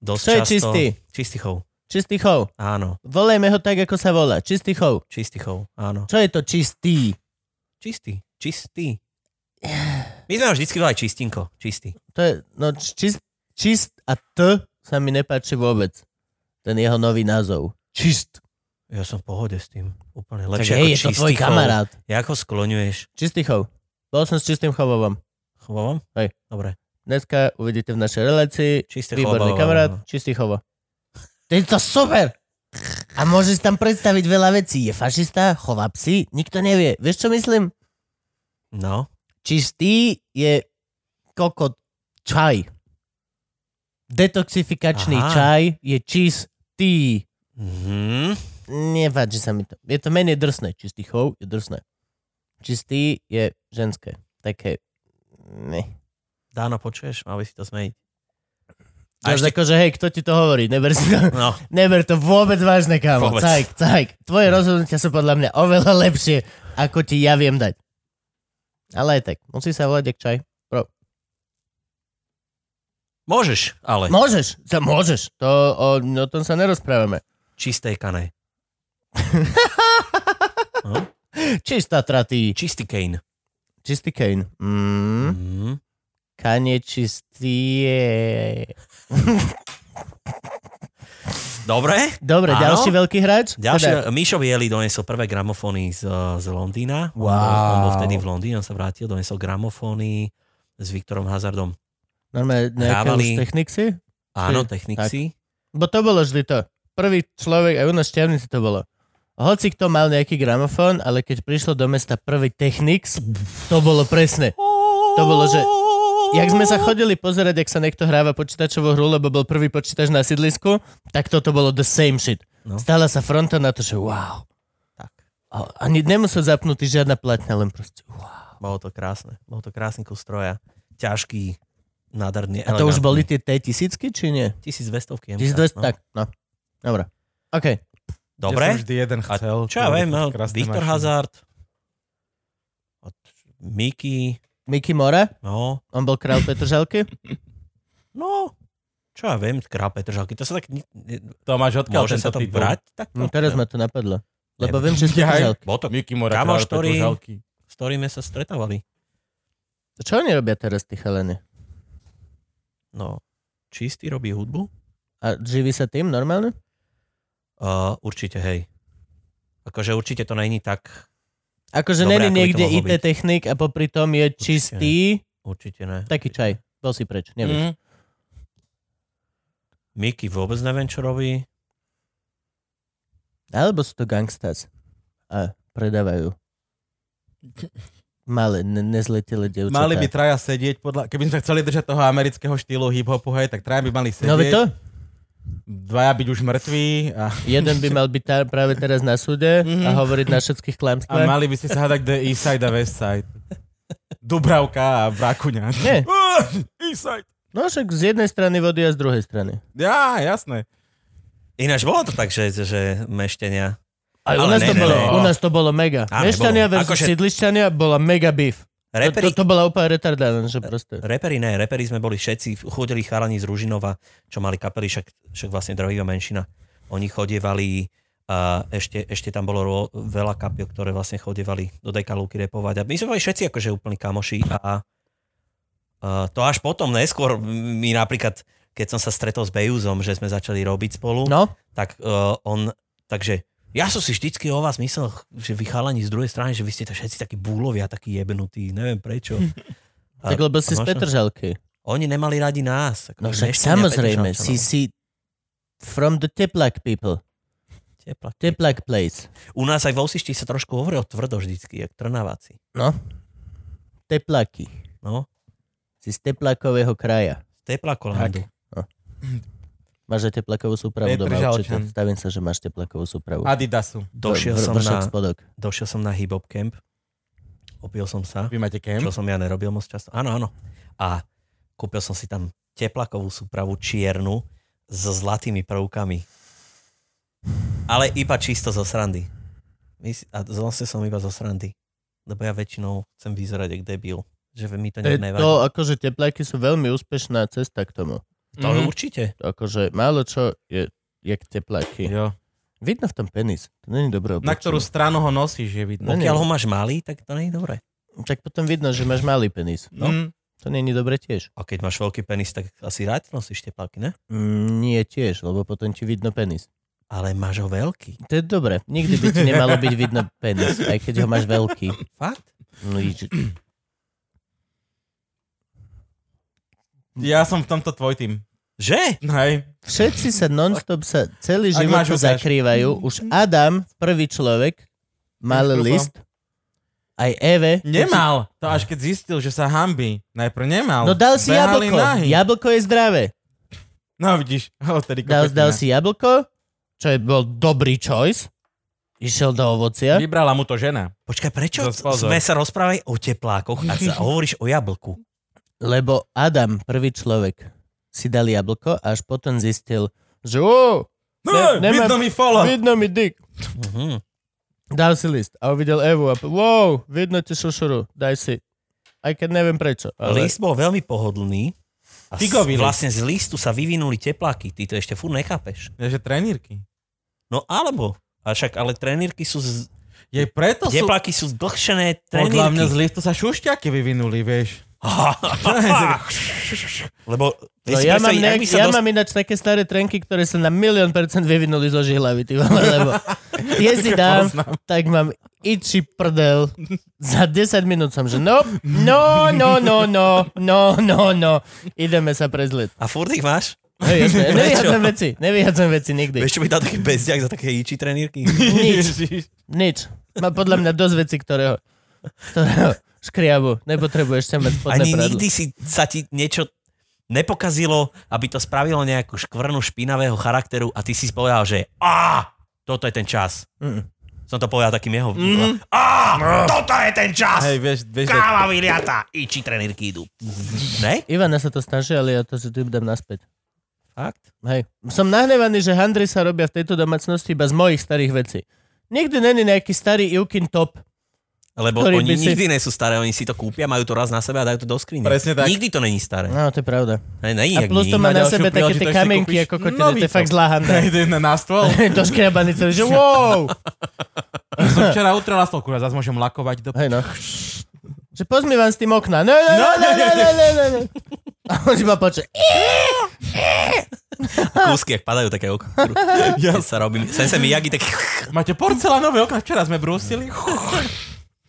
Dosť
Kto je
často.
čistý?
Čistý chov,
Čistý chov.
áno.
Volejme ho tak, ako sa volá. Čistý chov.
Čistý chov, áno.
Čo je to čistý?
Čistý, čistý. My sme ho vždycky volali čistinko, čistý.
To je, no č- čist, čist a t sa mi nepáči vôbec. Ten jeho nový názov. Čist.
Ja som v pohode s tým. Úplne
Tak
lepšie
hej, je
ako
to
čistý
tvoj
chov.
kamarát.
Jak ho skloňuješ?
Čistý chov. Bol som s čistým chovovom.
Chovovom?
Hej.
Dobre.
Dneska uvidíte v našej relácii.
Čistý
Výborný
chovovom.
kamarát, čistý chovo. To je to super! A môžeš tam predstaviť veľa vecí. Je fašista, chová psy, nikto nevie. Vieš, čo myslím?
No.
Čistý je kokot čaj. Detoxifikačný
Aha.
čaj je čistý.
Mhm.
Nevadí sa mi to. Je to menej drsné. Čistý chov je drsné. Čistý je ženské. Také... Ne.
Dáno, počuješ? Mal by si to zmeniť.
A
A ešte-
akože, hej, kto ti to hovorí? Neber si to.
No,
Neber to vôbec vážne, kámo.
Vôbec.
Cajk, cajk. Tvoje rozhodnutia sú podľa mňa oveľa lepšie, ako ti ja viem dať. Ale aj tak, musí sa volať jak čaj.
môžeš, ale
Môžeš, sa môžeš. To, o, o tom sa nerozprávame.
čistej kane.
Čistá tratý.
Čistý Kane.
Čistý Kane. Mm.
Mhm.
Kane čistý je...
Dobre.
Dobre,
Áno.
ďalší veľký hráč? Teda,
Ďalšie, Mišo Bieli donesol prvé gramofóny z, z Londýna. On bol-
Wow.
On bol vtedy v Londýne, on sa vrátil, donesol gramofóny s Viktorom Hazardom.
normálne nejaké
Hrávali.
už techniksy?
Áno, Technici.
Bo to bolo vždy to. Prvý človek, aj u nás v Štiavnici to bolo. Hoci kto mal nejaký gramofón, ale keď prišlo do mesta prvý Technics, to bolo presne. To bolo, že... Jak sme sa chodili pozerať, ak sa niekto hráva počítačovú hru, lebo bol prvý počítač na sídlisku, tak toto bolo the same shit. No.
No.
Stala sa fronta na to, že wow.
Tak.
A ani nemusel zapnutý žiadna platňa, len proste wow.
Bolo to krásne. Bol to krásny kus stroja. Ťažký, nádherný,
A to už
elegantný.
boli tie T1000, či nie?
1200 MK,
1200,
no.
tak, no. Dobre. OK.
Ja
Dobre.
som vždy jeden
A
chcel.
Čo ja
to je
viem,
také
no,
krásne
Viktor
mašiny.
Hazard, od Miky,
Miki Mora,
no,
on bol král Petržalky.
no, čo ja viem, král Petržalky, to sa tak, ni- ni-
Tomáš, odkiaľ
môže sa
tento
to
titul?
brať? Tak
No teraz ma to napadlo. Lebo viem, že ste
Jaj.
Petržalky.
Bol to,
Miky Mora, Kamoš,
Kamoš, ktorý-
ktorý...
s ktorými sa stretávali,
Čo oni robia teraz, tí chalani?
no, čistý robí hudbu?
A živí sa tým normálne?
Uh, určite, hej. Akože určite to není tak,
Akože
Dobre,
není
ako by to
niekde
mohlo
IT
byť?
technik a popri tom je čistý,
určite ne.
taký čaj. Bol si preč, neviem.
Mm.
Miky vôbec neviem, čo robí.
Alebo sú to gangstas a predávajú malé, ne- nezletilé dievčatá.
Mali by traja sedieť podľa... Keby sme sa chceli držať toho amerického štýlu hip-hopu, hej, tak traja by mali sedieť.
No veď to?
Dvaja byť už mŕtví a,
Jeden by mal byť tá, práve teraz na súde
Mhm.
a hovoriť na všetkých
a
klamstvách.
mali by ste sa hádať, kde je East Side a West Side. Dubravka a Brakuňa.
Nie.
East Side.
No však z jednej strany vody a z druhej strany.
Ja, jasné.
Ináč bolo to tak, že, že meštenia.
Aj u
Ale
nás,
ne,
to
ne,
bolo,
ne.
u nás to bolo mega.
Áno,
Mešťania
bolo.
versus
Akože-
sídlišťania bola mega beef. To, No, to,
Reperi,
to bola úplne retardovaná, že proste.
Reperi ne, reperi sme boli všetci, chodili chalani z Ružinova, čo mali kapely, však, však vlastne drvivá menšina. Oni chodievali, a ešte, ešte tam bolo rô, veľa kapiel, ktoré vlastne chodievali do Dekalúky repovať. A my sme boli všetci akože úplní kamoši a, a to až potom, neskôr mi napríklad, keď som sa stretol s Bejuzom, že sme začali robiť spolu,
No,
tak uh, on, takže ja som si vždycky o vás myslel, že vy chalani z druhej strany, že vy ste to všetci takí búlovia, takí jebenutí, neviem prečo. A-
tak lebo si z
a možno-
Petržalky.
Oni nemali radi nás.
No však
akože neštenia
samozrejme,
Petržalčanov.
si si from the teplak people,
Teplak.
teplak place,
U nás aj v Osišti sa trošku hovorilo tvrdo vždycky, jak trnaváci.
teplaky.
No,
Si z teplakového kraja.
teplakolandu.
Máš aj teplakovú súpravu doma určite.
Petržalčan.
Stavím sa, že máš teplakovú súpravu.
Adidasu.
Došiel,
Vr-
som
vršok
na,
spodok.
došiel som na hip-hop camp. Opil som sa.
Vy máte
čo
kemp?
som ja nerobil moc často. Áno, áno. A kúpil som si tam teplakovú súpravu čiernu so zlatými prvkami. Ale iba čisto zo srandy. Mys- A zlomsil som iba zo srandy. Lebo ja väčšinou chcem vyzerať jak debil. Že mi
E,
to nejak nevadí.
To akože teplaky sú veľmi úspešná cesta k tomu.
To
Mhm.
určite.
Akože málo čo je jak teplaky.
Jo.
Vidno v tom penis. To není dobré
Na ktorú
oblečenie.
stranu ho nosíš, je vidno.
No nie.
Pokiaľ ho máš malý, tak to nie je dobré.
Tak potom vidno, že máš malý penis. No,
Mm.
to není dobre tiež.
A keď máš veľký penis, tak asi rád nosíš tepláky, ne?
Mm, nie tiež, lebo potom ti vidno penis.
Ale máš ho veľký.
To je dobre. Nikdy by ti nemalo byť vidno penis, aj keď ho máš veľký.
Fakt?
No, nič.
Ja som v tomto tvoj tým.
Že?
Hej.
Všetci sa non-stop sa celý
Ak
život
máš,
sa
ukáž.
zakrývajú. Už Adam, prvý človek, mal
Už prúfam.
list. Aj Eve.
Nemal. To až keď zistil, že sa hambí. Najprv nemal.
No dal si
Behali
jablko.
nahy.
Jablko je zdravé.
No vidíš. Ale vtedy
Dal,
kokotina.
dal si jablko, čo je bol dobrý choice. Išiel do
Eh?
ovocia.
Vybrala mu to žena.
Počkaj, prečo
Zas pozor.
sme sa rozprávali o teplákoch a sa hovoríš o jablku?
Lebo Adam, prvý človek, si dal jablko a až potom zistil, že ó,
No,
Ne- nemá-
vidno mi folo.
vidno mi dick.
Mhm.
Dal si list a uvidel Evu a po- wow, vidno ti šušuru, daj si. Aj keď neviem prečo. Ale...
List bol veľmi pohodlný. A s,
Figový list.
vlastne z listu sa vyvinuli tepláky. Ty to ešte furt nechápeš.
Ja, že trenírky.
No alebo. A však, ale trenírky sú... Z,
Je preto sú...
tepláky sú zdlhšené
Podľa mňa z
trenírky.
listu sa šušťaky vyvinuli, vieš.
Lebo...
No,
si
ja, mám,
predstaviť, ak
nejak,
by sa
ja
dost-
mám ináč také staré trenky, ktoré sa na milión percent vyvinuli zo žihlavy, ty vole, lebo tie si dám, tak mám iči prdel. Za 10 minút som, že no, no, no, no, no, no, no, no, ideme sa prezliť.
A furt ich máš?
Nevyhadzam,
Prečo?
nevyhadzam veci, nevyhadzam veci nikdy.
Vieš, čo mi dá taký bezďak za také iči trenírky?
Nič, nič. Má podľa mňa dosť veci, ktorého, ktorého škriabu nepotrebuješ sem mať spodné
Ani
prádlo.
nikdy si sa ti niečo nepokazilo, aby to spravilo nejakú škvrnu špinavého charakteru a ty si povedal, že a toto je ten čas.
Mm.
Som to povedal takým jeho.
Mm-hmm. No.
A toto je ten čas!
Hej, vieš, vieš, že-
Káva vyliata, iči trenírky idú. Ne?
Ivana sa to snaží, ale ja to si tu dám naspäť.
Fakt?
Hej. Som nahnevaný, že handry sa robia v tejto domácnosti iba z mojich starých vecí. Nikdy není nejaký starý Ilkin top.
Lebo
Ktorý by
oni
si-
nikdy nie sú staré, oni si to kúpia, majú to raz na sebe a dajú to do skrine.
Presne tak.
Nikdy to není staré.
No, to je pravda.
Ne, není,
A
jak
plus to
není.
má na
ďalšiu
sebe také tie
príležitosť si
kamenky
kúpiš
ako kotina, to
nový
je fakt
top.
zlá handa.
Hej, na, na stôl.
to škriabaný celý, že wow!
Som včera utrela stôl, kurva, zase môžem lakovať do...
Hej no. Že pozmi vám s tým okna. No, no, no,
No,
no,
no,
no, no, no, no. A on iba počuje.
Kúsky, ak padajú také okruhy. ja sa robím. Sem sa mi jagi taký...
Máte porcelánové okna, včera sme brúsili.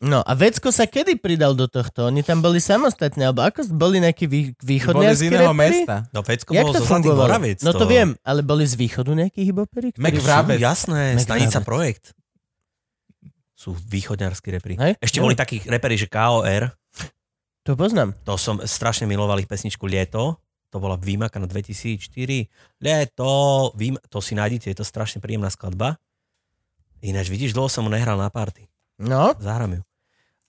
No a Vecko sa kedy pridal do tohto? Oni tam boli samostatní, alebo ako boli nejakí vý,
Boli
východňarskí
z iného
reperi?
mesta.
No Pecko
Jak
bolo
to
zo Zlatých
fungovalo?
Moraviec.
No to viem, ale boli z východu nejakí hybopery? ktorí
Mac
sú-
Vrabec.
Sú, jasné,
Mac
stanica
Vrabec.
Projekt. Sú východňarskí repri.
Hej?
Ešte
Jo.
boli takí reperi, že KOR.
To poznám.
To som strašne miloval ich pesničku Lieto. To bola výmaka na 2004. Lieto, vím, to si nájdete, je to strašne príjemná skladba. Ináč vidíš, dlho som nehral na party.
No,
Zahrám ju.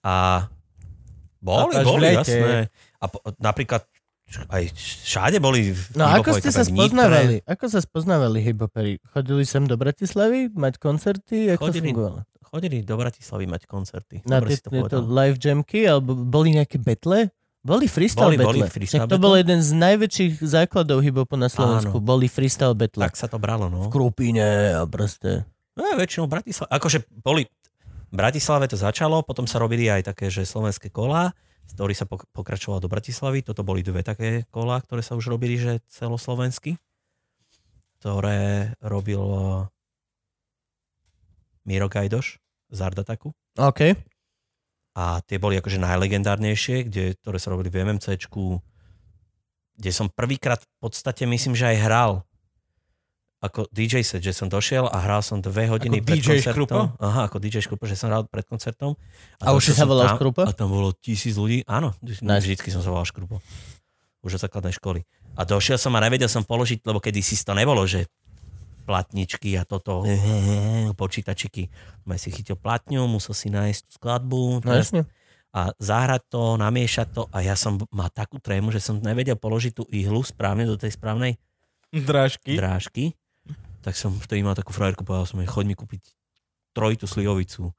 A boli,
A až v
boli,
lete.
jasné. A po, napríklad aj všade boli. v-
no
v
ako
Ivopovej
ste sa
kapele, Nitre.
spoznávali? Ako sa spoznávali hybopery? Chodili sem do Bratislavy mať koncerty? Ako to
Chodili.
fungovalo?
Chodili do Bratislavy mať koncerty.
Na
Dobre
tie,
si to
tieto
povedal.
live jamky, alebo boli nejaké betle? Boli freestyle
Boli- boli
betle. Však
freestyle
to
betle?
bol jeden z najväčších základov hibopu na Slovensku.
Áno.
Boli freestyle betle.
Tak sa to bralo, no.
V Krupine a proste.
No väčšinou Bratislava. Akože boli... V Bratislave to začalo, potom sa robili aj také, že slovenské kola, z ktorých sa pok- pokračovalo do Bratislavy. Toto boli dve také kola, ktoré sa už robili, že celoslovensky, ktoré robil eh, Miro Gajdoš z Ardataku.
OK.
A tie boli akože najlegendárnejšie, kde, ktoré sa robili v MMCčku, kde som prvýkrát v podstate myslím, že aj hral ako DJ set, že som došiel a hral som dve hodiny
Ako
pred
DJ Škrupo?
koncertom. Aha, ako DJ Škrupo, že som hral pred koncertom.
A už si
došiel
sa
som
volal
tam
Škrupo?
A tam bolo tisíc ľudí. Áno,
Nice.
nice. vždycky som sa volal Škrupo. Už od základnej školy. A došiel som a nevedel som položiť, lebo kedysi to nebolo, že platničky a toto, počítačiky. Ma si chytil platňu, musel si nájsť tú skladbu,
No
teraz
jasne.
a zahrať to, namiešať to a ja som mal takú trému, že som nevedel položiť tú ihlu správne do tej správnej
Dražky.
drážky. Tak som vtedy mal takú frajerku, povedal som jej, choď mi kúpiť trojitú slivovicu.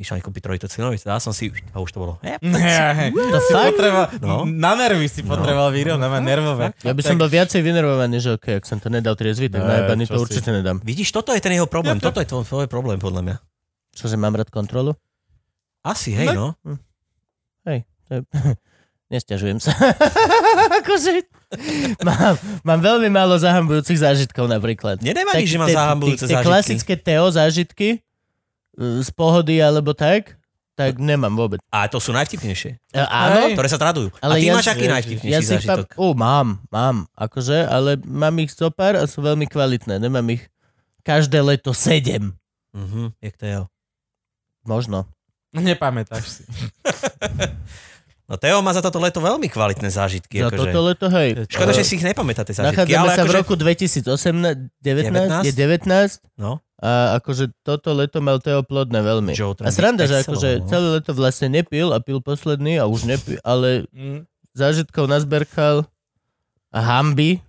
Išla mi kúpiť trojitú slivovicu, dal som si a už to bolo. Hep.
Mm.
Ne,
To
si
fakt?
potreba,
No.
Na nervy si potreboval vyrovnávať, nervové.
Ja by som bol viacej vynervovaný, že OK, ak som to nedal triezvy, tak
Ne,
najebaný
čo
to
si.
určite nedám.
Vidíš, toto je ten jeho problém, toto je to, tvoj problém podľa mňa.
Čože mám rád kontrolu?
Asi, hej, no.
Nesťažujem sa. akože... Mám, mám veľmi málo zahambujúcich zážitkov napríklad.
Nedevadí, že má
tie- tie-
zahambujúce
tie
zážitky.
klasické Teo zážitky e, z pohody alebo tak, tak nemám vôbec.
A to sú najvtipnejšie,
E, áno,
Hej.
ktoré sa tradujú.
ale
a ty
ja,
máš aký najvtipnejší
ja si
zážitok?
Pap- Ó, mám, mám, akože, ale mám ich zopár a sú veľmi kvalitné. Nemám ich každé leto sedem.
Mhm, jak to je.
Možno.
Nepamätáš si.
No Teo má za toto leto veľmi kvalitné zážitky.
Za
akože.
toto leto, hej.
Škoda, že si ich nepamätáte zážitky.
Nachádzame
Ale
sa v
akože,
roku 2018, 19, je 19
No,
a akože toto leto mal Teo plodné veľmi.
Joe
A sranda,
Trendy
že
exceloval,
akože
no.
celé leto vlastne nepil a pil posledný a už nepil, ale
Mm.
zážitkov nazberkal a hamby.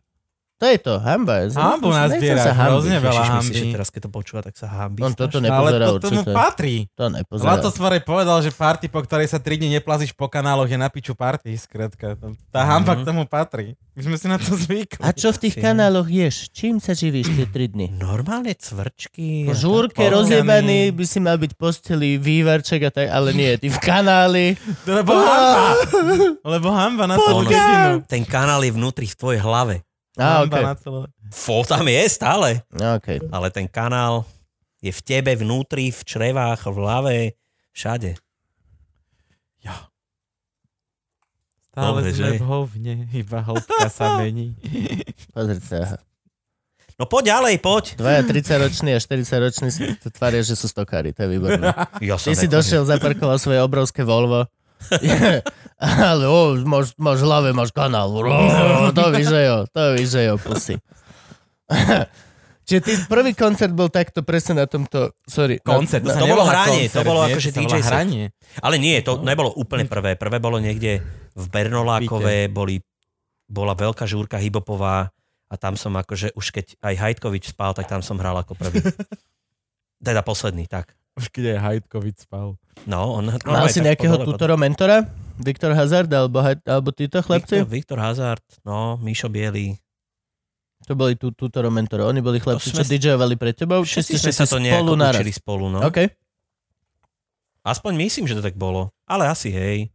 To je to, hamba. je.
Hambu
Nechcem sa-
nazbierať,
nechcem sa hambiť.
hrozne veľa
Ježiš, myslíš,
hamby.
že teraz, keď to počúva, tak sa hábi.
No, On toto
Ale
nepozerá
to tomu
určite.
patrí.
To nepozerá.
Zlato Svore povedal, že party, po ktorej sa 3 dní neplazíš po kanáloch, je na piču party, skrátka. To- Tá hamba
Mhm.
k tomu patrí. My sme si na to zvykli.
A čo v tých
Fíj.
kanáloch ješ? Čím sa živíš tie 3 dny?
Normálne cvrčky.
Po
a
žúrke
tak-
rozjebaný by si mal byť v posteli vývarček a tak, ale nie, ty v kanáli.
Lebo hamba. Lebo hamba na
no.
Ono-
celú rodinu.
Ten kanál je vnútri v tvojej hlave.
Á,
Hamba
okej.
na celú...
Fó tam je stále.
No, okej.
Ale ten kanál je v tebe vnútri, v črevách, v hlave, všade.
Stále
Dobre, že?
sme v hovne, iba hĺbka sa mení.
Pozrite sa.
No poď ďalej, poď.
Dvaja 30-roční a 40-roční si to tvária, že sú stokári. To je výborné.
Ja
Ty si došiel, zaparkoval svoje obrovské Volvo. Ale o, máš, máš hlave, máš kanál. Ró, To víš, že jo, to víš, že jo, pusy. Čiže ty prvý koncert bol takto presne na tomto, sorry. na-
Koncert,
na-
to, sa
To bolo
nevolá
hranie, to
koncert,
bolo
nie?
akože
To sa
DJ
volá
set.
hranie.
Ale nie, to nebolo úplne prvé. Prvé bolo niekde v Bernolákové, boli, bola veľká žúrka hibopová a tam som akože už keď aj Hajtkovič spal, tak tam som hral ako prvý. Teda posledný, tak.
Už keď aj Hajtkovič spal.
No, on... no,
Mal
aj
si
tak
nejakého
podole-
tutora, mentora? Viktor Hazard, alebo, Haj- alebo títo chlapci?
Viktor, Viktor Hazard, no, Mišo Bielý.
To boli tu, tutoro, mentoro. Oni boli chlapci,
sme
čo
s-
DJovali pre tebou? či
Všetci
ste
sme sa
No, si
to
spolu
nejako
naraz?
učili spolu, no.
OK.
Aspoň myslím, že to tak bolo. Ale asi hej.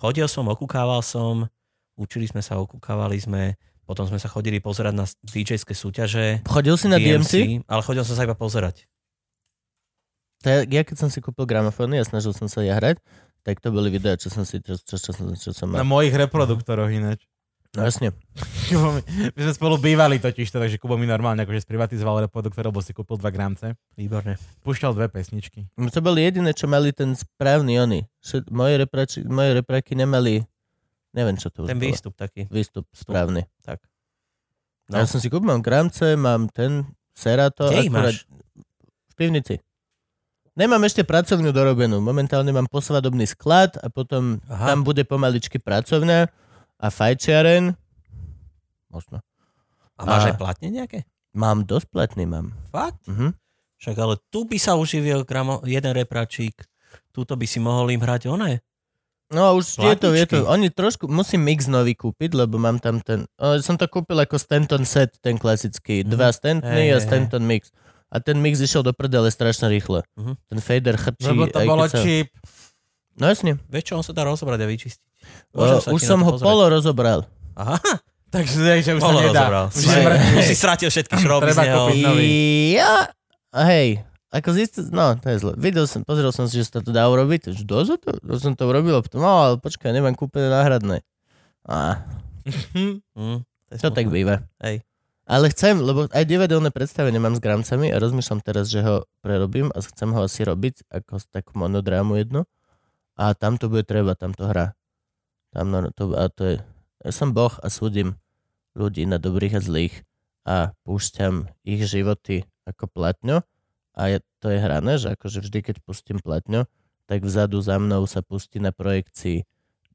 Chodil som, okúkával som, učili sme sa, okúkávali sme, potom sme sa chodili pozerať na DJ-ské súťaže.
Chodil si na DMC?
Ale chodil som sa iba pozerať.
To ja, ja keď som si kúpil gramofóny a snažil som sa ja hrať, tak to boli videá, čo som si, čo, čo, čo, som- čo som
No.
Na
mal.
mojich reproduktoroch ináč.
No jasne.
Kubo mi- My sme spolu bývali totiž, to, takže Kubo mi normálne akože sprivatizoval reproduktor, lebo si kúpil dva gramce.
Výborne.
Púšťal dve pesničky.
No To boli jediné, čo mali ten správny oni. Všet, moje, reprači, moje repraky nemali, neviem čo to už
Ten
bolo.
výstup taký.
Výstup správny.
Tak.
No. Ja som si kúpil, mám gramce, mám ten Serato.
Kde ich
akurát-
máš?
V pivnici. Nemám ešte pracovňu dorobenú. Momentálne mám posvadobný sklad a potom
Aha.
Tam bude pomaličky pracovňa a fajčiaren. Možno.
a máš
a-
aj platne nejaké?
Mám dosť platný, mám.
Fakt?
Mhm.
Však ale tu by sa uživil gramo, jeden repračík. Tuto by si mohol im hrať oné.
No už je to, je to.
Platničky.
Oni trošku, musím mix nový kúpiť, lebo mám tam ten, o, som to kúpil ako Stanton set, ten klasický.
Mhm.
Dva Stantony a
Hej, hej,
Stanton mix. A ten mix išiel do prdele strašne rýchlo.
Mhm.
Ten fader chrčí.
Lebo to
aj keď
bolo
sa-
čip.
No jasne.
Vieš čo, on sa dá rozobrať a vyčistiť. Môžem
O,
sa
už
ti na
som
to
ho
pozrieť.
polo rozobral.
Aha,
Takže že už sa
polo
nedá.
rozobral.
Už je
Hej.
mŕtvy.
Už si stratil všetky šroby z
Treba
neho.
kúpiť. Nový.
Ja, a hej, ako zist, no, to je zle. Videl som, pozrel som si, že sa to dá urobiť. Že dosť to, to som to urobil, a potom, no, ale počkaj, nemám kúpené náhradné. A,
Hm, je
čo tak
smutné.
býva.
Hej.
Ale chcem, lebo aj divadelné predstavenie mám s gramcami a rozmýšľam teraz, že ho prerobím a chcem ho asi robiť ako s- takú monodrámu jednu. A tam to bude treba, tam to hrá. Tam no, to, a to je, ja som boh a súdim ľudí na dobrých a zlých a púšťam ich životy ako platňu a je, to je hrané, že akože vždy, keď pustím platňu, tak vzadu za mnou sa pustí na projekcii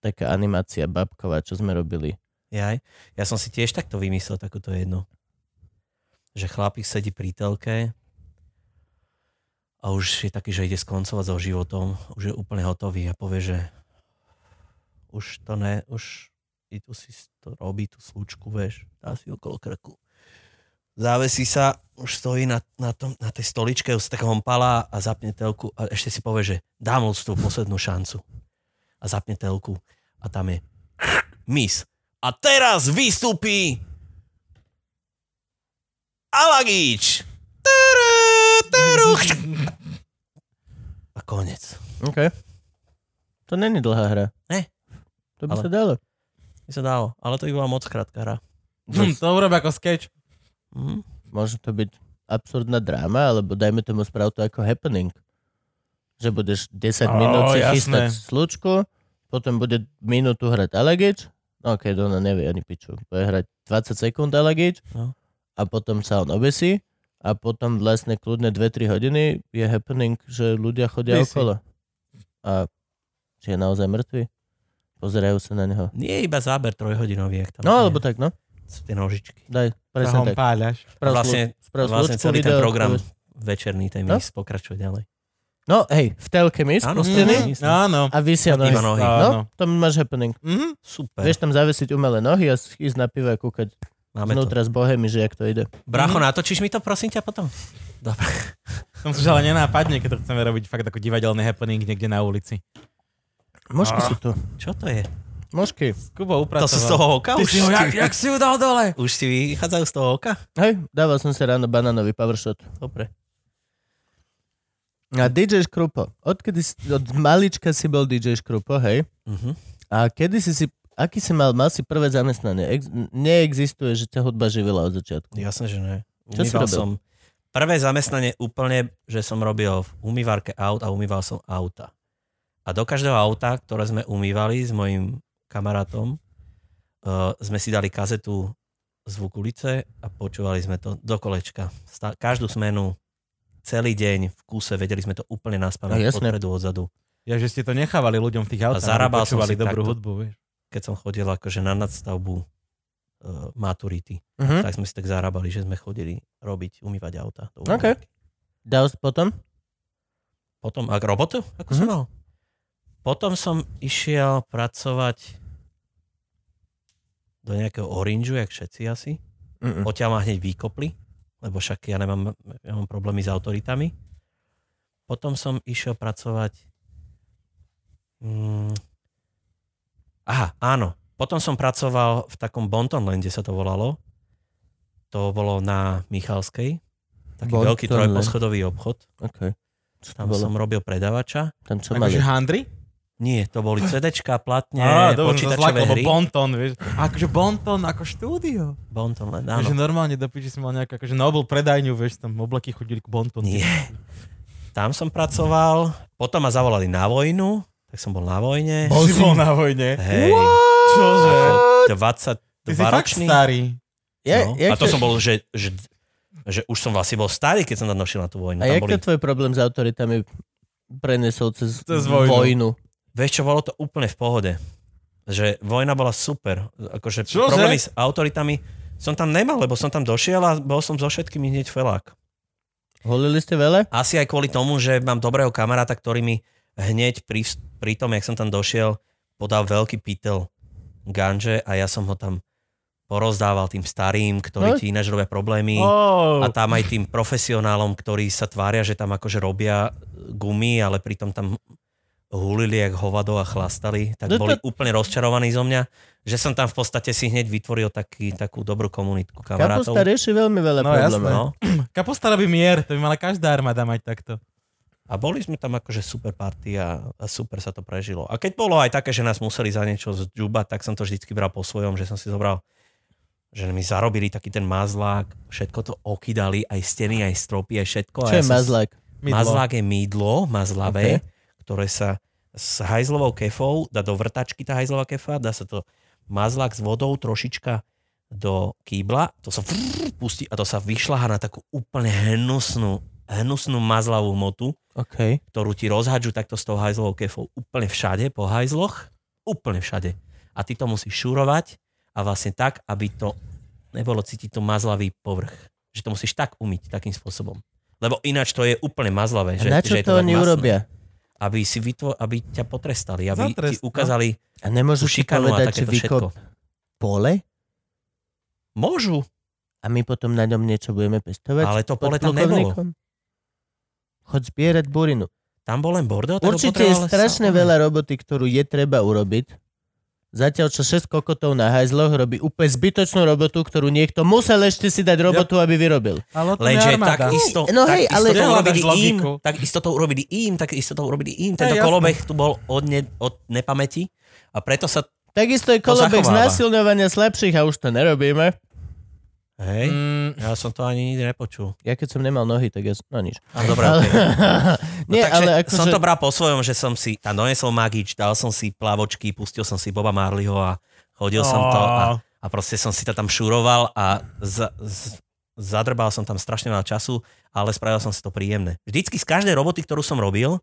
taká animácia babková, čo sme robili.
Jaj. Ja som si tiež takto vymyslel takúto jednu. Že chlapík sedí pri telke a už je taký, že ide skoncovať so životom, už je úplne hotový a povie, že už to ne, už i tu si to robí, tú slučku, vieš, dá si okolo krku. Závesí sa, už stojí na, na, tom, na tej stoličke, už tak hompala a zapne telku a ešte si povie, že dám ľudstvu poslednú šancu. A zapne telku a tam je mis. A teraz vystúpi Alagíč. Teru, teru. A konec.
OK. To není dlhá hra.
Ne.
To by
Ale-
sa dalo.
Mi sa dalo, ale to by bola moc krátka hra.
Hm, To urob ako sketch.
Mhm.
Môže to byť absurdná dráma, alebo dajme tomu správ to ako happening. Že budeš 10
Á,
minút si
jasné.
chystať slučku, potom bude minútu hrať Alagič, no keď ona nevie ani piču, bude hrať 20 sekúnd Alagič
No.
a potom sa on obesí a potom vlastne kľudne 2-3 hodiny je happening, že ľudia chodia
Ty si.
okolo. A či je naozaj mŕtvy? Pozerajú sa na neho.
Nie je iba záber trojhodinový, jak tam
No,
je.
alebo tak, no.
sú tie nožičky.
Daj,
Sa
presne
ho
tak.
páľaš.
Sprav
Vlastne,
slu- sprav
vlastne
slučku,
celý ten
video,
program
odpoveď.
večerný, ten
No.
mis pokračuje ďalej.
No, hej, v telke mi
Áno,
Hm,
spustený
mhm.
Áno.
a vysia nohy.
Iba nohy.
No,
Áno.
tam máš happening.
Mhm.
Super.
Vieš tam zavesiť umelé nohy a s- ísť na pivo a kúkať
Máme to.
vnútra s bohemi, že jak to ide.
Bracho, natočíš mi to, prosím ťa, potom? Dobre.
Som si že ale nenápadne, keď to chceme robiť fakt ako divadelný happening niekde na ulici.
Možky sú tu.
Čo to je?
Možky.
Kubo
To
upracoval.
sú z toho oka?
Ty
Už,
si ho, jak, jak si ho dal dole?
už si vychádzajú z toho oka?
Hej, dával som si ráno banánový powershot.
Dobre.
A DJ Škrupo. Odkedy, si- od malička si bol DJ Škrupo, hej?
Mhm.
A kedy si si, aký si mal, mal si prvé zamestnanie? Ex- neexistuje, že ťa hudba živila od začiatku.
Jasné, že ne.
Čo si
Umýval
robil?
som prvé zamestnanie úplne, že som robil v umývarke aut a umýval som auta. A do každého auta, ktoré sme umývali s mojim kamarátom, uh, sme si dali kazetu z Vukulice a počúvali sme to do kolečka. Sta- každú smenu, celý deň v kúse, vedeli sme to úplne na
No,
spamäť,
jasné.
odpredu, odzadu.
Ja, že ste to nechávali ľuďom v tých autách, aby
zarábal som
počúvali
si
dobrú
takto.
hudbu, vieš.
Keď som chodil akože na nadstavbu uh, maturity,
Uh-huh.
tak sme si tak zarábali, že sme chodili robiť, umývať auta. do
OK.
umývarky.
Dal si potom?
Potom, ak robotu, ako som mal. Potom som išiel pracovať do nejakého Orangeu, jak všetci asi.
Mm-mm.
Odtiaľ ma hneď vykopli, lebo však ja nemám ja mám problémy s autoritami. Potom som išiel pracovať... Mm, aha, áno. Potom som pracoval v takom Bontonlande, sa to volalo. To bolo na Michalskej. Taký
Bonton
veľký
Land.
trojposchodový obchod.
OK. Čo to
Tam
bolo? Akože
som robil predavača.
Tam čo mali?
Takže Akože handry?
Nie, to boli CDčka, platne, Á,
Á, dobre, som sa
počítačové
zlakol, lebo
hry. Bon...
Bonton, vieš. Akože Bonton ako štúdio.
Bonton len, áno.
Takže normálne do piči si mal nejakú, akože Nobel predajňu, vieš, tam obleky chodili k Bonton.
Nie. Tam som pracoval, potom ma zavolali na vojnu, tak som bol na vojne.
Bol si bol na vojne.
Hej,
Čože?
ako
Ty si
22
fakt
ročný.
starý.
Ja,
no.
jak
A to som bol, že, že, že už som vlastne bol starý, keď som tam došiel na tú
a
vojnu. Tam
jak
boli,
to tvoj problém s autoritami prenesol cez,
Cez
vojnu?
vojnu.
Vieš čo, bolo to úplne v pohode. Že vojna bola super. Akože
Čože?
problémy s autoritami som tam nemal, lebo som tam došiel a bol som so všetkými hneď felák.
Holili ste veľa?
asi aj kvôli tomu, že mám dobrého kamaráta, ktorý mi hneď pri, pri tom, jak som tam došiel, podal veľký pytel ganže a ja som ho tam porozdával tým starým, ktorí
No.
ti ináč robia problémy
Oh.
a tam aj tým profesionálom, ktorí sa tvária, že tam akože robia gumy, ale pritom tam hulili jak hovado a chlastali, tak
No to-
boli úplne rozčarovaní zo mňa, že som tam v podstate si hneď vytvoril taký, takú dobrú komunitku kamarátov.
Kapusta rieši veľmi veľa
No,
problémov.
No.
Kapustara by mier, to by mala každá armáda mať takto.
A boli sme tam akože super party a, a super sa to prežilo. A keď bolo aj také, že nás museli za niečo zdžubať, tak som to vždycky bral po svojom, že som si zobral, že mi zarobili taký ten mazlák, všetko to okydali, aj steny, aj stropy, aj všetko.
Čo
a ja
je
som-
mazlák?
Mydlo.
Mazlák je mydlo, mazlavé, ktoré sa s hajzlovou kefou dá do vrtačky tá hajzlová kefa, dá sa to mazlák s vodou trošička do kýbla, to sa vrrr pustí a to sa vyšľaha na takú úplne hnusnú, hnusnú mazlavú motu
OK.
ktorú ti rozhadžu takto s tou hajzlovou kefou úplne všade, po hajzloch, úplne všade. A ty to musíš šurovať a vlastne tak, aby to nebolo cítiť to mazlavý povrch. Že to musíš tak umyť takým spôsobom. Lebo ináč to je úplne mazlavé.
A
Že,
na čo
že je
to
tak
oni
masné.
urobia?
Aby, si vytvo- aby ťa potrestali, aby
Za trest,
ti ukázali
A
tú
nemôžu si
šikanu a
povedať, že
takéto všetko.
vykop pole
Môžu,
a my potom na ňom niečo budeme pestovať?
ale to
pod
pole tam nebolo.
plukovníkom? Chod zbierať burinu.
Tam bol len bordel. tak ho
Určite je
potrebovali
strašne
sa-
veľa roboty, ktorú je treba urobiť. Zatiaľ, čo 6 kokotov na hajzloch robí úplne zbytočnú robotu, ktorú niekto musel ešte si dať robotu, aby vyrobil.
Ale to
Lenže
je armáda.
takisto,
No hej,
takisto
ale-
to
Nehľadaš
urobili im,
logiku.
takisto to urobili im, takisto to urobili im.
To je
Tento
jasné.
kolobeh tu bol od, ne, od nepamäti a preto sa...
Takisto je kolobek
zachováva.
znásilňovania slabších a už to nerobíme.
Hej,
Mm,
ja som to ani nikdy nepočul.
Ja keď som nemal nohy, tak ja... som- No nič.
A dobré, okay. no,
Nie,
takže
ale
som
akože...
to bral po svojom, že som si tam donesol magič, dal som si plavočky, pustil som si Boba Marleyho a chodil som to a, a proste som si to tam šuroval a z, z, zadrbal som tam strašne veľa času, ale spravil som si to príjemné. Vždycky z každej roboty, ktorú som robil,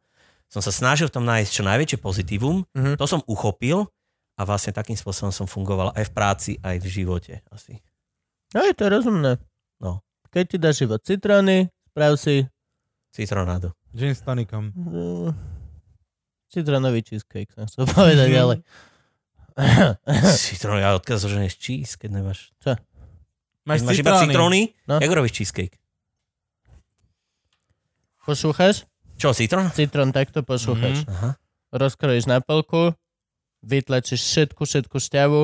som sa snažil v tom nájsť čo najväčšie pozitívum,
Mhm.
to som uchopil a vlastne takým spôsobom som fungoval aj v práci, aj v živote asi.
No je to rozumné.
No.
Keď ti dáš život citróny, sprav si
Citronádo.
Gin s tonikom.
Mm, Citronový cheesecake, som chcel povedať,
Mhm.
ale...
Citrón, ja odkiaľ zoženieš cheese, keď nemáš.
Máš
keď máš iba
citróny.
citróny,
No.
no. jak robíš cheesecake?
Pošúchaš?
Čo, citrón?
Citrón takto pošúchaš.
Mhm.
Aha.
Rozkrojíš na polku, vytlačíš všetku, všetku šťavu,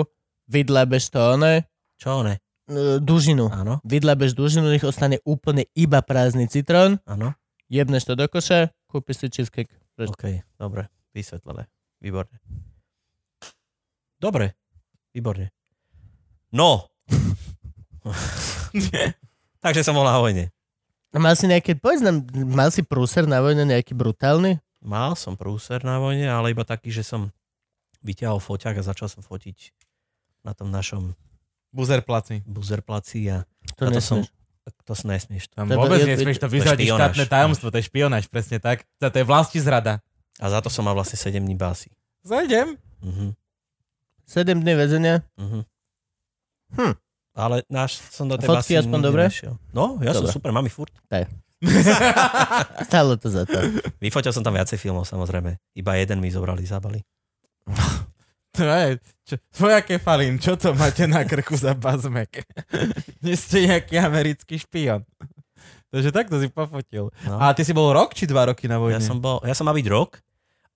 vydlabeš to one,
Čo ne?
e, dužinu.
Áno,
Vydlabeš dužinu, nech ostane úplne iba prázdny citrón,
áno.
jebneš to do koša, kúpiš si cheesecake. Prečo?
OK, dobre, vysvetlené. Výborné. Dobre, výborne. No. Takže som bol na vojne.
A mal si nejaké, povedz nám, mal si prúser na vojne nejaký brutálny?
Mal som prúser na vojne, ale iba taký, že som vyťahol foťák a začal som fotiť na tom našom
Buzer placi.
buzerplaci a
To
Na to
nesmieš.
som- to si nesmieš.
Tam
Tebe-
vôbec
je-
nesmieš to
je
vyzradiť
špionáž.
štátne tajomstvo, to je špionáž, presne tak. To to je vlasti zrada.
A za to som mal vlastne 7 dní básy.
Zajdem.
Mhm.
7 dní väzenia.
Mhm.
Hm.
Ale náš som do tej
Fotky
basy
aspoň
nikdy
dobré?
nešiel. No, ja som
Dobre.
super, mám ich furt.
Stálo to za to.
Vyfotil som tam viacej filmov, samozrejme. Iba jeden mi zobrali, zabali.
To je, čo, tvoja kefalín, čo to máte na krku za bazmek? Nie ste nejaký americký špion. Takže takto si pofotil.
No.
A ty si bol rok či dva roky na
Ja
vojne?
som, bol, ja som mal byť rok,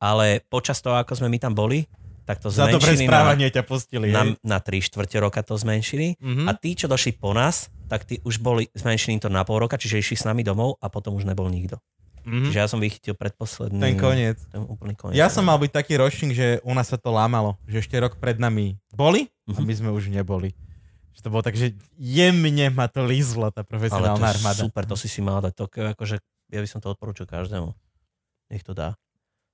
ale počas toho, ako sme my tam boli, tak to
Za dobré
zmenšili na,
správanie ťa pustili.
na,
hej?
na 3 štvrte roka to zmenšili.
Mhm.
A tí, čo došli po nás, tak tí už boli zmenšení to na pol roka, čiže išli s nami domov a potom už nebol nikto.
Mhm.
Čiže ja som vychytil predposledný...
Ten koniec.
Ten úplný koniec.
Ja som mal byť taký ročník, že u nás sa to lámalo, že ešte rok pred nami boli
Mhm.
a my sme už neboli. Že to bolo tak, že jemne ma to lízlo, tá
Ale to
profesionálna
je
armáda.
super, to si si mal dať. To, ke- akože, ja by som to odporúčil každému. Nech to dá.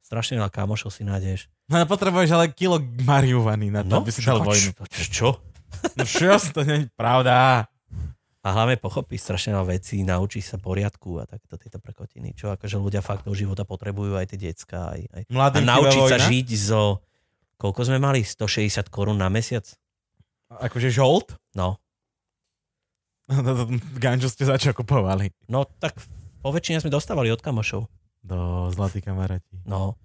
Strašne veľa kamošov si nájdeš. No,
No ale potrebuješ ale kilo marihuany na to, aby si dal
čo-
vojnu.
čo- Čo?
No čo, to nie je pravda.
A hlavne pochopíš strašne veľa vecí, naučíš sa poriadku a takto tieto prekotiny. Čo akože ľudia fakt do života potrebujú aj tie decka. Aj, aj. A
Mladým
naučiť
chýba
sa
vojna?
žiť zo... Koľko sme mali? 160 korún na mesiac?
Akože žolt?
No.
No Ganžu ste začal kupovali.
No tak po väčšine sme dostávali od kamošov.
Do zlatí kamaráti.
No.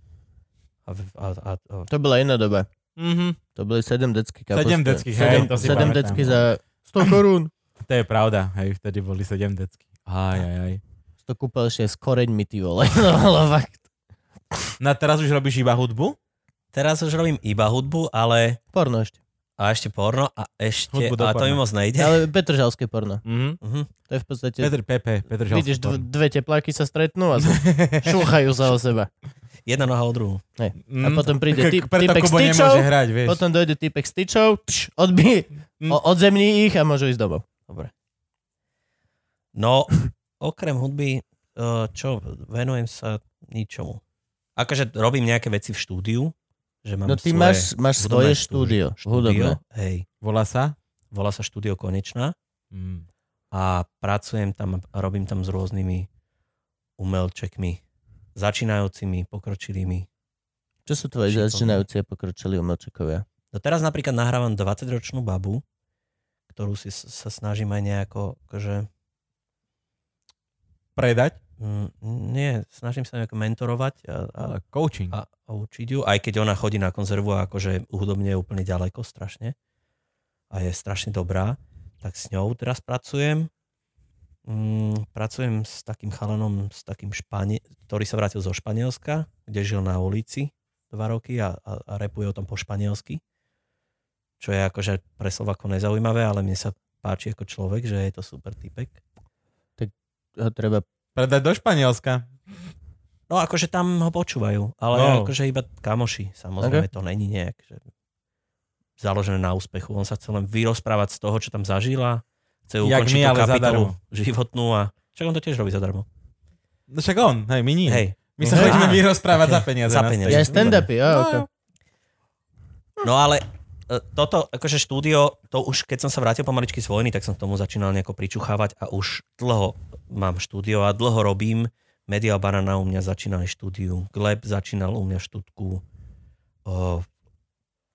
A, v- a, a, a
To bola iná doba.
Mhm.
To boli 7 decky kapusta.
Sedem decky, hej,
Sedem-
to si
sedem
pamätám. no.
decky za 100 korún.
To je pravda, hej, vtedy boli sedem decky. Aj, aj, aj.
To kúpal ešte s koreňmi, ty vole. No, ale fakt.
No a teraz už robíš iba hudbu?
teraz už robím iba hudbu, ale
Porno ešte.
a ešte porno a ešte...
Hudbu do
A to mi
porna.
moc nejde.
Ale Petržalské porno.
Mhm.
Mhm.
To je v podstate...
Petr Pepe, Petr Žalský.
vidíš, dv- dve tepláky sa stretnú a sa šúchajú sa o seba.
Jedna noha o druhú.
A potom príde
K-
typ-
preto
typek s
Mhm. Kubo
tyčou,
nemôže hrať, vieš.
Potom dojde typek s tyčou, tš, odbije,
Mm.
o- odzemní ich a môžu ísť domov.
Dobre. No, okrem hudby, e, čo, venujem sa ničomu. Akože robím nejaké veci v štúdiu, že mám
No ty
svoje
máš, máš svoje
hudobné
štúdio,
štúdio,
hudobné.
Hej,
Volá sa?
volá sa Štúdio Konečná
Mm.
a pracujem tam a robím tam s rôznymi umelčekmi, začínajúcimi, pokročilými.
Čo sú tvoje
Šikovné.
začínajúci a pokročili umelčekovia?
No teraz napríklad nahrávam 20-ročnú babu, ktorú si s- sa snažím aj nejako, akože,
Predať?
mm, nie, snažím sa nejako mentorovať a, a
Ale coaching.
a, a učiť ju, aj keď ona chodí na konzervu a akože hudobne je úplne ďaleko strašne a je strašne dobrá, tak s ňou teraz pracujem. Mm, pracujem s takým chalanom, s takým Španie, ktorý sa vrátil zo Španielska, kde žil na ulici dva roky a, a, a repuje o tom po španielsky, čo je akože pre Slovako nezaujímavé, ale mne sa páči ako človek, že je to super typek.
Ho treba...
Predať do Španielska.
No akože tam ho počúvajú, ale
No.
no. akože iba kamoši, samozrejme, okay. to není nejak že založené na úspechu. On sa chce len vyrozprávať z toho, čo tam zažila, chce
Jak
ukončiť
my,
tú
ale
kapitolu
zadarmo.
životnú a však on to tiež robí zadarmo.
No však on, hej, my nie.
Hej.
My sa
Hej.
chodíme
Á,
vyrozprávať
ok.
za peniaze.
Za
na
peniaze.
Ja
stage.
stand-upy, jo,
No,
okay.
jo.
No ale e, toto, akože štúdio, to už keď som sa vrátil pomaličky z vojny, tak som k tomu začínal nejako pričuchávať a už dlho mám štúdio a dlho robím. Media Banana u mňa začínali štúdiu, Gleb začínal u mňa štúdku, o,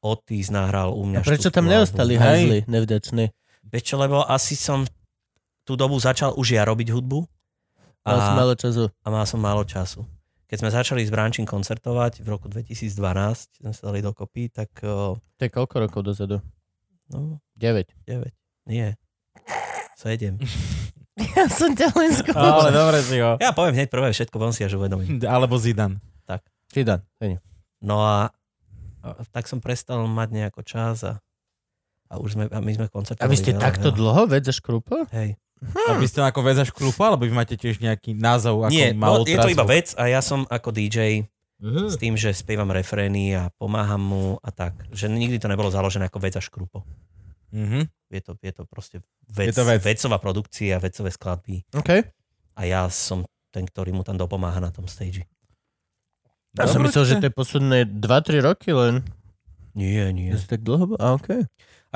Otis nahral u
A
mňa
prečo
štúdku
tam
album.
neostali
Hej.
hajzli, nevďační?
Vieš čo, lebo asi som tú dobu začal už ja robiť hudbu
Mal som málo času.
a mal som málo času. Keď sme začali s Brančím koncertovať v roku 2012, sme sa dali dokopy, tak eh,
To je koľko rokov dozadu?
no,
9.
9. Nie. 7.
Ja som ťa len
No, Ale dobre si ho.
Ja poviem hneď prvé všetko, on si až uvedomí.
Alebo Zidan.
Čidan.
No a, a tak som prestal mať nejako čas a, a už sme, a my sme
A
koncertovali.
vy ste
veľa,
takto
veľa.
dlho vec a škrúpol?
Hej.
A vy ste ako väzaš krupu, alebo vy máte tiež nejaký názov?
Hm.
Ako
Nie, no,
malú Hm.
je to
trasu?
iba vec a ja som ako DJ
Mhm.
s tým, že spievam refrény a pomáham mu a tak. Že nikdy to nebolo založené ako vec a škrupo.
Mhm.
Je to, je to proste vec,
Je to vec.
vecová produkcia, vecové skladby
OK.
a ja som ten, ktorý mu tam dopomáha na tom stage.
Ja som
Dobre,
myslel, že
že-
to je posledné 2-3 roky len.
Nie, nie.
Je to tak dlho? bo- A OK.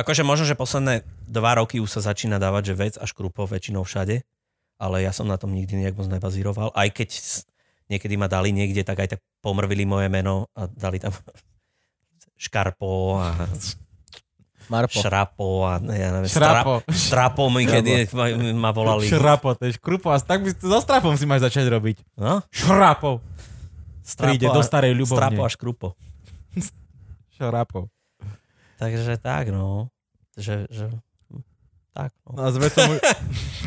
Akože možno, že posledné dva roky už sa začína dávať, že vec a škrupo väčšinou všade, ale ja som na tom nikdy nejak moc nebazíroval, aj keď s- niekedy ma dali niekde, tak aj tak pomrvili moje meno a dali tam škarpo a
Marpo.
šrapo a ne, ja neviem, šrapo.
Šrapo.
Šrapo mi kedy ma, ma volali.
Šrapo, to je škrupo. A tak by, so strapom si máš začať robiť.
No?
Šrapo. Príde do
a-
starej
strapo a
ľubovne.
škrupo.
Šrapo.
Takže tak, no. Že, že, tak,
No
no.
a zve tomu...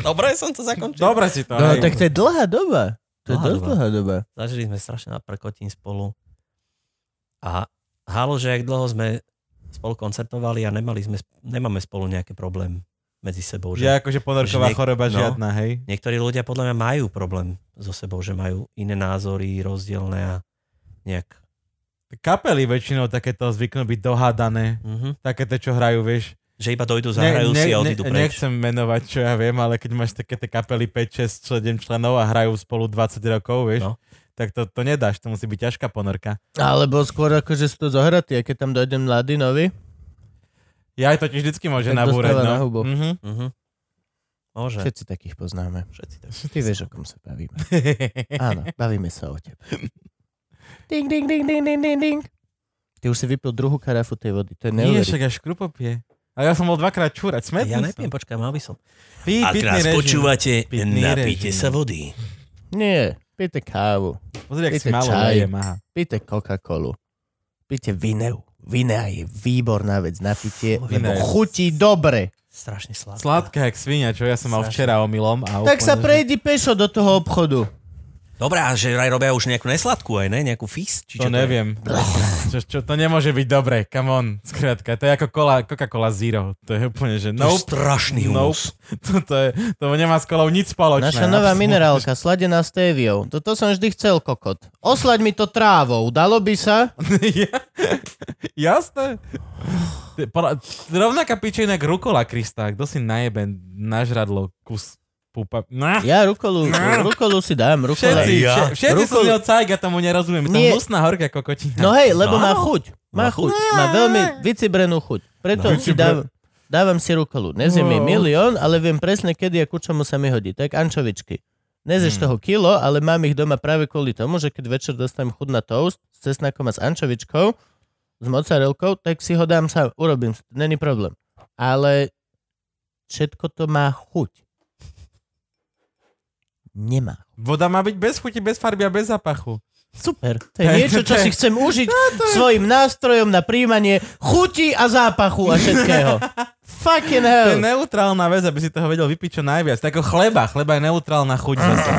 Dobre som to zakončil.
Dobre si to.
No,
hej.
tak to je dlhá doba. To je
Dlhá
dosť
doba.
dlhá doba.
Zažili sme strašne na prkotín spolu. A halo, že jak dlho sme spolu koncertovali a nemali sme, nemáme spolu nejaký problém medzi sebou.
Že
Že
akože ponorková
že niek-
choroba
no.
žiadna, hej.
Niektorí ľudia podľa mňa majú problém so sebou, že majú iné názory, rozdielne a nejak...
Kapely väčšinou takéto zvyknú byť dohádané.
Mhm.
Také tie, čo hrajú, vieš.
Že iba dojdu, zahrajú si a odídu preč.
Nechcem menovať, čo ja viem, ale keď máš také tie kapely 5, 6, 7 členov a hrajú spolu 20 rokov, vieš,
No.
tak to, to nedáš, to musí byť ťažká ponorka.
Alebo skôr akože sú to zohratí, a keď tam dojde mladý nový.
Ja aj totiž vždycky môže
Tak
nabúrať.
dostáva
No.
na hubu.
Mhm.
Mhm. Môže.
Všetci takých poznáme.
Všetci tak.
Ty vieš, o kom sa bavíme. Áno, bavíme sa o tebe. Ding, ding, ding, ding, ding, ding, ding. Ty už si vypil druhú karafu tej vody, to je
Nie,
neuveriteľné.
však až krupopie. A ja som bol dvakrát čúrať, smetný
Ja
som.
nepiem, počkaj, mal by som.
Pí,
Ak
pitný
nás
režim.
počúvate,
Pitný
napíte
režim. no.
sa vody.
Nie, píte kávu,
Pozri, ak si
Píte
malo
čaj.
lejem, aha.
píte Coca-Colu, píte vineu. Vinea je výborná vec na pitie,
Fú,
lebo
vinea je-
chutí dobre.
Strašne sladká.
Sladká jak svinia, čo ja som mal
Strašne.
včera omylom. A
Tak sa
úplne, že-
prejdi pešo do toho obchodu.
Dobre, a že aj robia už nejakú nesladkú aj, ne? Nejakú fis? Či čo
To
je?
neviem. Čo, čo, to nemôže byť dobre, come on. Skrátka, to je ako cola, Coca-Cola Zero. To je úplne, že
To je
nope.
No, strašný humus.
Nope. To, to, je, to nemá s kolou nič spoločné.
Naša nová
Absolútne.
minerálka, sladená stéviou. Toto som vždy chcel, kokot. Oslaď mi to trávou, dalo by sa?
Ja- Jasné. Ty, podľa- Rovnaká pičina jak rukola, Krista. Kto si najebe nažradlo kus pupa... Na.
Ja rukolu, rukolu si dám, rukola.
Všetci,
Ja.
ja. všetci
Rukolu-
sú z neho cajk, ja tomu nerozumiem. Je tam
Nie.
hnusná horká kokotina.
No hej, lebo
No
má
áno.
chuť. Má
Má
chuť. Má veľmi vycibrenú chuť. Preto
No.
si dávam, dávam si rukolu. Nezjem mi
No.
milión, ale viem presne, kedy a ku čomu sa mi hodí. Tak ančovičky. Nezeš toho kilo, ale mám ich doma práve kvôli tomu, že keď večer dostanem chud na toast s cesnakom a s ančovičkou, s mozzarellkou, tak si ho dám sám. Urobím. si to, Není problém. Ale všetko to má chuť. Nemá.
Voda má byť bez chuti, bez farby a bez zapachu.
Super. To je
To je-
niečo, čo
No, to je-
si chcem užiť svojim nástrojom na príjmanie chuti a zápachu a všetkého. Fucking
To je
hell.
neutrálna vec, aby si toho vedel vypiť čo najviac. Tak ako chleba. Chleba je neutrálna chuť.
Mm.
zase.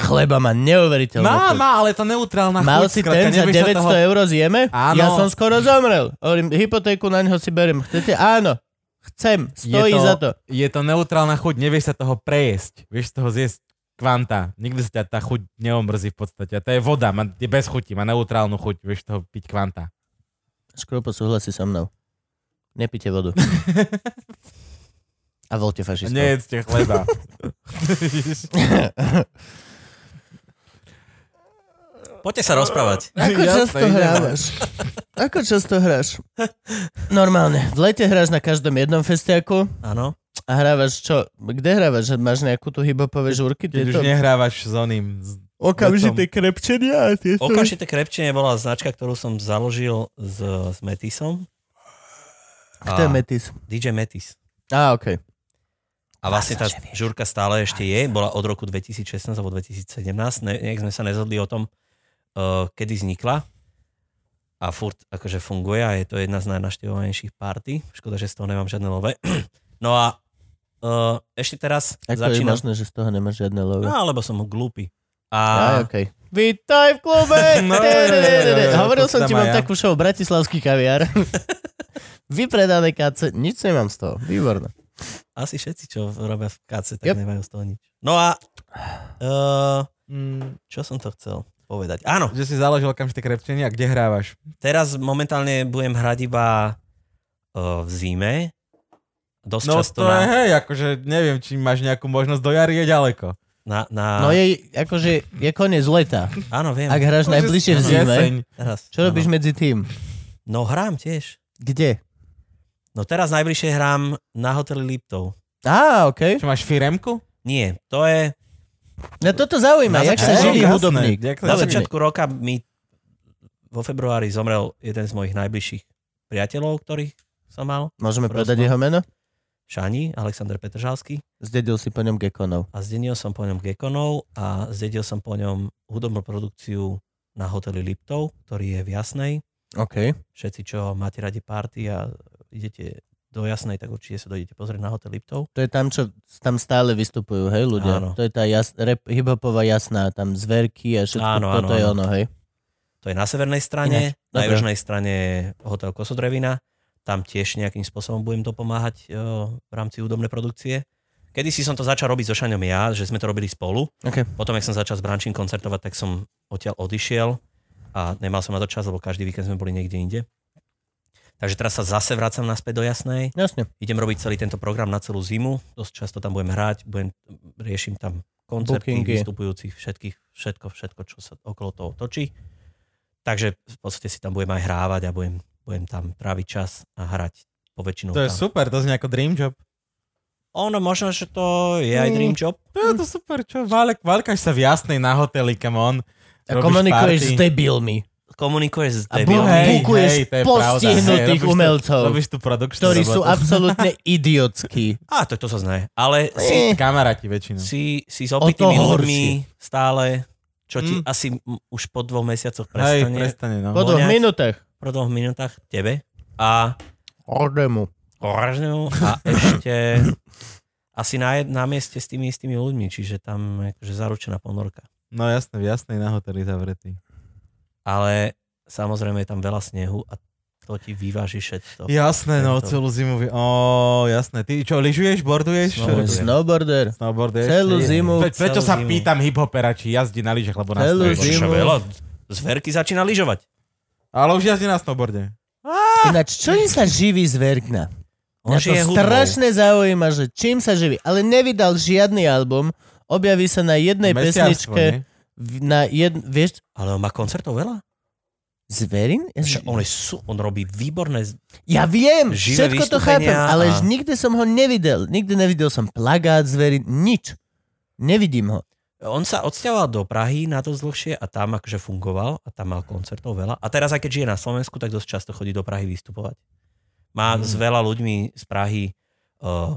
Chleba má neuveriteľnú
Má,
chuť.
má, ale to neutrálna
Mal
chuť.
si
skrátka,
ten za
nevieš sa
900
toho-
eur zjeme?
Áno.
Ja som skoro zomrel. Hovorím, hypotéku na ňo si beriem. Chcete? Áno. Chcem. Stojí
je to,
za to.
Je to neutrálna chuť, nevieš sa toho prejesť. Vieš z toho zjesť kvanta. Nikdy sa ťa tá chuť neomrzí v podstate. A to je voda, má, je bez chuti, má neutrálnu chuť, vieš z toho piť kvanta.
Škrupo súhlasí so mnou. Nepite vodu. A volte
A
fašistov.
nejedzte chleba.
Poďte sa rozprávať.
Ako
Jasné,
často
ideme.
hrávaš? Ako často hráš? Normálne. V lete hráš na každom jednom festiaku
Áno.
a hrávaš čo? Kde hrávaš? Že Máš nejakú tú hipopové žúrky?
Keď už
Tieto
nehrávaš s oným. s-
okamžité krepčenia a tieto...
Okamžité krepčenie bola značka, ktorú som založil s, s Metisom.
Kto je Metis?
DJ Metis.
Á, okej.
A vlastne tá
Jasné, že vieš.
žurka stále ešte je. Bola od roku 2016 alebo 2017. Ne, nejak sme sa nezhodli o tom, eh, kedy vznikla. A furt akože funguje a je to jedna z najnaštevovanejších party. Škoda, že z toho nemám žiadne love. No a eh, ešte teraz
Ako je
začínam.
možné, že z toho nemáš žiadne
No,
love?
alebo som glúpy. A
Á, okej. Vítaj v klube!
No, jo, jo, jo, jo, jo,
Hovoril
to
som ti,
tam aj
mám
ja.
takú show Bratislavský kaviár. Vypredané káce, nič nemám z toho. Výborné.
asi všetci, čo robia v KC, tak
Yep.
nemajú z toho nič. No a uh,
Mm,
Čo som to chcel povedať? Áno,
že si založil okamžite krepčenie a kde hrávaš?
teraz momentálne budem hrať iba uh, v zime. Dosť
No
často
to je,
na,
hej, akože neviem, či máš nejakú možnosť do jary, je ďaleko.
na, na...
No je, akože, je koniec leta.
Áno, viem.
Ak hráš
Môže
najbližšie v
si-
zime,
jeseň.
Teraz,
čo robíš medzi tým?
No hrám tiež.
Kde?
No teraz najbližšie hrám na hoteli Liptov.
Á, OK.
Čo máš firemku?
Nie, to je...
No toto zaujíma,
Na
jak sa
začiatku-
živí
Jasné,
hudobník.
ďakujem.
Na
Hudobník.
začiatku roka mi vo februári zomrel jeden z mojich najbližších priateľov, ktorých som mal.
Môžeme
Prosto.
povedať jeho meno?
Šani, Alexander Petržalský.
Zdedil si po ňom gekonov.
A zdedil som po ňom Gekonov a zdedil som po ňom hudobnú produkciu na hoteli Liptov, ktorý je v Jasnej.
OK.
Všetci, čo máte radi party a idete do Jasnej, tak určite sa dojdete pozrieť na hotel Liptov.
To je tam, čo tam stále vystupujú, hej, ľudia.
Áno.
To je tá jas, rap, hiphopová jasná, tam zverky a všetko,
Áno, áno,
toto je
áno.
ono, hej.
To je na severnej strane,
Ináč,
na
dobre.
južnej strane je hotel Kosodrevina. Tam tiež nejakým spôsobom budem dopomáhať e, v rámci údobnej produkcie. Kedy si som to začal robiť so Šaňom ja, že sme to robili spolu.
OK.
Potom, keď som začal s Brančím koncertovať, tak som odtiaľ odišiel a nemal som na to čas, lebo každý víkend sme boli niekde inde. Takže teraz sa zase vracam naspäť do Jasnej
Jasne.
idem robiť celý tento program na celú zimu, dosť často tam budem hrať, budem, riešim tam koncerty
Bookingy.
vystupujúcich, všetkých, všetko, všetko, čo sa okolo toho točí. Takže v podstate si tam budem aj hrávať a budem, budem tam tráviť čas a hrať po väčšinou
To je
No.
tam.
super, to znie ako dream job.
Ono možno, že to je aj
Mm.
dream job.
To je to super, čo? Válek, válkaš sa v jasnej na hoteli, come on.
A
Robíš
komunikuješ
party.
s debilmi.
Komunikuješ s
A bu-
Hej,
debilmi.
bukuješ
hej, to je pravda, hej,
postihnutých
robíš to-
umelcov,
Robíš tu produkčnú
ktorí sú
robotu.
absolútne idiotskí. Eh,
Á, to, to sa znaje. Ale si,
Kamaráti väčšinou.
si, si
Mm.
s
to
opitými
horšie.
ľuďmi stále, čo ti
Mm.
asi m- už po dvoch mesiacoch
Hej,
prestane,
prestane, no.
Po dvoch
Voňať.
minútach.
po dvoch minútach tebe. A
Ordemu.
Oranžňu a ešte asi na, jed- na mieste s tými istými ľuďmi, čiže tam je akože zaručená ponorka.
No jasné, v jasnej na hoteli zavretý.
Ale samozrejme je tam veľa snehu a to ti vyváži všetko.
Jasné, no
Tento.
celú zimu. Ó, jasné. Ty čo, lyžuješ, borduješ? Čo
Snowboard.
robíš?
Snowboarder.
Snowboarduješ?
Celú
Ty-
zimu.
Pre, prečo
Celú
sa
zimu.
pýtam hiphopera, či jazdí na lyžach, lebo na
Celú
snowboarde.
zimu.
veľa. Zverky začína lyžovať.
Ale už jazdí na snowboarde.
Ináč, čím sa živí zverkna?
On
Mňa to
žije hudbou.
strašne zaujíma, že čím sa živí. Ale nevydal žiadny album, objaví sa na jednej
Mesiarstvo,
pesničke,
nie?
v- na jed, vieš,
Ale on má koncertov veľa.
Zverin?
Však on, je sú, on robí výborné... z-
Ja viem,
Živé
všetko to chápem,
vystúpenia
ale a...
a-
nikdy som ho nevidel. Nikdy nevidel som plagát Zverin, nič. Nevidím ho.
On sa odsťahoval do Prahy na dosť dlhšie a tam akože fungoval a tam mal koncertov veľa. A teraz, aj keď žije na Slovensku, tak dosť často chodí do Prahy vystupovať. Má
Mhm.
s veľa ľuďmi z Prahy uh,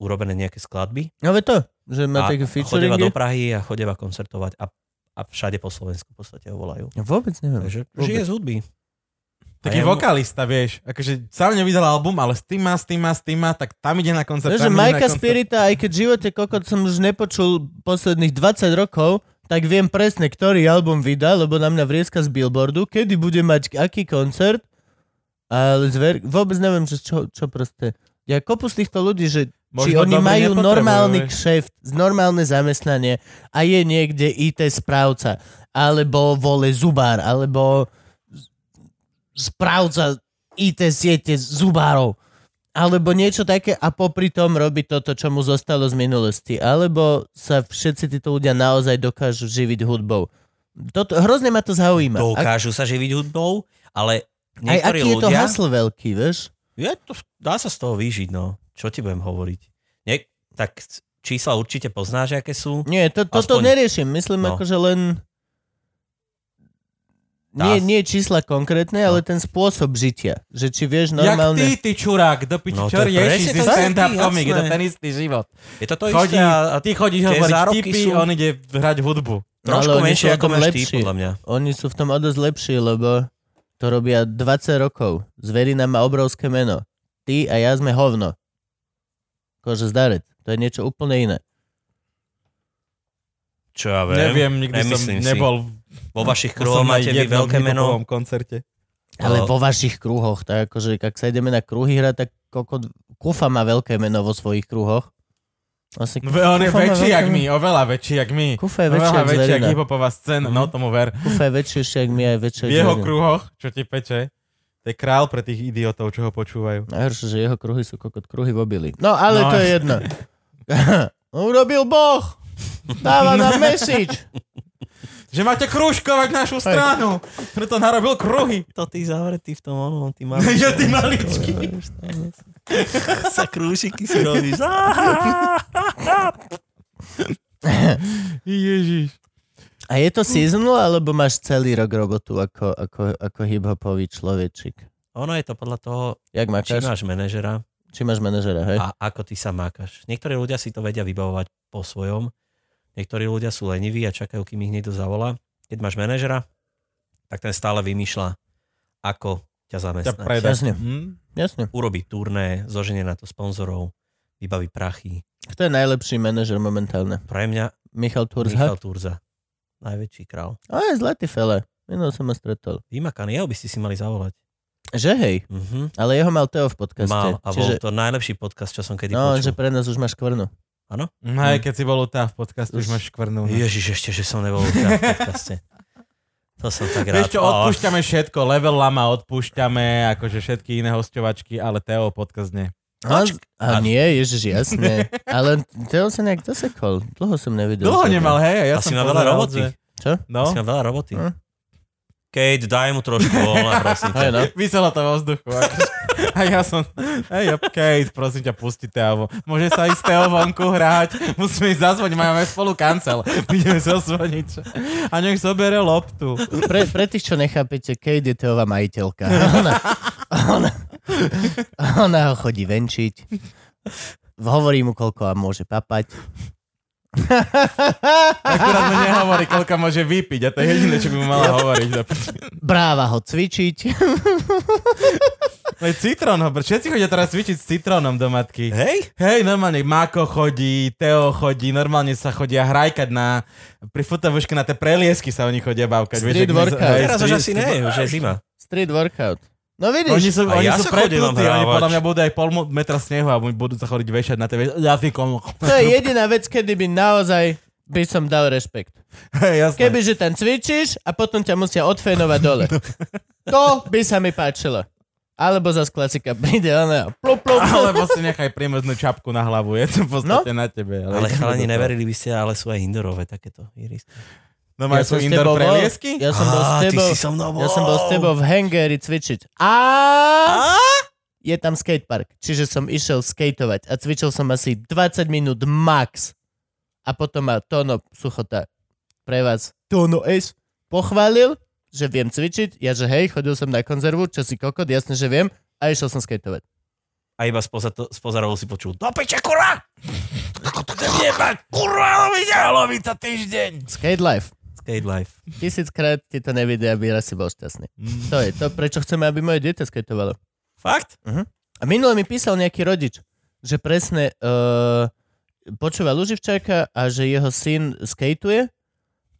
urobené nejaké skladby
No ve to, že má
a
také
chodeva
featuringy.
do Prahy a chodeva koncertovať a, a všade po Slovensku v podstate ho volajú.
Ja Vôbec neviem.
Takže
No, Vôbec.
žije z hudby.
Taký
ja mu-
vokalista, vieš. Akože sám nevydal album, ale s tým má, s tým má, s tým má, tak tam ide na koncert.
Takže
tam ide na
Majka
koncert.
Spirita, aj keď v živote kokot som už nepočul posledných 20 rokov, tak viem presne, ktorý album vydá, lebo na mňa vrieska z billboardu, kedy bude mať aký koncert, ale zver... vôbec neviem, že čo, čo proste. Ja kopu z týchto ľudí, že Možno či
Možno
oni
dobrý
majú
nepotrebujú,
normálny
vieš.
kšeft, normálne zamestnanie a je niekde IT správca, alebo vole zubár, alebo správca IT siete zubárov, alebo niečo také a popri tom robí toto, čo mu zostalo z minulosti. Alebo sa všetci títo ľudia naozaj dokážu živiť hudbou. Toto, hrozne ma to zaujíma. Ak,
Dokážu sa živiť hudbou, ale
aj
niektorí
aký je to
ľudia...
hasl veľký, vieš?
Je to, dá sa z toho vyžiť, no. Čo ti budem hovoriť? Nie, tak čísla určite poznáš, aké sú.
Nie, to, toto
Aspoň-
neriešim. Myslím
No.
ako, že len...
Dá
Nie,
sa.
nie čísla konkrétne, ale
No.
ten spôsob žitia. Že či vieš
Jak ty,
normálne...
ty čurák, do piči,
No,
čo
to je
riešiš?
presne
Si
to isté,
stand-up
jasné.
komik, je to ten istý život.
Je to to
Chodí,
isté a, a
ty chodíš
tie
hovoriť
zárobky
tipy,
sú-
on ide hrať hudbu.
trošku
ale oni sú
menšie,
o
ako
tom
máš ty,
lepší.
podľa mňa.
Oni sú v tom o dosť lepší, lebo to robia 20 rokov. Zverina má obrovské meno. Ty a ja sme hovno. Kože zdarec. To je niečo úplne iné.
Čo ja viem.
Neviem, nikdy som
nemyslím si.
nebol
Vo vašich kruhoch
Bol som na
máte vy
jednom
veľké meno.
hiphopovom koncerte.
Ale
Ale-
vo vašich kruhoch, tak akože, ak sa ideme na kruhy hrať, tak kokot, Kufa má veľké meno vo svojich kruhoch. Asi
No, on je
kufa má
väčší
veľké-
jak my, oveľa väčší jak my.
Kufa je väčší
Oveľa
jak
väčší jak
zverina.
hiphopová scéna, no tomu ver.
Kufa je väčší ešte jak my a je väčší
V
jak
jeho
zverina.
kruhoch, čo ti peče, to je král pre tých idiotov, čo ho počúvajú.
Najhoršie, že jeho kruhy sú kokot kruhy v obili. No ale
No.
to je jedno. Urobil Boh! Dáva nám message!
Že máte krúžkovať našu stranu, preto narobil kruhy.
To ty zavretý v tom onom, ty maličký.
Ja ty maličký.
Sa krúšiky si robíš. Á,
Ježiš.
A je to seasonal, alebo máš celý rok robotu ako, ako, ako hip-hopový človečik?
Ono je to podľa toho,
Jak
či
makáš?
máš manažera
Či máš manažera, hej?
a ako ty sa mákaš. Niektorí ľudia si to vedia vybavovať po svojom, niektorí ľudia sú leniví a čakajú, kým ich niekto zavolá. Keď máš manažera, tak ten stále vymýšľa, ako ťa
Ťa
zamestnať.
predá.
Jasne.
Hm?
Jasne.
Urobí turné, zoženie na to sponzorov, vybaví prachy.
Kto je najlepší manažer momentálne?
Pre mňa
Michal Turzha?
Michal Turza, najväčší král.
A je zlatý fele. Minul som ho stretol.
Vymakaný, jeho by ste si mali zavolať.
Že hej,
Mhm.
ale jeho mal Teo v podcaste.
Mal a bol
Čiže,
to najlepší podcast, čo som kedy
no, že
počul.
pre nás už máš kvrnu.
No aj
Hm.
keď si bol u tá v podcastu, už
Už-
máš škvrnú.
Ježiš, ešte, že som nebol v tom podcaste. To som tak rád.
Vieš čo, odpúšťame všetko, level lama odpúšťame, akože všetky iné hostovačky, ale Teo podcast nie.
A,
Počk-
a
a-
nie, ježiš, jasné. Ale Teo sa nejak zasekol. Dlho som nevidel.
Dlho
Teo.
nemal, hej, ja
Asi má
som
veľa
pozeral,
roboty.
že-
Čo?
No,
Asi mám veľa roboty.
Hm.
Kate, daj mu trošku voľna, prosím ťa.
Hej, no.
vysela to vo vzduchu. akože. A ja som, hej, okej, prosím ťa, pusti Teo. von. Môže sa ísť Teo vonku hrať, musíme ísť zazvoniť, máme spolu kancel. Ideme zazvoniť. A nech zobere loptu.
Pre, pre tých, čo nechápete, Kate je Teová majiteľka. Ona, ona, ona ho chodí venčiť. Hovorí mu, koľko a môže papať.
Akurát mi nehovorí, koľko môže vypiť a to je jediné, čo by mu mala hovoriť.
Bráva ho cvičiť.
Veď citrón, ho- všetci chodia teraz cvičiť s citrónom do matky.
Hej?
Hej, normálne Mako chodí, Teo chodí, normálne sa chodia hrajkať na, pri fotovuške na tie preliesky sa oni chodia bavkať. vieš,
Street
jak my sa-
workout.
hej,
Teraz už
street-
asi nie, už je zima.
Street workout. No vidíš,
Oni sú,
A
oni
ja
sú
sa chodím
preplutí,
hrávať.
oni podľa mňa budú aj pol mo- metra snehu a budú sa chodiť vešať na tebe. Ja si komu.
to je jediná vec, kedy by naozaj by som dal rešpekt.
Hej, jasné.
Kebyže tam cvičíš a potom ťa musia odfénovať dole. To by sa mi páčilo. Alebo zas klasika príde, ona plup, plup, plup.
Alebo si nechaj primeznú čapku na hlavu, je to v podstate
No.
na tebe.
Ale chalani,
idú to.
neverili by ste, ale sú aj indorové takéto irisky.
No majú
som s
sú indoor
tebou bol-
preliesky?
Ja som bol s
Á, ty
tebou.
si so mnou
Ja som bol s tebou v hangeri cvičiť. A je tam skatepark. Čiže som išiel skateovať a cvičil som asi 20 minút max. A potom ma Tono Suchota pre vás, Tono S, pochválil, že viem cvičiť. Ja, že hej, chodil som na konzervu, čo si kokot, jasne, že viem. A išiel som skateovať.
A iba spoza, to, spoza rohu si počul, do peče, kurva! Ako to chcem jebať? Kurva, lovica, lovica, týždeň!
Skate life.
Skate life.
Tisíckrát ti to nevidie, aby raz si bol šťastný. To je to, prečo chceme, aby moje dieťa skateovalo.
Mm. Fakt?
A minule mi písal nejaký rodič, že presne uh, počúva Luživčáka a že jeho syn skateuje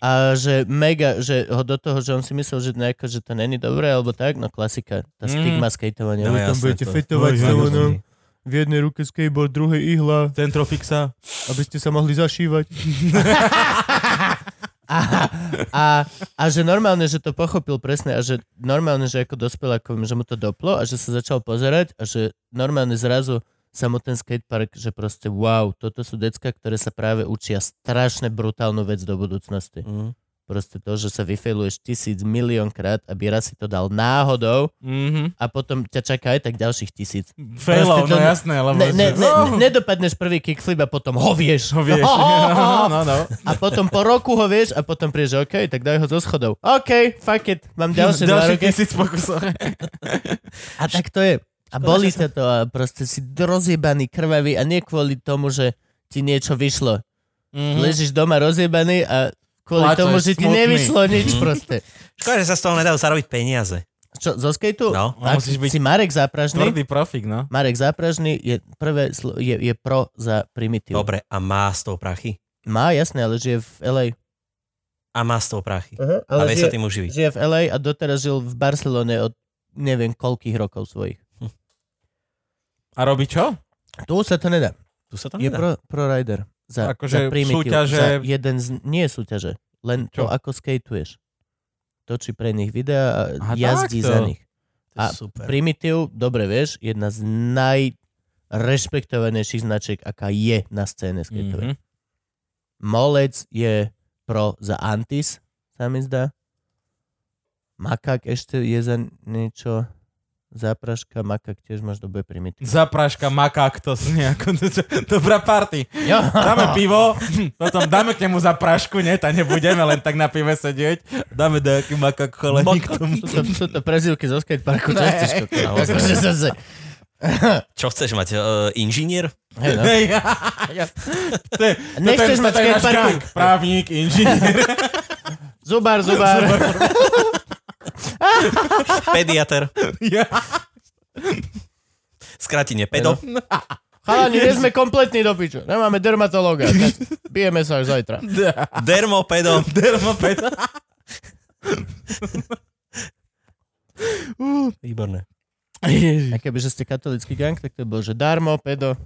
a že mega, že ho do toho, že on si myslel, že, nejako, že to není dobré, alebo tak, no klasika, tá stigma skateovania.
Mhm. No
Vy tam
jasné,
budete
to-
fetovať
no,
s
jasné.
tou, no. v jednej ruke skateboard, druhej ihla,
Centrofixa.
aby ste sa mohli zašívať. a, a, a že normálne, že to pochopil presne a že normálne, že ako dospelákom, že mu to doplo a že sa začal pozerať a že normálne zrazu sa mu ten skatepark, že proste wow, toto sú decka, ktoré sa práve učia strašne brutálnu vec do budúcnosti.
Mm.
Proste to, že sa vyfailuješ tisíc milión krát, aby raz si to dal náhodou
Mhm.
a potom ťa čaká aj tak ďalších tisíc.
Failov,
Proste
no
to-
jasné, lebo...
Ne, ne, ne,
Oh,
nedopadneš prvý kickflip a potom ho vieš.
Ho vieš.
Ho, ho, ho, ho.
No, no.
A potom po roku ho vieš a potom príde, že OK, tak daj ho zo schodov. OK, fuck it, mám ďalšie dva roky.
tisíc pokusov.
A tak to je. A boli sa to a proste si rozjebaný, krvavý a nie kvôli tomu, že ti niečo vyšlo. Mm-hmm. Ležíš doma rozjebaný a kvôli
Mhm. Plačeš,
tomu, že ti
smutný.
nevyšlo nič proste.
Škoda, že sa z toho nedajú zarobiť peniaze.
Čo, zo skateu?
No.
A
Musíš byť
si Marek Zápražný?
Tvrdý profik, no.
Marek Zápražný je, prvé, slo- je, je pro za primitív.
Dobre, a má z toho prachy?
Má, jasné, ale žije v LA.
A má z toho prachy.
Uh-huh,
A vie sa tým uživiť.
Žije v LA a doteraz žil v Barcelone od neviem koľkých rokov svojich.
A robí čo?
Tu sa to nedá.
Tu sa tam
Je
nedá.
pro, pro rider. Za, za
Akože
primitív, Za
súťaže-
jeden z, nie súťaže, len to,
Čo?
ako skateuješ. Točí pre nich videá a
Aha,
jazdí
takto.
za nich.
To je
a
super.
Primitív, dobre vieš, jedna z najrešpektovanejších značiek, aká je na scéne skateovej. Mm-hmm.
Mhm.
Molec je pro za Antis, sa mi zdá. Makak ešte je za niečo. Zápraška, makak tiež máš dobe primitív.
Zapráška makák, to s nejako... Dobrá party.
Jo.
Dáme pivo, potom dáme k nemu zaprášku, nie, tá nebudeme len tak na pive sedieť. Dáme nejaký makák cholení k tomu.
Sú to, sú to prezivky zo skateparku, čo chceš kokos?
Naozaj.
Akože zase,
Čo chceš mať? Uh, inžinier?
hej no.
Hej, ja, ja. To je- toto je-
Nechceš mať
toto je náš
skateparku?
gang. Právnik, inžinier.
Zubár, zubár.
Pediater?
Ja.
Skratine pedo?
Chalani, nie sme kompletní do piču. Nemáme dermatológa. tak Bijeme sa až zajtra.
Dermo pedo?
Dermoped.
Výborné.
A kebyže ste katolický gang, tak to bolo, že darmo, pedo.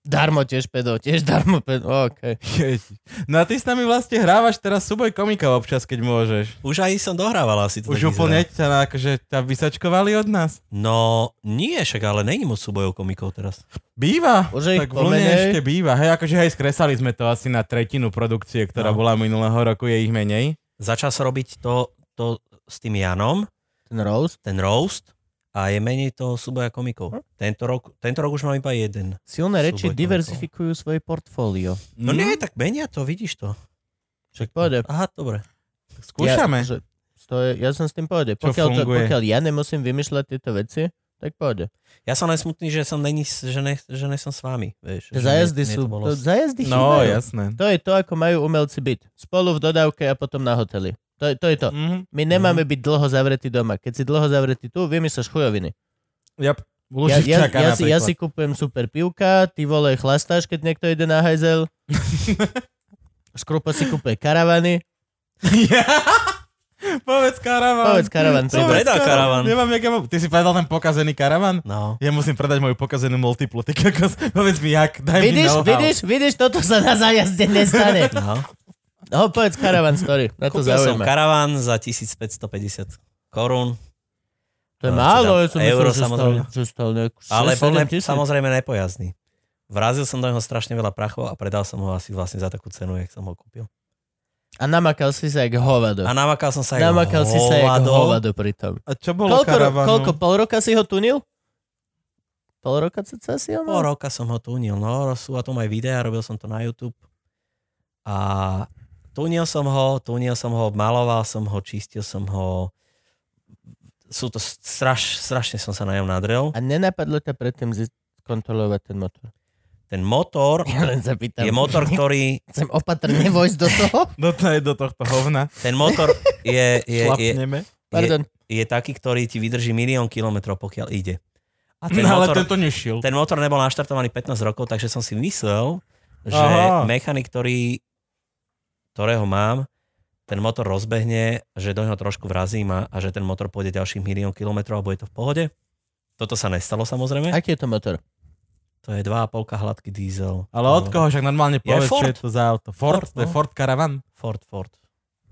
Darmo tiež pedo, tiež darmo pedo. OK.
Ježiš. No a ty s nami vlastne hrávaš teraz súboj komikov občas, keď môžeš.
Už aj som dohrával asi to tak
Už úplne
vyzerá.
ťa, na- akože, ťa vysačkovali od nás.
No, nie, však ale není moc súbojov komikov teraz.
Býva.
Už ich
tak v Lne
pomenej.
ešte býva. Hej, akože hej, skresali sme to asi na tretinu produkcie, ktorá
No.
bola minulého roku, je ich menej.
Začal sa robiť to, to s tým Janom,
Ten roast.
ten roast, a je menej toho súboja komikov.
Hm?
Tento rok, tento rok už mám iba jeden.
Silné reči
Súboj komikov.
diverzifikujú svoje portfólio.
No
Hm?
nie, tak menia to, vidíš to.
Však povede.
Aha, dobre.
Skúšame.
Ja, že, to je, ja som s tým povede.
Čo
Pokiaľ, to,
funguje?
pokiaľ ja nemusím vymýšľať tieto veci, tak povede.
Ja som len smutný, že som není, že, ne, že ne som s vámi. Vieš, že
Zajazdy
mne- mne
sú,
bolo
to, zajazdy
No,
chýbajú.
jasné.
To je to, ako majú umelci byť. Spolu v dodávke a potom na hoteli. To, je- to je to.
Mhm.
My nemáme byť dlho zavretí doma. Keď si dlho zavretí tu, vymyslíš chujoviny. Ja, ja,
Ja, Luživčaka
ja, si, ja
napríklad.
si kúpujem super pivka, ty vole chlastáš, keď niekto ide na hajzel. Škrupa si kúpe karavany.
Ja. Povedz karavan.
Povedz karavan,
Povedz
príbeh.
Predal karavan.
Nemám, jak ja mám. Ty si predal ten pokazený karavan?
No.
Ja musím predať moju pokazenú multiplu. Ty kokos, povedz mi jak. Daj mi
Vidíš,
know-how.
vidíš, vidíš, toto sa na zájazde nestane.
no.
No, povedz karavan story, na to
Kúpil som
zaujíma.
karaván za 1550 korún,
To je málo, ja som myslel, že
Euro,
stal,
samozrejme.
že stal nejakú
ale bol ne,
6-7 tisíc.
samozrejme nepojazdný. Vrazil som do neho strašne veľa prachov a predal som ho asi vlastne za takú cenu, jak som ho kúpil.
A namakal si sa jak hovado.
A namakal som sa aj
Namakal si sa jak hovado pritom.
A čo bolo
Koľko, ro-
karavanu?
koľko, pol roka si ho tunil? Pol roka cca si ho
Pol
mal?
roka som ho tunil, no, sú a tom aj videá, robil som to na YouTube. A tunil som ho, tunil som ho, maloval som ho, čistil som ho. Sú to straš, strašne som sa na ňom nadrel.
A nenapadlo ťa predtým zi- kontrolovať ten motor?
Ten motor
Ja len sa pýtam.
je motor, ktorý
Chcem opatrne vojsť do toho?
Do, No to- do tohto hovna.
Ten motor je, je, je,
Šlapneme.
Pardon.
je taký, ktorý ti vydrží milión kilometrov, pokiaľ ide. A ten,
No, ale
motor,
tento nešiel.
ten motor nebol naštartovaný 15 rokov, takže som si myslel, že
Aha.
mechanik, ktorý, ktorého mám, ten motor rozbehne, že do neho trošku vrazím a, a že ten motor pôjde ďalších milión kilometrov a bude to v pohode. Toto sa nestalo samozrejme.
Aký je to motor?
To je 2,5 hladký diesel.
Ale od koho? Však normálne povedz, čo
No. Ford.
je to za auto. Ford?
Ford,
To je
no.
Ford Caravan?
Ford, Ford.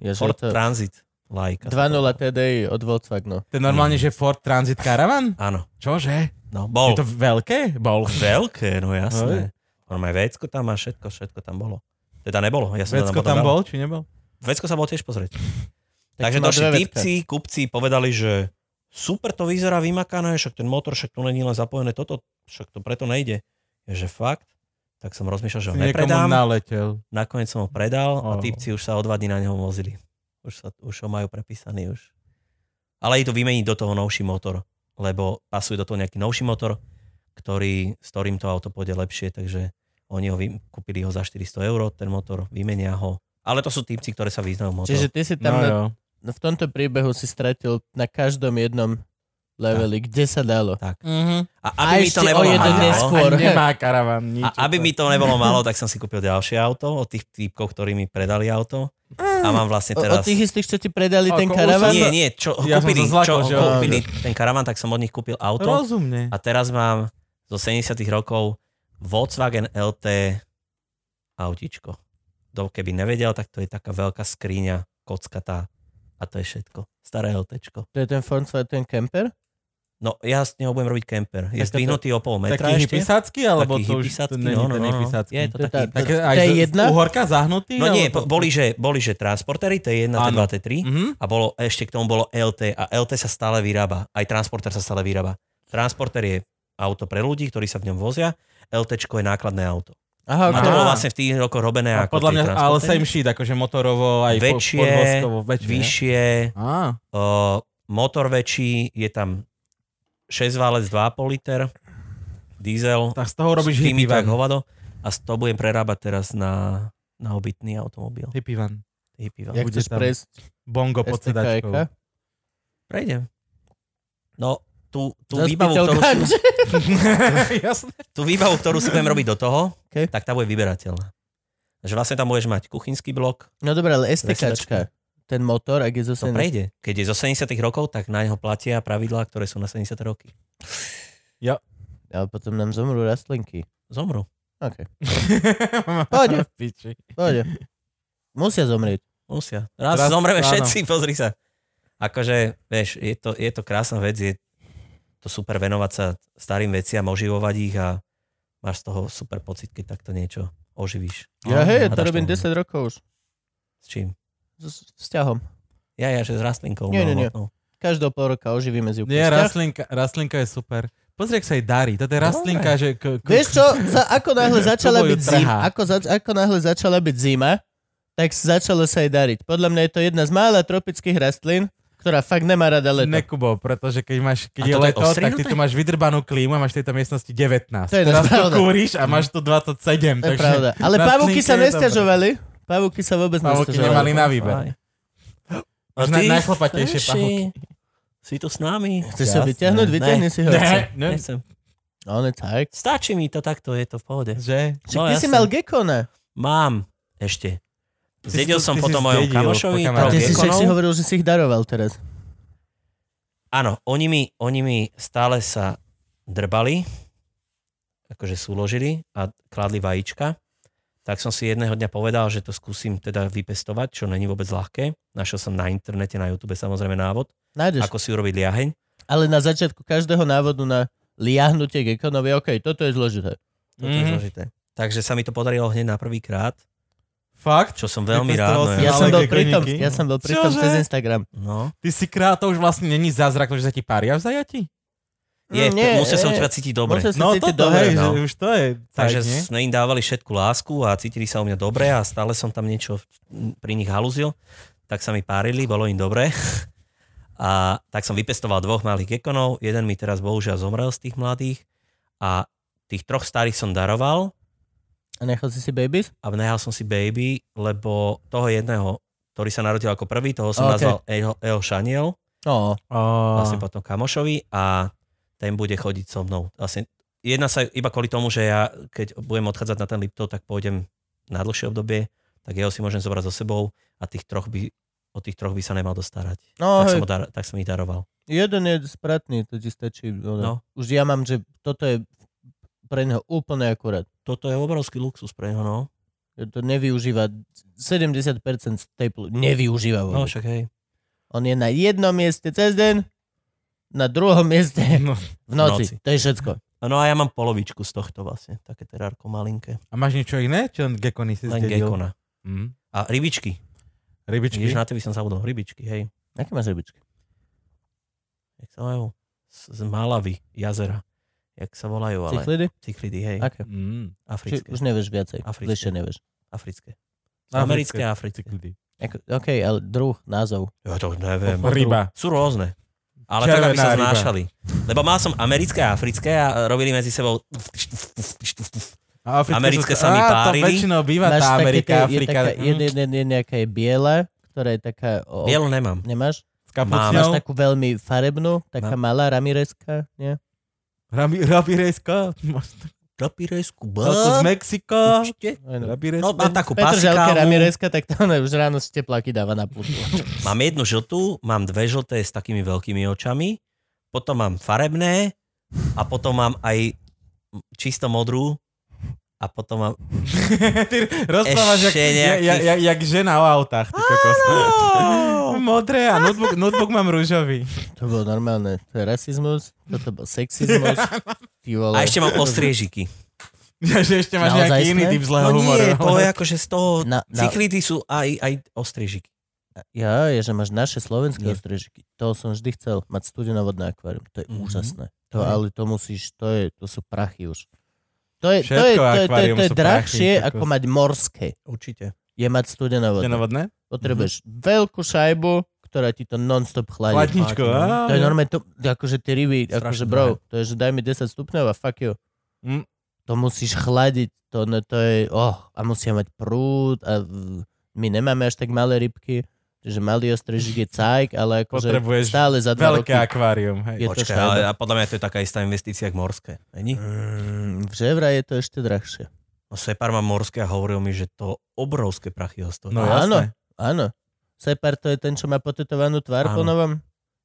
Ja, že
Ford
je to
Transit. Like.
2.0 TDI od Volkswagenu.
To je normálne, že Ford Transit Caravan?
Áno.
Čože?
No,
Je
bol.
to veľké? Bol.
Veľké, no jasné. On má vecko tam a všetko, všetko tam bolo. Teda nebolo. Ja som to
Vecko
tam,
tam
potom
bol, či nebol?
dal. Vecko sa bol tiež pozrieť.
Tak
Takže
to má
došli
dve vecka.
typci, kupci, povedali, že super to vyzerá vymakané, však ten motor, však tu není len zapojené toto, však to preto nejde. Je, že fakt, tak som rozmýšľal, že ho
Si
nepredám.
Niekomu naletel.
Nakoniec som ho predal a
Oh.
typci už sa o dva dní na neho vozili. Už, sa, už ho majú prepísaný už. Ale je to vymeniť do toho novší motor, lebo pasuje do toho nejaký novší motor, ktorý, s ktorým to auto pôjde lepšie, takže oni ho vy, kúpili ho za 400 eur, ten motor, vymenia ho. Ale to sú typci, ktoré sa vyznajú v
Čiže
motoroch.
ty si
No
tam na,
jo.
no v tomto príbehu si stratil na každom jednom leveli, kde sa dalo.
Mhm.
A aby
a
mi
ešte
to
o
nebolo
jeden
málo,
neskôr.
A nemá karavan. Nič,
a aby mi to nebolo málo, tak som si kúpil ďalšie auto od tých typkov, ktorí mi predali auto. A mám vlastne
Mm. O, o
teraz...
tých istých, čo ti predali
Ako
ten
už
karavan?
sa-
Nie, nie, čo ho
Ja som
kúpili,
sa zlakol,
čo ho
že
ho
kúpili ten karavan, tak som od nich kúpil auto.
Rozumne.
A teraz mám zo 70 rokov Volkswagen LT autičko. Kto keby nevedel, tak to je taká veľká skriňa, kockatá a to je všetko. Staré LTčko.
To je ten Volkswagen Camper?
No ja s ňou budem robiť kemper. Je
Taká to-
zdvihnutý o pol metra ešte.
Taký hypisácky, alebo
Taký
to už to
hypisácky,
není
no, no, no,
ten
no.
hypisácky?
Je to
To je
taký...
tá-
Také
To
aj
je
z-
jedna?
Z uhorka zahnutý?
No nie,
alebo-
po- boli že, boli, že transportery, T1, T2,
Áno.
T3
Mhm.
a bolo, ešte k tomu bolo LT a LT sa stále vyrába. Aj transporter sa stále vyrába. Transporter je auto pre ľudí, ktorí sa v ňom vozia. LT je nákladné auto.
Aha,
A
ok.
to
Aha.
bolo vlastne v tých rokoch robené
A
ako
podľa
tie
mňa, ale
transportery.
same shit, akože motorovo, aj po-
Väčšie,
podvozkovo, väčšie. nie?
Vyššie,
Á,
o, motor väčší, je tam 6 válec 2,5 liter, diesel,
tak z toho
s
robíš
tými
hippie
tak
van.
hovado a s to budem prerábať teraz na, na obytný automobil.
Hippie van.
Hippie van.
Jak
bude
chceš
tam
prejsť
Bongo pod sedačkou.
STKK?
Prejdem. No, tú, tú,
Zas
výbavu,
pýtal
ktorú si,
Ganže.
Jasné.
tú výbavu, ktorú si budem robiť do toho,
Okay.
tak tá bude vyberateľná. Že vlastne tam budeš mať kuchynský blok,
No dobre, ale STKčka, ten motor, ak je zo
to
Sena-
prejde. Keď je zo 70 rokov, tak na neho platia pravidlá, ktoré sú na 70 roky.
Ale potom nám zomrú rastlinky.
Zomru.
OK, Poď.
Poď. Piči.
pohode. Musia zomrieť.
Musia. Raz,
Raz,
zomreme
áno.
všetci, pozri sa. Akože, vieš, je to, je to krásna vec, je to super venovať sa starým veciam, oživovať ich a máš z toho super pocit, keď takto niečo oživíš.
Ja
No,
hej,
a
to
dáš
robím
tomu.
10 rokov už.
S čím?
S s vzťahom.
Ja, ja, že s rastlinkou.
Nie,
no,
nie, nie.
no.
Každého pol roka oživíme zivku.
Nie,
Vzťah-
rastlinka, rastlinka je super. Pozri, ak sa jej darí. Toto je rastlinka, že... K, k,
Vieš čo, za, ako náhle začala
ju
byť zima,
trhá.
ako, zač, ako náhle začala byť zima, tak začalo sa jej dariť. Podľa mňa je to jedna z mála tropických rastlín, ktorá fakt nemá rada leto. Ne-
Nekubo, pretože keď, máš, keď
A
je
toto je
leto, tak ty
ostriehnuté?
tu máš vydrbanú klímu a máš v tejto miestnosti 19.
To je
Teraz tu
pravda.
kúriš
Mhm.
a máš tu
to je
27. takže
pravda. Ale
rastlinka
pavúky sa
je
nestiažovali. Pavúky sa vôbec
Pavúky
nestiažovali.
nemali na výber.
Faj.
Až na- najchlpatejšie
Fajši,
pavúky.
Si tu s nami?
Chceš sa
Jasné.
vyťahnuť? Vyťahni si ho.
Ne, ne,
Nechcem.
On je tak.
Stačí mi to takto, je to v pohode.
že?
Čiže
No,
ty
jasné.
si mal gekona.
Mám ešte.
si
Zjedil
to-
som
ty si
potom mojom
zdedil
kamošovi.
po
A
troch
kamarátovi.
ty si však
gekonov.
si hovoril, že si ich daroval teraz.
Áno, oni mi, oni mi stále sa drbali, akože súložili a kladli vajíčka. Tak som si jedného dňa povedal, že to skúsim teda vypestovať, čo není vôbec ľahké. Našiel som na internete, na YouTube samozrejme návod,
Nájdeš.
ako si urobiť liaheň.
Ale na začiatku každého návodu na liahnutie gekonov je OK, toto je zložité.
Toto je zložité. Takže sa mi to podarilo hneď na prvý krát,
Fakt?
čo som veľmi rád.
Vypestoval
no
si
Ja
ja.
Ale
som bol pri
gekoníky?
tom, ja som bol pri tom
Čože?
cez Instagram.
No.
Ty si král, to už vlastne není zázrak, to, že sa ti pária v zajati?
Je,
Mm, nie,
musel som
je.
teba cítiť dobre.
Musel si cítiť dobre.
hej,
no.
že už to je tak,
Takže
nie?
sme im dávali všetku lásku a cítili sa u mňa dobre a stále som tam niečo pri nich halúzil. Tak sa mi párili, bolo im dobre. A tak som vypestoval dvoch malých gekonov. Jeden mi teraz bohužiaľ zomrel z tých mladých. A tých troch starých som daroval
A nechal si si babies?
a nehal som si baby, lebo toho jedného, ktorý sa narodil ako prvý, toho som
OK.
okay. nazval El, El Šaniel,
No,
vlastne potom kamošovi a ten bude chodiť so mnou. Vlastne jedna sa iba kvôli tomu, že ja keď budem odchádzať na ten Liptov, tak pôjdem na dlhšie obdobie, tak jeho si môžem zobrať so sebou a tých troch by, o tých troch by sa nemal dostarať.
no hej,
tak, som ho dar, tak som ich daroval.
jeden je spratný, to ti stačí. No.
No.
Už ja mám, že toto je pre neho úplne akurát.
Toto je obrovský luxus pre neho, no.
To nevyužíva, 70% staplu nevyužíva vôbec.
No však hej.
On je na jednom mieste cez deň, na druhom mieste
No.
v noci.
V noci.
To je všetko.
No a ja mám polovičku z tohto vlastne, také terárko malinké.
A máš niečo iné? Čo len gekony si
Len
zdedil?
gekona.
Mm.
A rybičky.
Rybičky?
Vidíš, na to by som zabudol. Rybičky, hej.
Aké máš rybičky?
Jak sa majú? Z, z Malavy, jazera. Jak sa volajú, ale...
Cichlidy?
Cyklidy, hej.
Aké?
Mm.
Či
Africké.
už nevieš viacej.
Africké.
Bližšie nevieš.
Africké.
Africké.
Americké a africké.
Cyklidy.
Ako, OK, ale druh, názov.
Ja to neviem.
Ryba.
Sú rôzne. Ale tak,
Červená
aby sa
ryba.
znášali. Lebo mal som americké a africké a robili medzi sebou...
A africké
Americké
sú-
sa mi
Á,
párili.
To väčšinou býva tá
také
Amerika,
tie- je
Afrika.
taká,
mm,
je, je, je, nejaká je biela, ktorá je taká... O,
Bielu nemám.
Nemáš?
S
Máš
kapucňou.
takú veľmi farebnú, taká malá ramireska, nie?
Rabi- Rabirejsko.
Rapirejsku,
Toľko z Mexiko.
Určite.
Áno.
No,
Rabirejsko.
mám takú
Petr Žalka
pasikávu.
ramireska, tak to ona už ráno z tepláky dáva na putu.
Mám jednu žltú, mám dve žlté s takými veľkými očami, potom mám farebné a potom mám aj čisto modrú a potom mám...
Ty rozprávaš jak,
Ešte
nejakých... jak,
nejakých-
jak, jak žena o autách. Ty kokos. Modré a notebook, notebook mám rúžový.
To bolo normálne. To je rasizmus, toto bol sexizmus. Ty vole.
A ešte mám ostriežiky.
Ja, že ešte máš
Naozaj
nejaký iný
sme?
typ zlého
No
humoru.
nie, to je akože z toho...
Na, na,
Cyklidy sú aj, aj ostriežiky.
ja, je, že máš naše slovenské
Nie.
ostriežiky. To som vždy chcel, mať studenovodné akvárium. To je
Mhm.
úžasné. To,
Hej.
ale to musíš, to, je, to sú prachy už. To je, to
Všetko
je, to je, to je,
akvárium
to je
sú prachy,
drahšie,
kokos.
ako mať morské.
Určite.
Je mať studenovodné.
Stenovodné? Mhm.
Potrebuješ veľkú šajbu, ktorá ti to non-stop chladí.
Platničko.
fakt, no.
To je normálne, to, akože tie ryby,
Strašne
akože bro, to je, že daj mi 10 stupňov a fuck you.
Hm.
Mm.
To musíš chladiť, to, no, to je, oh, a musia mať prúd a v- my nemáme až tak malé rybky, že malý ostrežík je cajk, ale akože
Potrebuješ
stále za dva
Veľké
roky.
akvárium.
Je
Hej.
to
Počkaj,
šajba.
ale a podľa mňa to je taká istá investícia ako morské. Není?
Mm, v ževra je to ešte drahšie.
No Separ má morské a hovoril mi, že to obrovské prachy ho stojí.
No
Áno.
jasné.
Áno. Separ to je ten, čo má potetovanú tvár po
Áno.
novom.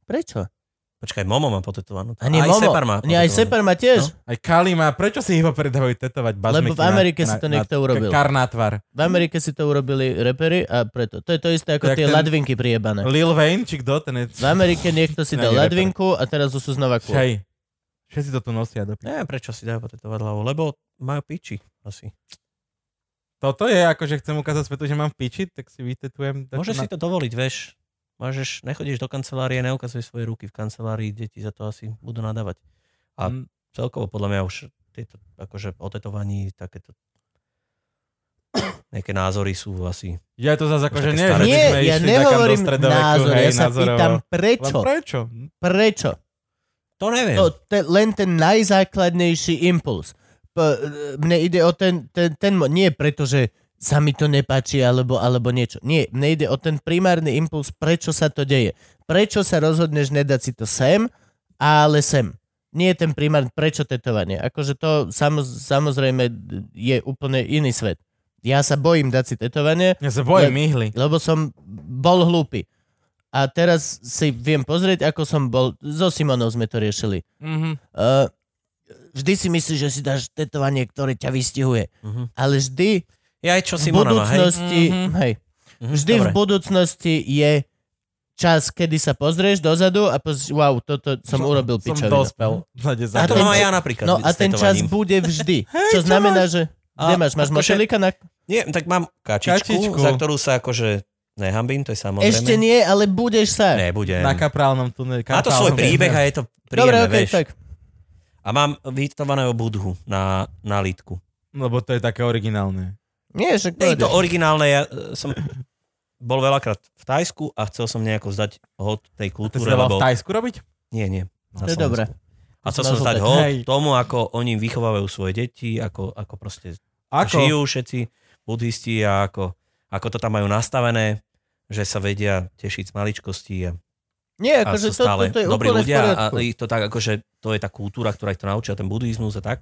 Prečo?
Počkaj, Momo má potetovanú.
A nie
aj
Momo.
Separ má
Nie, aj
potetovanú.
Separ má tiež.
Aj Kali má, prečo si ich ho predávajú tetovať
No,
bazmeky?
Lebo v Amerike
na,
si to
na-
niekto urobil.
Kar na tvár.
V Amerike si to urobili repery a preto. To je to isté ako
Tak
tie
ten-
ladvinky priebané.
Lil Wayne, či kto? Ten je...
V Amerike niekto si
Ne,
dal
nie,
ladvinku a teraz už sú znova cool.
Hej. Všetci to tu nosia do piči.
Neviem, prečo si dajú potetovať hlavu, lebo majú piči asi.
Toto je ako, že chcem ukázať svetu, že mám piči, tak si vytetujem. tak
Môžeš
na-
si to dovoliť, vieš. Môžeš, nechodíš do kancelárie, neukazuj svoje ruky v kancelárii, deti za to asi budú nadávať. a-
Mm.
Celkovo podľa mňa už tieto, akože o tetovaní, takéto nejaké názory sú asi.
Ja to zase
také
akože nie,
staré.
že by
Nie,
sme
ja
išli nekam do
nehovorím
stredoveku,
názor,
hej,
ja sa
názorovo.
pýtam
Len
prečo.
prečo?
Prečo?
To neviem.
To, No, te, len ten najzákladnejší impuls. P- mne ide o ten, ten, ten mo- nie preto, že sa mi to nepáči alebo, alebo niečo. Nie, mne ide o ten primárny impuls, prečo sa to deje. Prečo sa rozhodneš nedať si to sem, ale sem. Nie je ten primárny, prečo tetovanie. Akože to samoz, samozrejme je úplne iný svet. Ja sa bojím dať si tetovanie,
Ja sa
Ja-
bojím myhly.
lebo som bol hlúpy. A teraz si viem pozrieť, ako som bol. So Simonou sme to riešili.
Mhm.
Uh, vždy si myslíš, že si dáš tetovanie, ktoré ťa vystihuje.
Mhm.
Ale vždy
Ja aj čo
v
Simona má, hej?
budúcnosti,
Mhm.
hej,
Mhm,
vždy v
dobre.
budúcnosti je čas, kedy sa pozrieš dozadu a pozrieš, wow, toto som urobil
Som
pičovinu.
dospel. Zade
A
za
to
ten-
mám aj ja napríklad.
No a
s
ten čas
tetovaním.
bude vždy. čo znamená, že... Kde
A
máš? Máš
akože-
močelika na...
Nie, tak mám kačičku,
Kačičku.
za ktorú sa akože nehambím, to je samozrejme.
Ešte nie, ale budeš sa.
Nebudem.
Na kaprálnom tuneli.
Má to svoj príbeh a je to
Dobre,
príjemné,
okej,
vieš.
tak.
A mám vytetovaného budhu na, na lítku.
Lebo to je také originálne.
Nie, však
Je to
pôjdeš.
originálne, ja e, som bol veľakrát v Tajsku a chcel som nejako zdať hod tej
To si
kultúre,
dala
lebo...
v Tajsku robiť?
Nie, nie. na
No, To je
Slovensku.
dobré.
A chcel
To
som
som
zdať
nazol
hod
Hej.
tomu, ako oni vychovávajú svoje deti, ako, ako proste
Ako?
žijú všetci buddhisti a ako, ako to tam majú nastavené, že sa vedia tešiť z maličkostí a
Nie,
a
akože
sú
to, to,
stále
to je
dobrí
úplne v
ľudia a
poriadku.
ich to tak akože, to je tá kultúra, ktorá ich to naučila, ten buddhizmus a tak.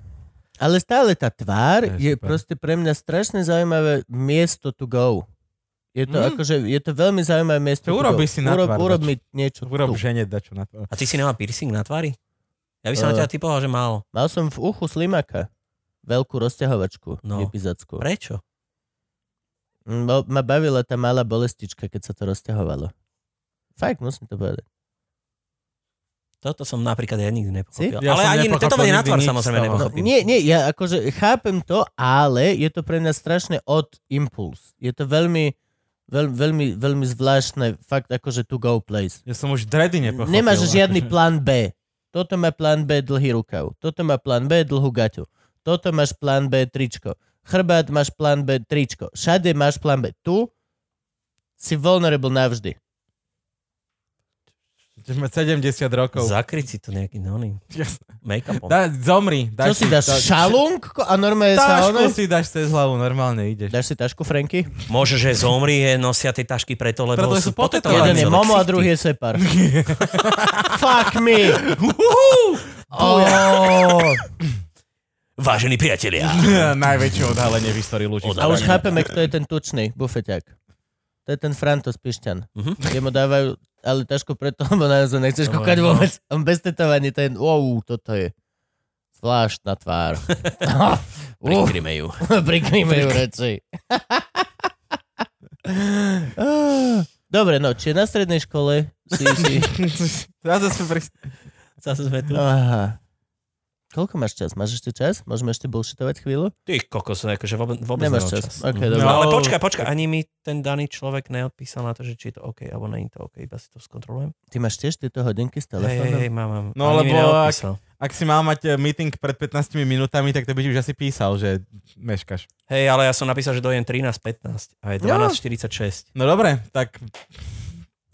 Ale stále tá tvár je,
To je
je
super.
proste pre mňa strašne zaujímavé miesto to go. Je to,
Mm.
akože, je to veľmi zaujímavé miesto. to
To urobi
go.
si na
urob,
tvár
Urob
dačo.
mi niečo
Urob
tu.
žene dačo na to.
A ty si nemal piercing na tvári? Ja by som
Eh.
na teba typoval, že mal.
Mal som v uchu slimaka. Veľkú rozťahovačku no.
No.
epizacku.
Prečo?
No, ma bavila tá malá bolestička, keď sa to rozťahovalo. Fakt, musím to povedať.
Toto som napríklad ja nikdy
Si?
nepochopil. Ja
Ja
ale
som
ani
nepochopil
tetovanie na
nikdy
tvár
nič
samozrejme
z toho.
No,
nepochopím.
nie, nie, ja akože chápem to, ale je to pre mňa strašne od impuls. Je to veľmi, veľ, veľmi, veľmi zvláštne, fakt akože to go place.
Ja som už dready nepochopil.
Nemáš žiadny
akože.
plán B. Toto má plán B dlhý rukav. Toto má plán B dlhú gaťu. Toto máš plán B tričko. Chrbát máš plán B tričko. Všade máš plán B. Tu si vulnerable navždy.
Že sme 70 rokov.
Zakryť si to nejaký no, oný
Jasné.
make-upom.
Da, zomri.
Čo
Daj
si dáš? Šalung? A normálne sa ono?
Tášku si dáš cez hlavu, normálne ideš.
Dáš si tašku, Franky?
Môže, že zomri, je, nosia tie tašky preto, lebo
Preto
sú
sú potetovaní.
Jeden je
potetovaní. celé
Momo a
ksichty.
druhý je Separ. Fuck me! oh.
Vážení priatelia,
Najväčšie odhalenie v histórii ľudí.
A už
Dobre.
chápeme, kto je ten tučný bufeťák. To je ten Franto z Pišťan.
Mhm.
Kde mu dávajú, ale ťažko preto, lebo naozaj nechceš
No,
kúkať
no.
vôbec. On bez tetovaní, ten, wow, toto je zvláštna tvár. Uh,
Prikryme ju.
Prikryme ju reči. Dobre, no, čiže na strednej škole si... si...
Zase sme pri...
Zase sme tu.
Aha. Koľko máš čas? Máš ešte čas? Môžeme ešte bullshitovať chvíľu?
Ty kokos, akože vôbec, vôbec
Nemáš
nemám
čas.
čas.
OK,
No,
dobre.
ale počkaj, počkaj, ani mi ten daný človek neodpísal na to, že či je to OK, alebo není to OK, iba si to skontrolujem.
Ty máš tiež tieto hodinky s
Hej, hej,
telefónom?
hej, mám, mám.
No,
ani mi
lebo ak-
neodpísal.
Ak si mal mať eh, meeting pred 15 minútami, tak to by ti už asi písal, že meškaš.
Hej, ale ja som napísal, že dojem 13.15 a je
No.
12.46.
No dobre, tak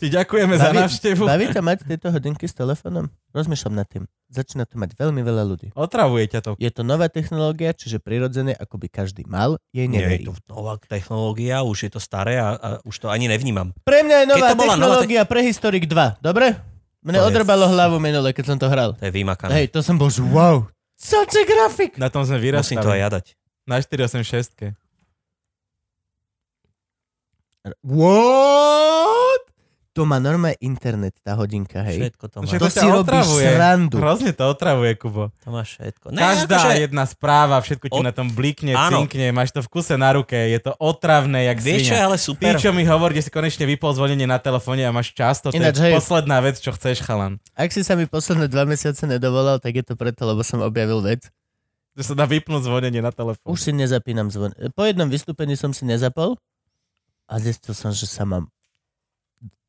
ti ďakujeme za
Baví-
návštevu.
Baví ťa mať tieto hodinky s telefónom? Rozmýšľam nad tým. Začína to mať veľmi veľa ľudí.
Otravuje ťa to.
Je to nová technológia, čiže prirodzene, ako by každý mal, jej
Nie,
neverí.
je to nová technológia, už je to staré a, a už to ani nevnímam.
Pre mňa je nová
Keď to bola nová
technológia Prehistoric 2, dobre? Mne
To je
odrbalo
f-
hlavu minule, keď som to hral.
To je vymakané.
Hej, to som bol, že wow, such a grafik.
Na tom sme
Musím to aj
vyrastali.
ja dať.
Na 486.
No.
What? To má normálne internet, tá hodinka, hej.
Všetko No, to má.
Že
To
to
si
ťa
robíš
otravuje.
srandu.
Hrozne to otravuje, Kubo.
To má všetko. Ne,
Každá
akože-
jedna správa, všetko ti
Od-
na tom blikne,
Áno.
cinkne, máš to v kuse na ruke, je to otravné, jak
Vieš, čo je
svinia.
ale
Ty,
super?
čo mi hovorí, že si konečne vypol zvonenie na telefóne a máš čas, to
Ináč,
je
hej.
posledná vec, čo chceš, chalan.
Ak si sa mi posledné dva mesiace nedovolal, tak je to preto, lebo som objavil vec.
Že sa dá vypnúť zvonenie na telefón.
Už si nezapínam zvon. Po jednom vystúpení som si nezapol a zistil som, že sa mám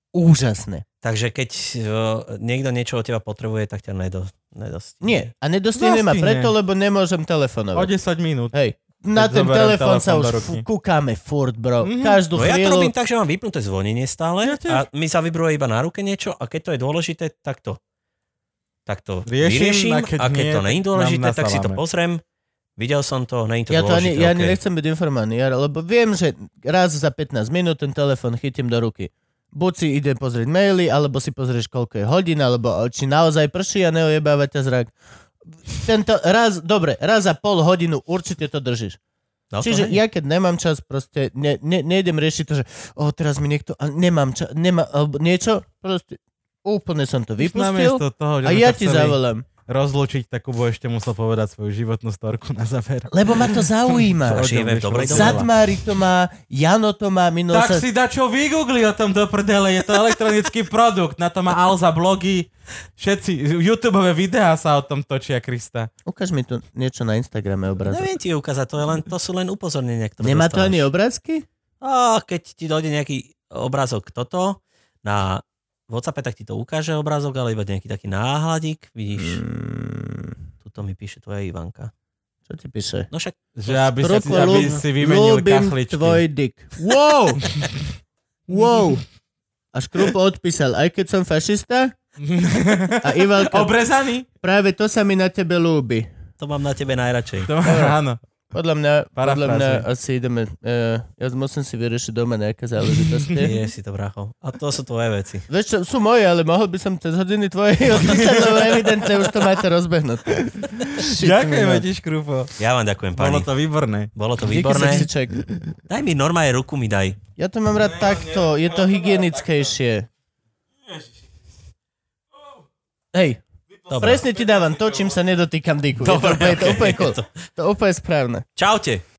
úžasné.
Takže keď uh, niekto niečo od teba potrebuje, tak ťa nedo, nedostihne.
Nie, a nedostihne ma
Zastihne.
preto, lebo nemôžem
O
telefonovať.
10 minút.
Hej, na
Tak
ten
zoberiem
telefón sa
telefón do
už
ruky.
fu- kúkame furt, bro.
Mhm.
Každú
No ja to
chvíľu.
robím tak, že mám vypnuté zvonenie stále
Ja tiež.
a mi sa vybruje iba na ruke niečo a keď to je dôležité, tak to, tak to
Riešim,
vyrieším
a
a
keď
keď,
nie,
to není
tak
dôležité,
nám
tak si to
nasaláme.
pozriem. Videl som to, není to
ja to ani,
dôležité.
ja ani
okej.
nechcem byť informovaný, ja- lebo viem, že raz za 15 minút ten telefon chytím do ruky. Buď si idem pozrieť maily, alebo si pozrieš, koľko je hodín, alebo či naozaj prší a neojebáva ťa zrak. Tento raz, dobre, raz za pol hodinu určite to držíš.
No, to
Čiže ja
hej.
keď nemám čas, proste ne, ne, nejdem riešiť to, že o, teraz mi niekto, a nemám čas, nemá, alebo niečo, proste úplne som to vypustil
Namiesto toho,
a
že sme
ja
sa
ti
chceli
zavolám,
Rozlučiť, tak Kubo ešte musel povedať svoju životnú storku na záver.
lebo ma to zaujíma.
A žijeme v dobrej dobe.
Zatmári to má, Jano to má, minul No sa...
Tak si dačo vygoogli o tom do prdele, je to elektronický produkt, na to má Alza blogy, všetci, YouTube videá sa o tom točia, Krista.
Ukáž mi tu niečo na Instagrame obrazok.
Neviem ti ukázať, to, je len, to sú len upozornenia, ktoré
Nemá to
dostávaš.
ani obrázky?
A keď ti dojde nejaký obrázok toto na WhatsAppe, tak ti to ukáže obrázok, ale iba nejaký taký náhľadík. Vidíš,
Mm,
tuto mi píše tvoja Ivanka.
čo ti píše?
No však
Že aby, sa,
Ruku
aby
ľúb-
si vymenil
ľúbim
kachličky.
tvoj dick. Wow! wow! A Škrup odpísal, aj keď som fašista a Ivalka,
Obrezaný?
práve to sa mi na tebe ľúbi.
to mám na tebe najradšej.
To má, áno.
Podľa mňa, podľa
Parafrázuj.
mňa asi ideme, uh, ja musím si vyriešiť doma nejaké záležitosti.
Je si to bracho. A to sú tvoje veci.
Vieš čo, sú moje, ale mohol by som cez hodiny tvoje odpísať, lebo evidentne už to máte rozbehnuté. Shit,
Ďakujeme
minut.
ti, Škrupo.
Ja vám ďakujem,
Bolo
pani.
to výborné.
Bolo to
Díky,
výborné.
sexiček.
Daj mi normálne ruku, mi daj.
Ja to mám rád takto, je to hygienickejšie. Hej,
Dobre.
presne ti dávam to, čím sa nedotýkam diku. Je to úplne, to úplne cool. To úplne správne.
Čaute.